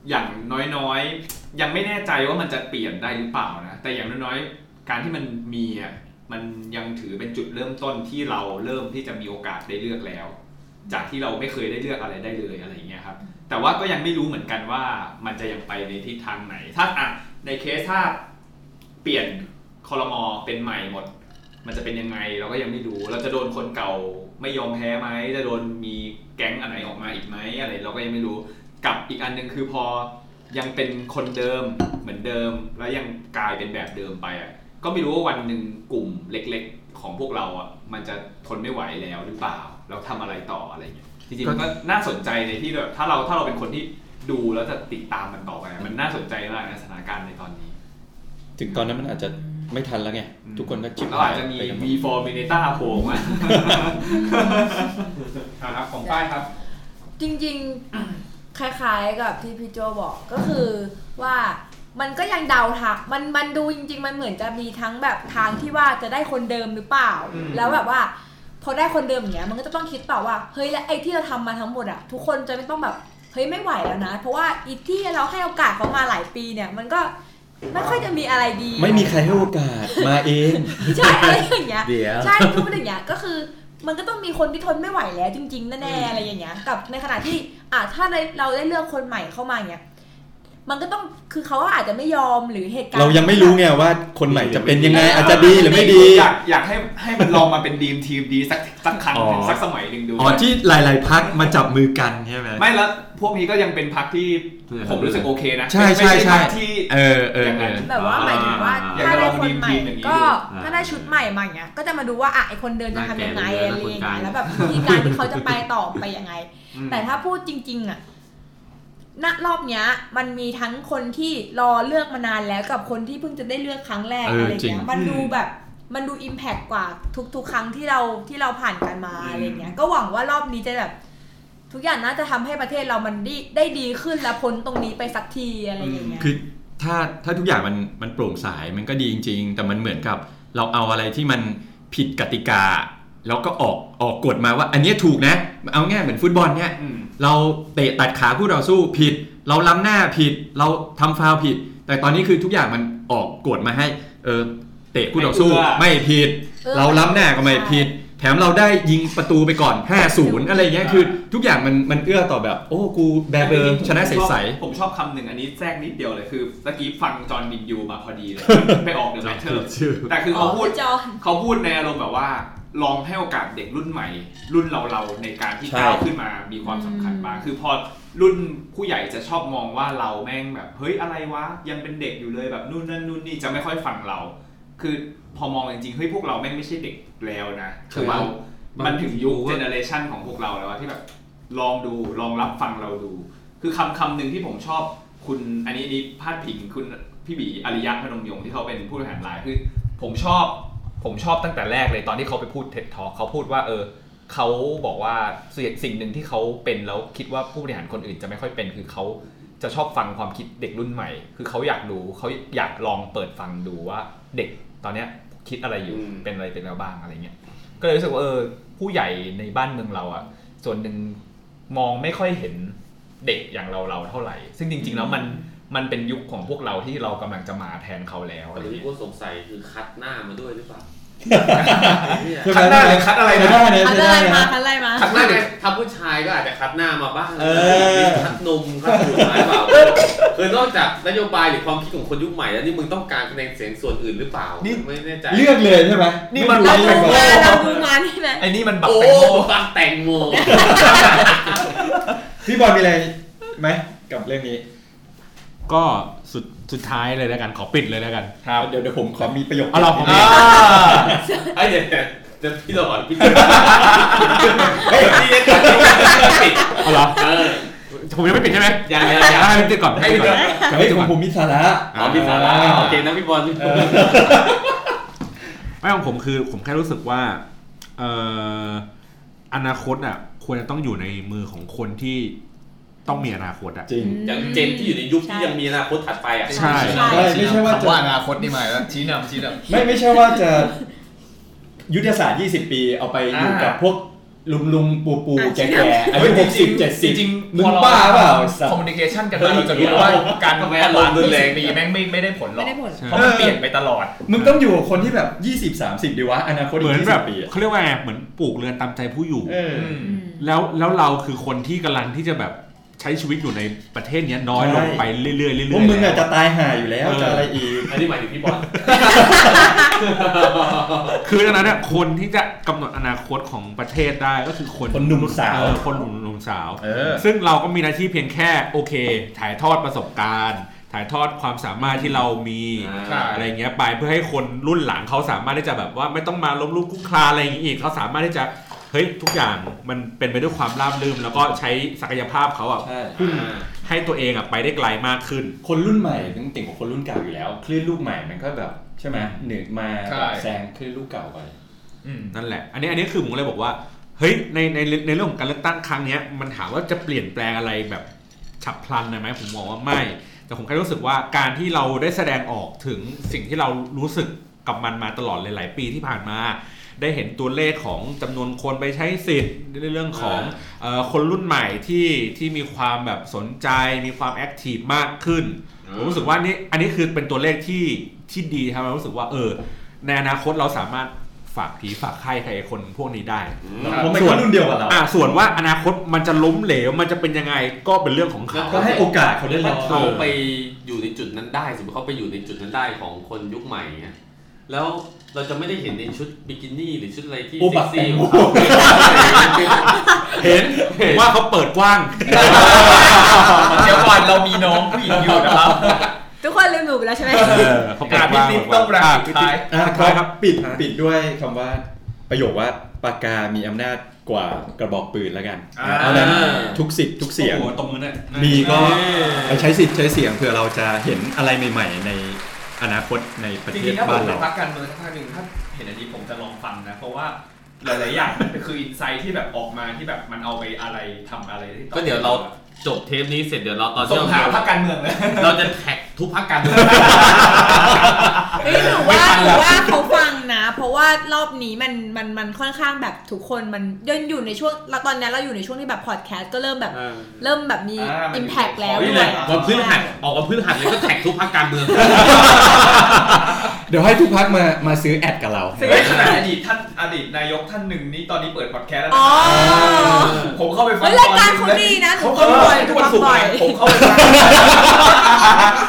อย่างน้อยๆ ยังไม่แน่ใจว่ามันจะเปลี่ยนได้หรือเปล่านะ แต่อย่างน้อยๆ การที่มันมีอ่ะมันยังถือเป็นจุดเริ่มต้นที่เราเริ่มที่จะมีโอกาสได้เลือกแล้ว จากที่เราไม่เคยได้เลือกอะไรได้เลยอะไรอย่างเงี้ยครับ แต่ว่าก็ยังไม่รู้เหมือนกันว่ามันจะยังไปในทิศทางไหน ถ้าอ่ะในเคสถ้าเปลี่ยนคอรมอเป็นใหม่หมด มันจะเป็นยังไงเราก็ยังไม่รู้เราจะโดนคนเก่าไม่ยอมแพ้ไหมจะโดนมีแก๊งอันไหนออกมาอีกไหมอะไรเราก็ยังไม่รู้กับอีกอันหนึ่งคือพอยังเป็นคนเดิมเหมือนเดิม แล้วยังกลายเป็นแบบเดิมไปอ่ะก็ไม่รู้ว่าวันหนึ่งกลุ่มเล็ก ๆ ของพวกเราอ่ะมันจะทนไม่ไหวแล้วหรือเปล่าแล้วทำอะไรต่ออะไรอย่างเงี้ยจริงๆมันก็น่าสนใจในที่แบบถ้าเราถ้าเราเป็นคนที่ดูแล้วจะติดตามมันต่อไปอะมันน่าสนใจมากนะสถานการณ์ในตอนนี้ ถึงตอนนั้นมันอาจจะไม่ทันแล้วไง อืม ทุกคนก็จิบ เราอาจจะมี ไปกันห V for Mineta โผล่มา อ่าครับของป้ายครับ จริงๆ คล้ายๆกับที่พี่โจบอกก็คือว่ามันก็ยังเดาทางมันมันดูจริง ๆ มันเหมือนจะมีทั้งแบบทางที่ว่าจะได้คนเดิมหรือเปล่า อืม แล้วแบบว่าพอได้คนเดิมอย่างเงี้ยมันก็จะต้องคิดต่อว่าเฮ้ยแล้วไอ้ที่เราทำมาทั้งหมดอะทุกคนจะไม่ต้องแบบเฮ้ยไม่ไหวแล้วนะ เพราะว่าอีที่เราให้โอกาสเขามาหลายปีเนี่ยมันก็ไม่ค่อยจะมีอะไรดี ไม่มีใครให้โอกาสมาเอง ใช่อะไรอย่างเงี้ย เดี๋ยว ใช่คือมันอย่างเงี้ยก็คือมันก็ต้องมีคนที่ทนไม่ไหวแล้วจริงๆแน่ๆอะไรอย่างเงี้ยกับในขณะที่อ่ะถ้าในเราได้เลือกคนใหม่เข้ามาเนี้ยมันก็ต้องคือเขาอาจจะไม่ยอมหรือเหตุการณ์ เรายังไม่รู้ไงว่าคนใหม่จะเป็นยังไง อาจจะดีหรือไม่ดี อยากอยากให้ให้มันลองมาเป็นดีมทีมดีสักสักครั้ง อ๋อ หนึ่งสักสมัยหนึ่งดู อ๋อที่หลาย ๆ พักมาจับมือกันใช่ไหม ไม่แล้วพวกนี้ก็ยังเป็นพักที่ เออ ผมรู้สึกโอเคนะ ใช่ ไม่ ใช่ใช่ พรรคที่ เออเออเออ แบบว่าหมายถึงว่า อ่า ถ้าได้คนใหม่ อยากลองดีมๆอย่างนี้ ก็ ดู ถ้าได้ชุดใหม่มาเนี้ยก็จะมาดูว่าอ่ะไอคนเดินจะทำยังไงอะไรอย่าง หน้าแก่เงี้ยแล้วแบบวิธีการที่เขาจะไปต่อไปยังไง อืม แต่ถ้าพูดจริง ๆอ่ะณรอบเนี้ย มันมีทั้งคนที่รอเลือกมานานแล้วกับคนที่เพิ่งจะได้เลือกครั้งแรก เอออ อะไรเงี้ จริ ย ง มันดูแบบมันดูอิมแพกกว่าทุกๆ ครั้งที่เราที่เราผ่านกันมาอะไรเงี้ยก็หวังว่ารอบนี้จะแบบ ทุกอย่างน่าจะทำให้ประเทศเรามันได้ได้ดีขึ้นและพ้นตรงนี้ไปสักทีอะไรอย่างเงี้ย คือถ้าถ้าทุกอย่างมันมันโปร่งใสมันก็ดีจริง ๆ แต่มันเหมือนกับเราเอาอะไรที่มันผิดกติกา แล้วก็ออกออกกฎมาว่า อันเนี้ยถูกนะ เอาง่ายเหมือนฟุตบอลเนี่ย อืม เราเตะตัดขาคู่ต่อสู้ผิด เราล้ำหน้าผิด เราทำฟาวล์ผิด แต่ตอนนี้คือทุกอย่างมันออกกฎมาให้เออเตะคู่ต่อสู้ ไม่เอื้อ ไม่ผิด เออ เราล้ำหน้าก็ไม่ผิด แถมเราได้ยิงประตูไปก่อน 5-0 อะไรอย่างเงี้ยคือ ทุกอย่างมันมันเอื้อต่อแบบ โอ้กูแบเบอร์ชนะใสๆ ผมชอบคำหนึ่งอันนี้แทรกนิดเดียวเลยคือตะกี้ฟังจอห์นวินยูมาพอดี เลย ไปออกเดอะแมทเทอร์ ชื่อ แต่คือเขาพูด จอห์น เขาพูดในอารมณ์แบบว่า ลองให้โอกาสเด็กรุ่นใหม่ รุ่นเราเราๆในการที่ ใช่ ก้าวขึ้นมามีความสำคัญบ้างคือพอรุ่นผู้ใหญ่จะชอบมองว่าเราแม่งแบบ เฮ้ยอะไรวะ ยังเป็นเด็กอยู่เลยแบบนู่นนั่นนู่นนี่จะไม่ค่อยฟังเรา คือพอมองจริงๆเฮ้ยพวกเราแม่งไม่ใช่เด็กแล้วนะคือเรา บาง มันถึงยุคเจเนอเรชันของพวกเราแล้วอะที่แบบลองดูลองรับฟังเราดู คือคำคำหนึ่งที่ผมชอบคุณอันนี้อันนี้พาดพิงคุณพี่บีอริยะพนมยงค์ที่เขาเป็นผู้บริหารไลน์คือผมชอบ ผมชอบตั้งแต่แรกเลยตอนที่เขาไปพูดเท็ดทอเขาพูดว่าเออเขาบอกว่าสิ่งสิ่งหนึ่งที่เขาเป็นแล้วคิดว่าผู้บริหารคนอื่นจะไม่ค่อยเป็นคือเขาจะชอบฟังความคิดเด็กรุ่นใหม่ คือเขาอยากรู้เขาอยากลองเปิดฟังดูว่าเด็กตอนเนี้ยคิดอะไรอยู่ อืม เป็นอะไรเป็นแล้วบ้างอะไรเงี้ยก็เลยรู้สึกว่าเออผู้ใหญ่ในบ้านเมืองเราอ่ะส่วนหนึ่งมองไม่ค่อยเห็นเด็กอย่างเราเราๆเท่าไหร่ ซึ่งจริง ๆ แล้วมันมันเป็นยุคของพวกเราที่เรากำลังจะมาแทนเขาแล้วอะไร หรือ เงี้ย ว่าสงสัยคือคัดหน้ามาด้วยหรือ เปล่า เนี่ย คัดหน้าหรือคัดอะไรนะ คันอะไรมาคันอะไรมา คัดหน้าเนี่ยถ้าผู้ชายก็อาจจะคัดหน้ามาบ้าง เออ คัดนมคัดหูมาหรือเปล่าคือนอกจากนโยบายหรือความคิดของคนยุคใหม่แล้วนี่มึงต้องการคะแนนเสียงส่วนอื่นหรือเปล่า ไม่แน่ใจ เลือกเลยใช่ไหม นี่มัน ไ เราดู รู้ งานเราดูงานใช่ไหม ไอ้นี่มันบัก โอ้ แตงโม บางแต่งโม พี่บอลมีอะไรไหมกับเรื่องนี้ ก็สุดสุดท้ายเลยแล้วกันขอปิดเลยแล้วกัน ครับ เดี๋ยวเดี๋ยวผมขอมีประโยค เอาหรอผม นิดนึง ไอ้เดี๋ยวเดี๋ยวพี่หลอนพี่หลอนเฮ้ยพี่จะตัดปิด เอาเหรอ เออ ผมยังไม่ปิดใช่ไหม ยังยังยัง อ่าปิดก่อน ให้ ปิ ปิ ด ด ก่ ก่ อ อน น เฮ้ยของผมมีสาระ อ๋อพี่สาระโอเคนะพี่บอลพี่บอล ไม่ของผมคือผมแค่รู้สึกว่าเอ่ออนาคตอ่ะควรจะต้องอยู่ในมือของคนที่ต้องมีอนาคตอ่ะ จริง อย่างเจนที่อยู่ในยุคที่ยังมีอนาคตถัดไปอ่ะ ใช่ ใช่ ไม่ไม่ใช่ว่า คำ จะ ว่าอนาคตนี่หมายว่าชี้นำชี้นำ ไม่ไม่ใช่ว่าจะ ยุทธศาสตร์ 20 ปีเอาไปอยู่กับพวก ลุมลุมปูปู อ่ะ แก่แก่อา เฮ้ ยุ ย หกสิบเจ็ด จ สิบ ริง มึง พอเร บ้าเปล่าไอ้สัส คอมมิวนิเคชันกันมาเราจะรู้ว่าการ ทำไม แวะร้าน อารมณ์รุนแรง 20ปีแม่งไม่ไม่ได้ผลหรอ ไม่ ก ได้ผล เพราะมันเปลี่ยนไปตลอด มึงต้องอยู่กับคนที่แบบยี่สิบสามสิบดีวะอนาคต เห อี มื ก อน ยี่ แบ สิ บบ ปีอะ เขาเรียกว่าไงเหมือนปลูกเรือนตามใจผู้อยู่ เออ แล้วแล้วเราคือคนที่กำลังที่จะแบบใช้ชีวิตอยู่ในประเทศเนี้ยน้อยลงไปเรื่อยๆเรื่อยๆ พวกมึงอาจจะตายห่าอยู่แล้ว เออ จะอะไรอีก อันนี้หมายถึงพี่บอล คือดังนั้นเนี่ยคนที่จะกำหนดอนาคตของประเทศได้ก็คือคน คนหนุ่มสาว เออคนหนุ่มหนุ่มสาว เออ ซึ่งเราก็มีหน้าที่เพียงแค่โอเค ถ่ายทอดประสบการณ์ ถ่ายทอดความสามารถที่เรามี ใช่ อะไรเงี้ยไปเพื่อให้คนรุ่นหลังเขาสามารถที่จะแบบว่าไม่ต้องมาล้มลุกคลุกคลานอะไรอย่างงี้อีกเขาสามารถที่จะเฮ้ยทุกอย่างมันเป็นไปด้วยความราบรื่นแล้วก็ใช้ศักยภาพเขาอะ ใช่ ให้ตัวเองอะไปได้ไกลมากขึ้น คนรุ่นใหม่ต้องเก่งกว่าคนรุ่นเก่าอยู่แล้ว คลื่นลูกใหม่มันก็แบบใช่ไหมหนึ่งมา ใช่ แบบแซงคลื่นลูกเก่าไป อืม นั่นแหละ อันนี้อันนี้คือผมเลยบอกว่า เฮ้ย ในในในเรื่องของการเลือกตั้งครั้งเนี้ย มันถามว่าจะเปลี่ยนแปลงอะไรแบบฉับพลันเลยไหมผมมองว่าไม่ แต่ผมแค่รู้สึกว่าการที่เราได้แสดงออกถึงสิ่งที่เรารู้สึกกับมันมาตลอดหลาย ๆ ปีที่ผ่านมา ได้เห็นตัวเลขของจำนวนคนไปใช้สิทธิ์ในเรื่องของเอ่อคนรุ่นใหม่ที่ที่มีความแบบสนใจ มีความแอคทีฟมากขึ้น ผมรู้สึกว่านี่อันนี้คือเป็นตัวเลขที่ที่ดีครับเรารู้สึกว่าเออ ในอนาคตเราสามารถฝากผีฝากไข้ใครคนพวกนี้ได้ ครับ ผมเป็นคนรุ่นเดียวกับเรา อ่าส่วนว่าอนาคตมันจะล้มเหลวมันจะเป็นยังไงก็เป็นเรื่องของเขา ก็ให้โอกาสเขาได้ลอง เขาไปอยู่ในจุดนั้นได้สมมติเขาไปอยู่ในจุดนั้นได้ของคนยุคใหม่เงี้ยแล้วเราจะไม่ได้เห็นในชุดบิกินี่หรือชุดอะไรที่ โอ้ เซ็ บั ก ก ซี่ แตง ข โม องเขา เห็นผมว่าเขาเปิดกว้าง เดี๋ยวก่อนเรามีน้องผู้หญิงอยู่นะครับ ทุกคนลืมหนูไปแล้วใช่ไหม เออเขาเปิ อ่ะ ดก พี่ติ๊กว้างต้องรักสุดท้าย อ่ะ ใช่ครับ ปิดปิดด้วยคำว่าประโยคว่าปากกามีอำนาจกว่ากระบอกปืนแล้วกัน อ่า เพราะฉะนั้นทุกสิทธิ์ทุกเสียง โอ้โหตรงนั้นน่ะ มีก็ไปใช้สิทธิ์ใช้เสียงเผื่อเราจะเห็นอะไรใหม่ ๆ ในอนาคตในประ จ เท ริ ศ งๆถ้าผ บ้าม น เป็ เรา นพักการเมืองท่านหนึ่งถ้าเห็นอันนี้ผมจะลองฟังนะ เพราะว่าหลายๆอย่างมันคืออินไซต์ที่แบบออกมาที่แบบมันเอาไปอะไรทำอะไรที่ต่อ ก็เดี๋ยวเราจบเทปนี้เสร็จเดี๋ยวเราตอน ส่ ที่ ง เรา หาพักการเมืองเลย เราจะแท็กทุกพักการเมือง เฮ้ยหนูว่าหนูว่าเขาฟังนะ เพราะว่ารอบนี้มันมันมันค่อนข้างแบบทุกคนมันยังอยู่ในช่วงเราตอนนี้เราอยู่ในช่วงที่แบบพอดแคสต์ก็เริ่มแบบ เริ่มแบบมี อ่ามัน อิมแพก อยู่ใน แล้ว ของด้วย วันพฤหัสออกวันพฤหัสเลยก็แท็กทุกพักการเมือง เดี๋ยวให้ทุกพักมามาซื้อแอดกับเรา เฮ้ยขนาดอดีตท่านอดีตนายกท่านหนึ่งนี่ตอนนี้เปิดพอดแคสต์แล้วนะ อ๋อ ผมเข้าไปฟั เฮ้ยรายการเขาดีนะทุ เขา กค ก็รวทุกนบ่อย ยวันศุกร์ บ่อย นะผมเข้าไปฟัง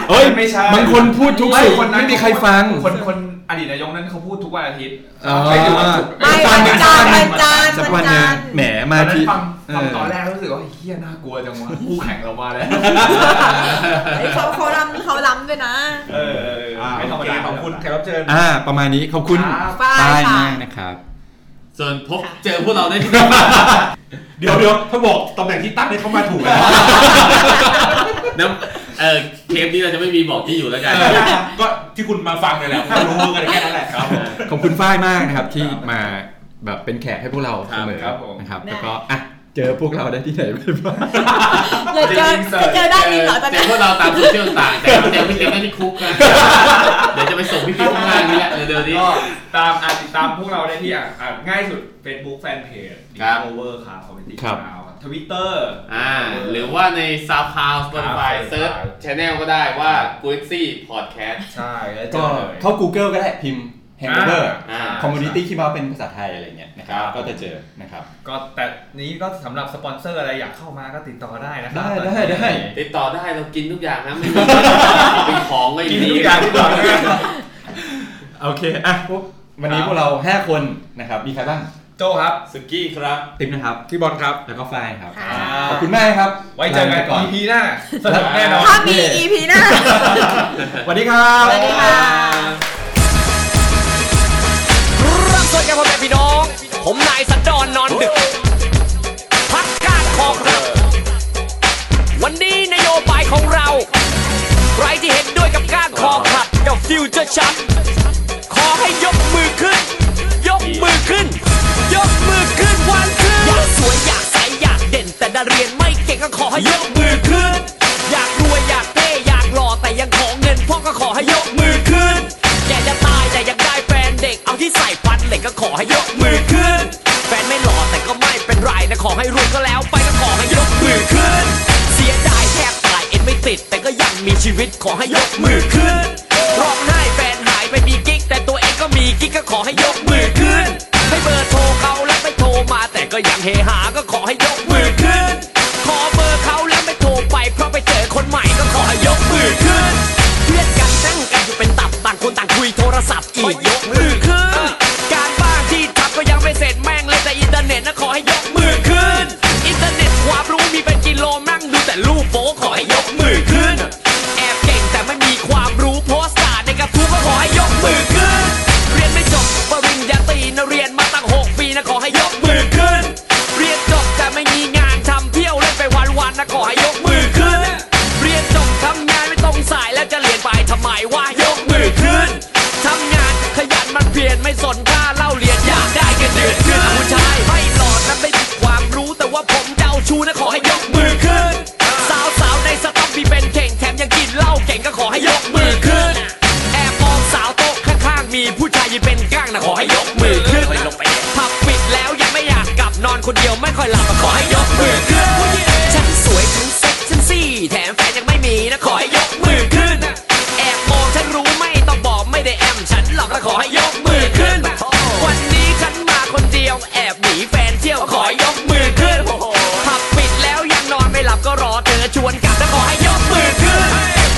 เฮ้ย ไม่ใช่ บางคนพูดทุก ไม่ สิ่ง คนนั้น ไม่มีใครฟัง คนคนอดีตนายกนั้นเขาพูดทุกวันอาทิตย์ อ๋อ ไม่ถึงวันศุกร์ ไม่ ฟั วัน ง จันทร์วันจันทร์ สักวั วัน น หนึ จั ง นทร์ แหม ต มา อนนั้น ที่ ฟัง เ ฟังตอนแรกรู้สึกว่าเฮียน่ากลัวจังวะคู่แข่งเรามาแล้ว เฮ้ยเขาเขาล้ำเขาล้ำด้วยนะ เออเออเออไม่ธรรมดา โอเคขอบคุณ แขกรับเชิญ อ่า ประมาณนี้ขอบคุณ ครับ ป้าย ป้าย ค่ะ มากนะครับ ส่วนพบเจอพวกเราได้ที่ เดี๋ยวเดี๋ยวถ้าบอกตำแหน่งที่ตั้งเนี่ยเขามาถูกแล้ว น้ำเออเทปนี้เราจะไม่มีบอกที่อยู่แล้วกัน ก็ที่คุณมาฟังเนี่ยแหละผมรู้กันแค่นั้นแหละครับ ขอบคุณฝ้ายมากนะครับที่มาแบบเป็นแขกให้พวกเราเสมอ ครับผม นะครับ ได้ แล้วก็อ่ะเจอพวกเราได้ที่ไหน บ้าง อย่าเจอจะเจอได้ยินเหรอตอน เจ นี้ อพวกเราตามโซเชียลต่าง แต่เจอพี่เล็กได้ที่คุก นะ เดี๋ยวจะไปส่งพี่พี่ข้างล่างนี่แหละเดี๋ยวๆนี้ ก็ตามอ่ะติดตามพวกเราได้ที่อ่ะอ่ะง่ายสุด Facebook Fanpage ครับ โอเวอร์ครับคอมเมนต์ ครับ ทวิตเตอร์ อ่า หรือว่าในซาวพาวสปอติฟายเซิร์ชชแนลก็ได้ว่ากูเอ็กซี่พอดแคสต์ ใช่แล้วเจ ก็ อเลย เข้า Google ก็ได้พิมพ์ Hangover อ่า Community ที่มาเป็นภาษาไทยอะไรเงี้ยนะครับ ครับ ก็จะเจอนะครับ ก็แต่นี้ก็สำหรับสปอนเซอร์อะไรอยากเข้ามาก็ติดต่อได้นะครั ได้ได้ได้ ติดต่อได้เรากินทุกอย่างนะไม่ มีเป็นของไม่ กิน มี ทุกอย่างที่ต่อได้ โอเค อ่ะพวกวันนี้ ครับ พวกเรา 5 คนนะครับ มีใครบ้าง โจครับ สุกี้ครับ ติ๊มนะครับ พี่บอลครับ แล้วก็ฝ้ายครับ ค่ะ ขอบคุณมากครับ ไว้เจอกัลานไปก่อน EP หน้าสนุกแน่นอน ถ้ามี EP หน้า สวัสดีครับ สวัสดีค่ะ รับสวัสดีพ่อแม่พี่น้อง ผมนายสันดอนนอนดึก พักการคองเราวันนี้นโยบายของเรา ใครที่เห็นด้วยกับการคอขัดกับฟิวเจอร์ชัดขอให้ยกมือขึ้น ยกมือขึ้น ยกมือขึ้นวันขึ้น อยากสวยอยากใสอยากเด่น แต่ดาเรียนไม่เก่งก็ขอให้ยกมือขึ้น อยากรวยอยากเท่อยากหล่อแต่ยังขอเงินพ่อก็ขอให้ยกมือขึ้น แกจะตายแต่ยังได้แฟนเด็กเอาที่ใส่ฟันเหล็กก็ขอให้ยกมือขึ้น แฟนไม่หล่อแต่ก็ไม่เป็น ขอให้รวยก็แล้วไปก็ขอให้ยกมือขึ้น เสียดายแทบตายเอ็นไม่ติด แต่ก็ยังมีชีวิตขอให้ยกมือขึ้นร้องไห้แฟนหายไปมีกิ๊กแต่ตัวเองก็มีกิ๊กก็ขอให้ยกมือขึ้นให้เบอร์โทรเขาแล้วไม่โทรมาแต่ก็ยังเฮหาก็ขอให้ยกมือขึ้น ขอเบอร์เขาแล้วไม่โทรไปเพราะไปเจอคนใหม่ก็ขอให้ยกมือขึ้น เพื่อนกันนั่งกันอยู่เป็นตับต่างคนต่างคุยโทรศัพท์อีกยกมือขึ้น การบ้านที่ทำก็ยังไม่เสร็จแม่งเลยแต่อินเทอร์เน็ตนะขอให้ยกมือขึ้น อินเทอร์เน็ตความรู้มีเป็นกิโลนั่งดูแต่รูปโป๊ขอให้ยกมือขึ้น แอบเก่งแต่ไม่มีความรู้โพสต์ด่าในกระทู้ก็ขอให้ยกมือขึ้น เรียนไม่จบปริญญาตรีนะเรียนมาตั้งหกปีนะขอให้ยกมือขึ้น เรียนจบแต่ไม่มีงานทำเที่ยวเล่นไปวันๆนะขอให้ยกมือขึ้น เรียนจบทำงานไม่ต้องสายแล้วจะเรียนไปทำไมวะยกมือขึ้นทำงานขยันมันเพียนไม่สนค่าเล่าเรียนอยากได้เงินเดือนขึ้นผู้ชายไม่หลอดนะไม่มีความรู้แต่ว่าผมเจ้าชู้นะขอให้ยกมือขึ้น สาวสาวๆในสต็อกมีเป็นเก่งแถมยังกินเหล้าเก่งก็ขอให้ยกมือขึ้น แอบมองสาวโต๊ะข้างๆมีผู้ชายยืนเป็นก้างนะขอให้ยกมือขึ้นผับปิดแล้วยังไม่อยากกลับนอนคนเดียวไม่ค่อยหลับอะขอให้ยกมือขึ้นฉันสวยฉันเซ็กฉันซี่แถมแฟนยังไม่มีนะขอให้ยกมือขึ้น แอบมองฉันรู้ไม่ต้องบอกไม่ได้แอมฉันหลอกนะขอให้ยกมือขึ้น วันนี้ฉันมาคนเดียวแอบหนีแฟนเที่ยวขอให้ยกมือขึ้นผับปิดแล้วยังนอนไม่หลับก็รอเธอชวนกลับนะขอให้ยกมือขึ้น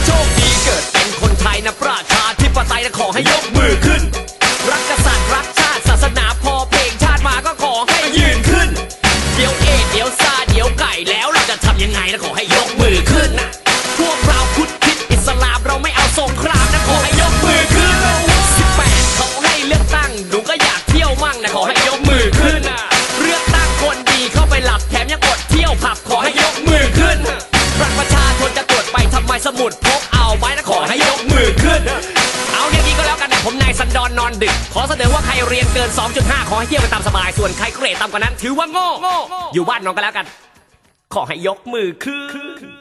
โชคดีเกิดเป็นคนไทยนะประชาธิปไตยนะขอให้ยกมือขึ้น รักกษัตริย์รักชาติศาสนาพอเพลงชาติมาก็ขอให้ยืนขึ้น เดี๋ยวเอเดี๋ยวซาเดี๋ยวไก่แล้วเราจะทำยังไงนะขอให้ยกมือขึ้นนะพวกเราพุทธคริดอิสลามเราไม่เอาสงครามนะขอให้ยกมือขึ้น18เขาให้เลือกตั้งหนูก็อยากเที่ยวมั่งนะขอให้ยกมือขึ้นเลือกตั้งคนดีเข้าไปหลับแถมยังอดเที่ยวผับขอให้ยกมือขึ้น รักประชาชนจะตรวจไปทำไมสมุดพกเอาไว้นะขอให้ยกมือขึ้น เอาอย่างนี้ก็แล้วกันนะผมนายสันดอนนอนดึก ขอเสนอว่าใครเรียนเกิน 2.5 ขอให้เที่ยวไปตามสบาย ส่วนใครเกรดต่ำกว่านั้น ถือว่าโง่ อยู่บ้านนอนก็แล้วกัน ขอให้ยกมือขึ้น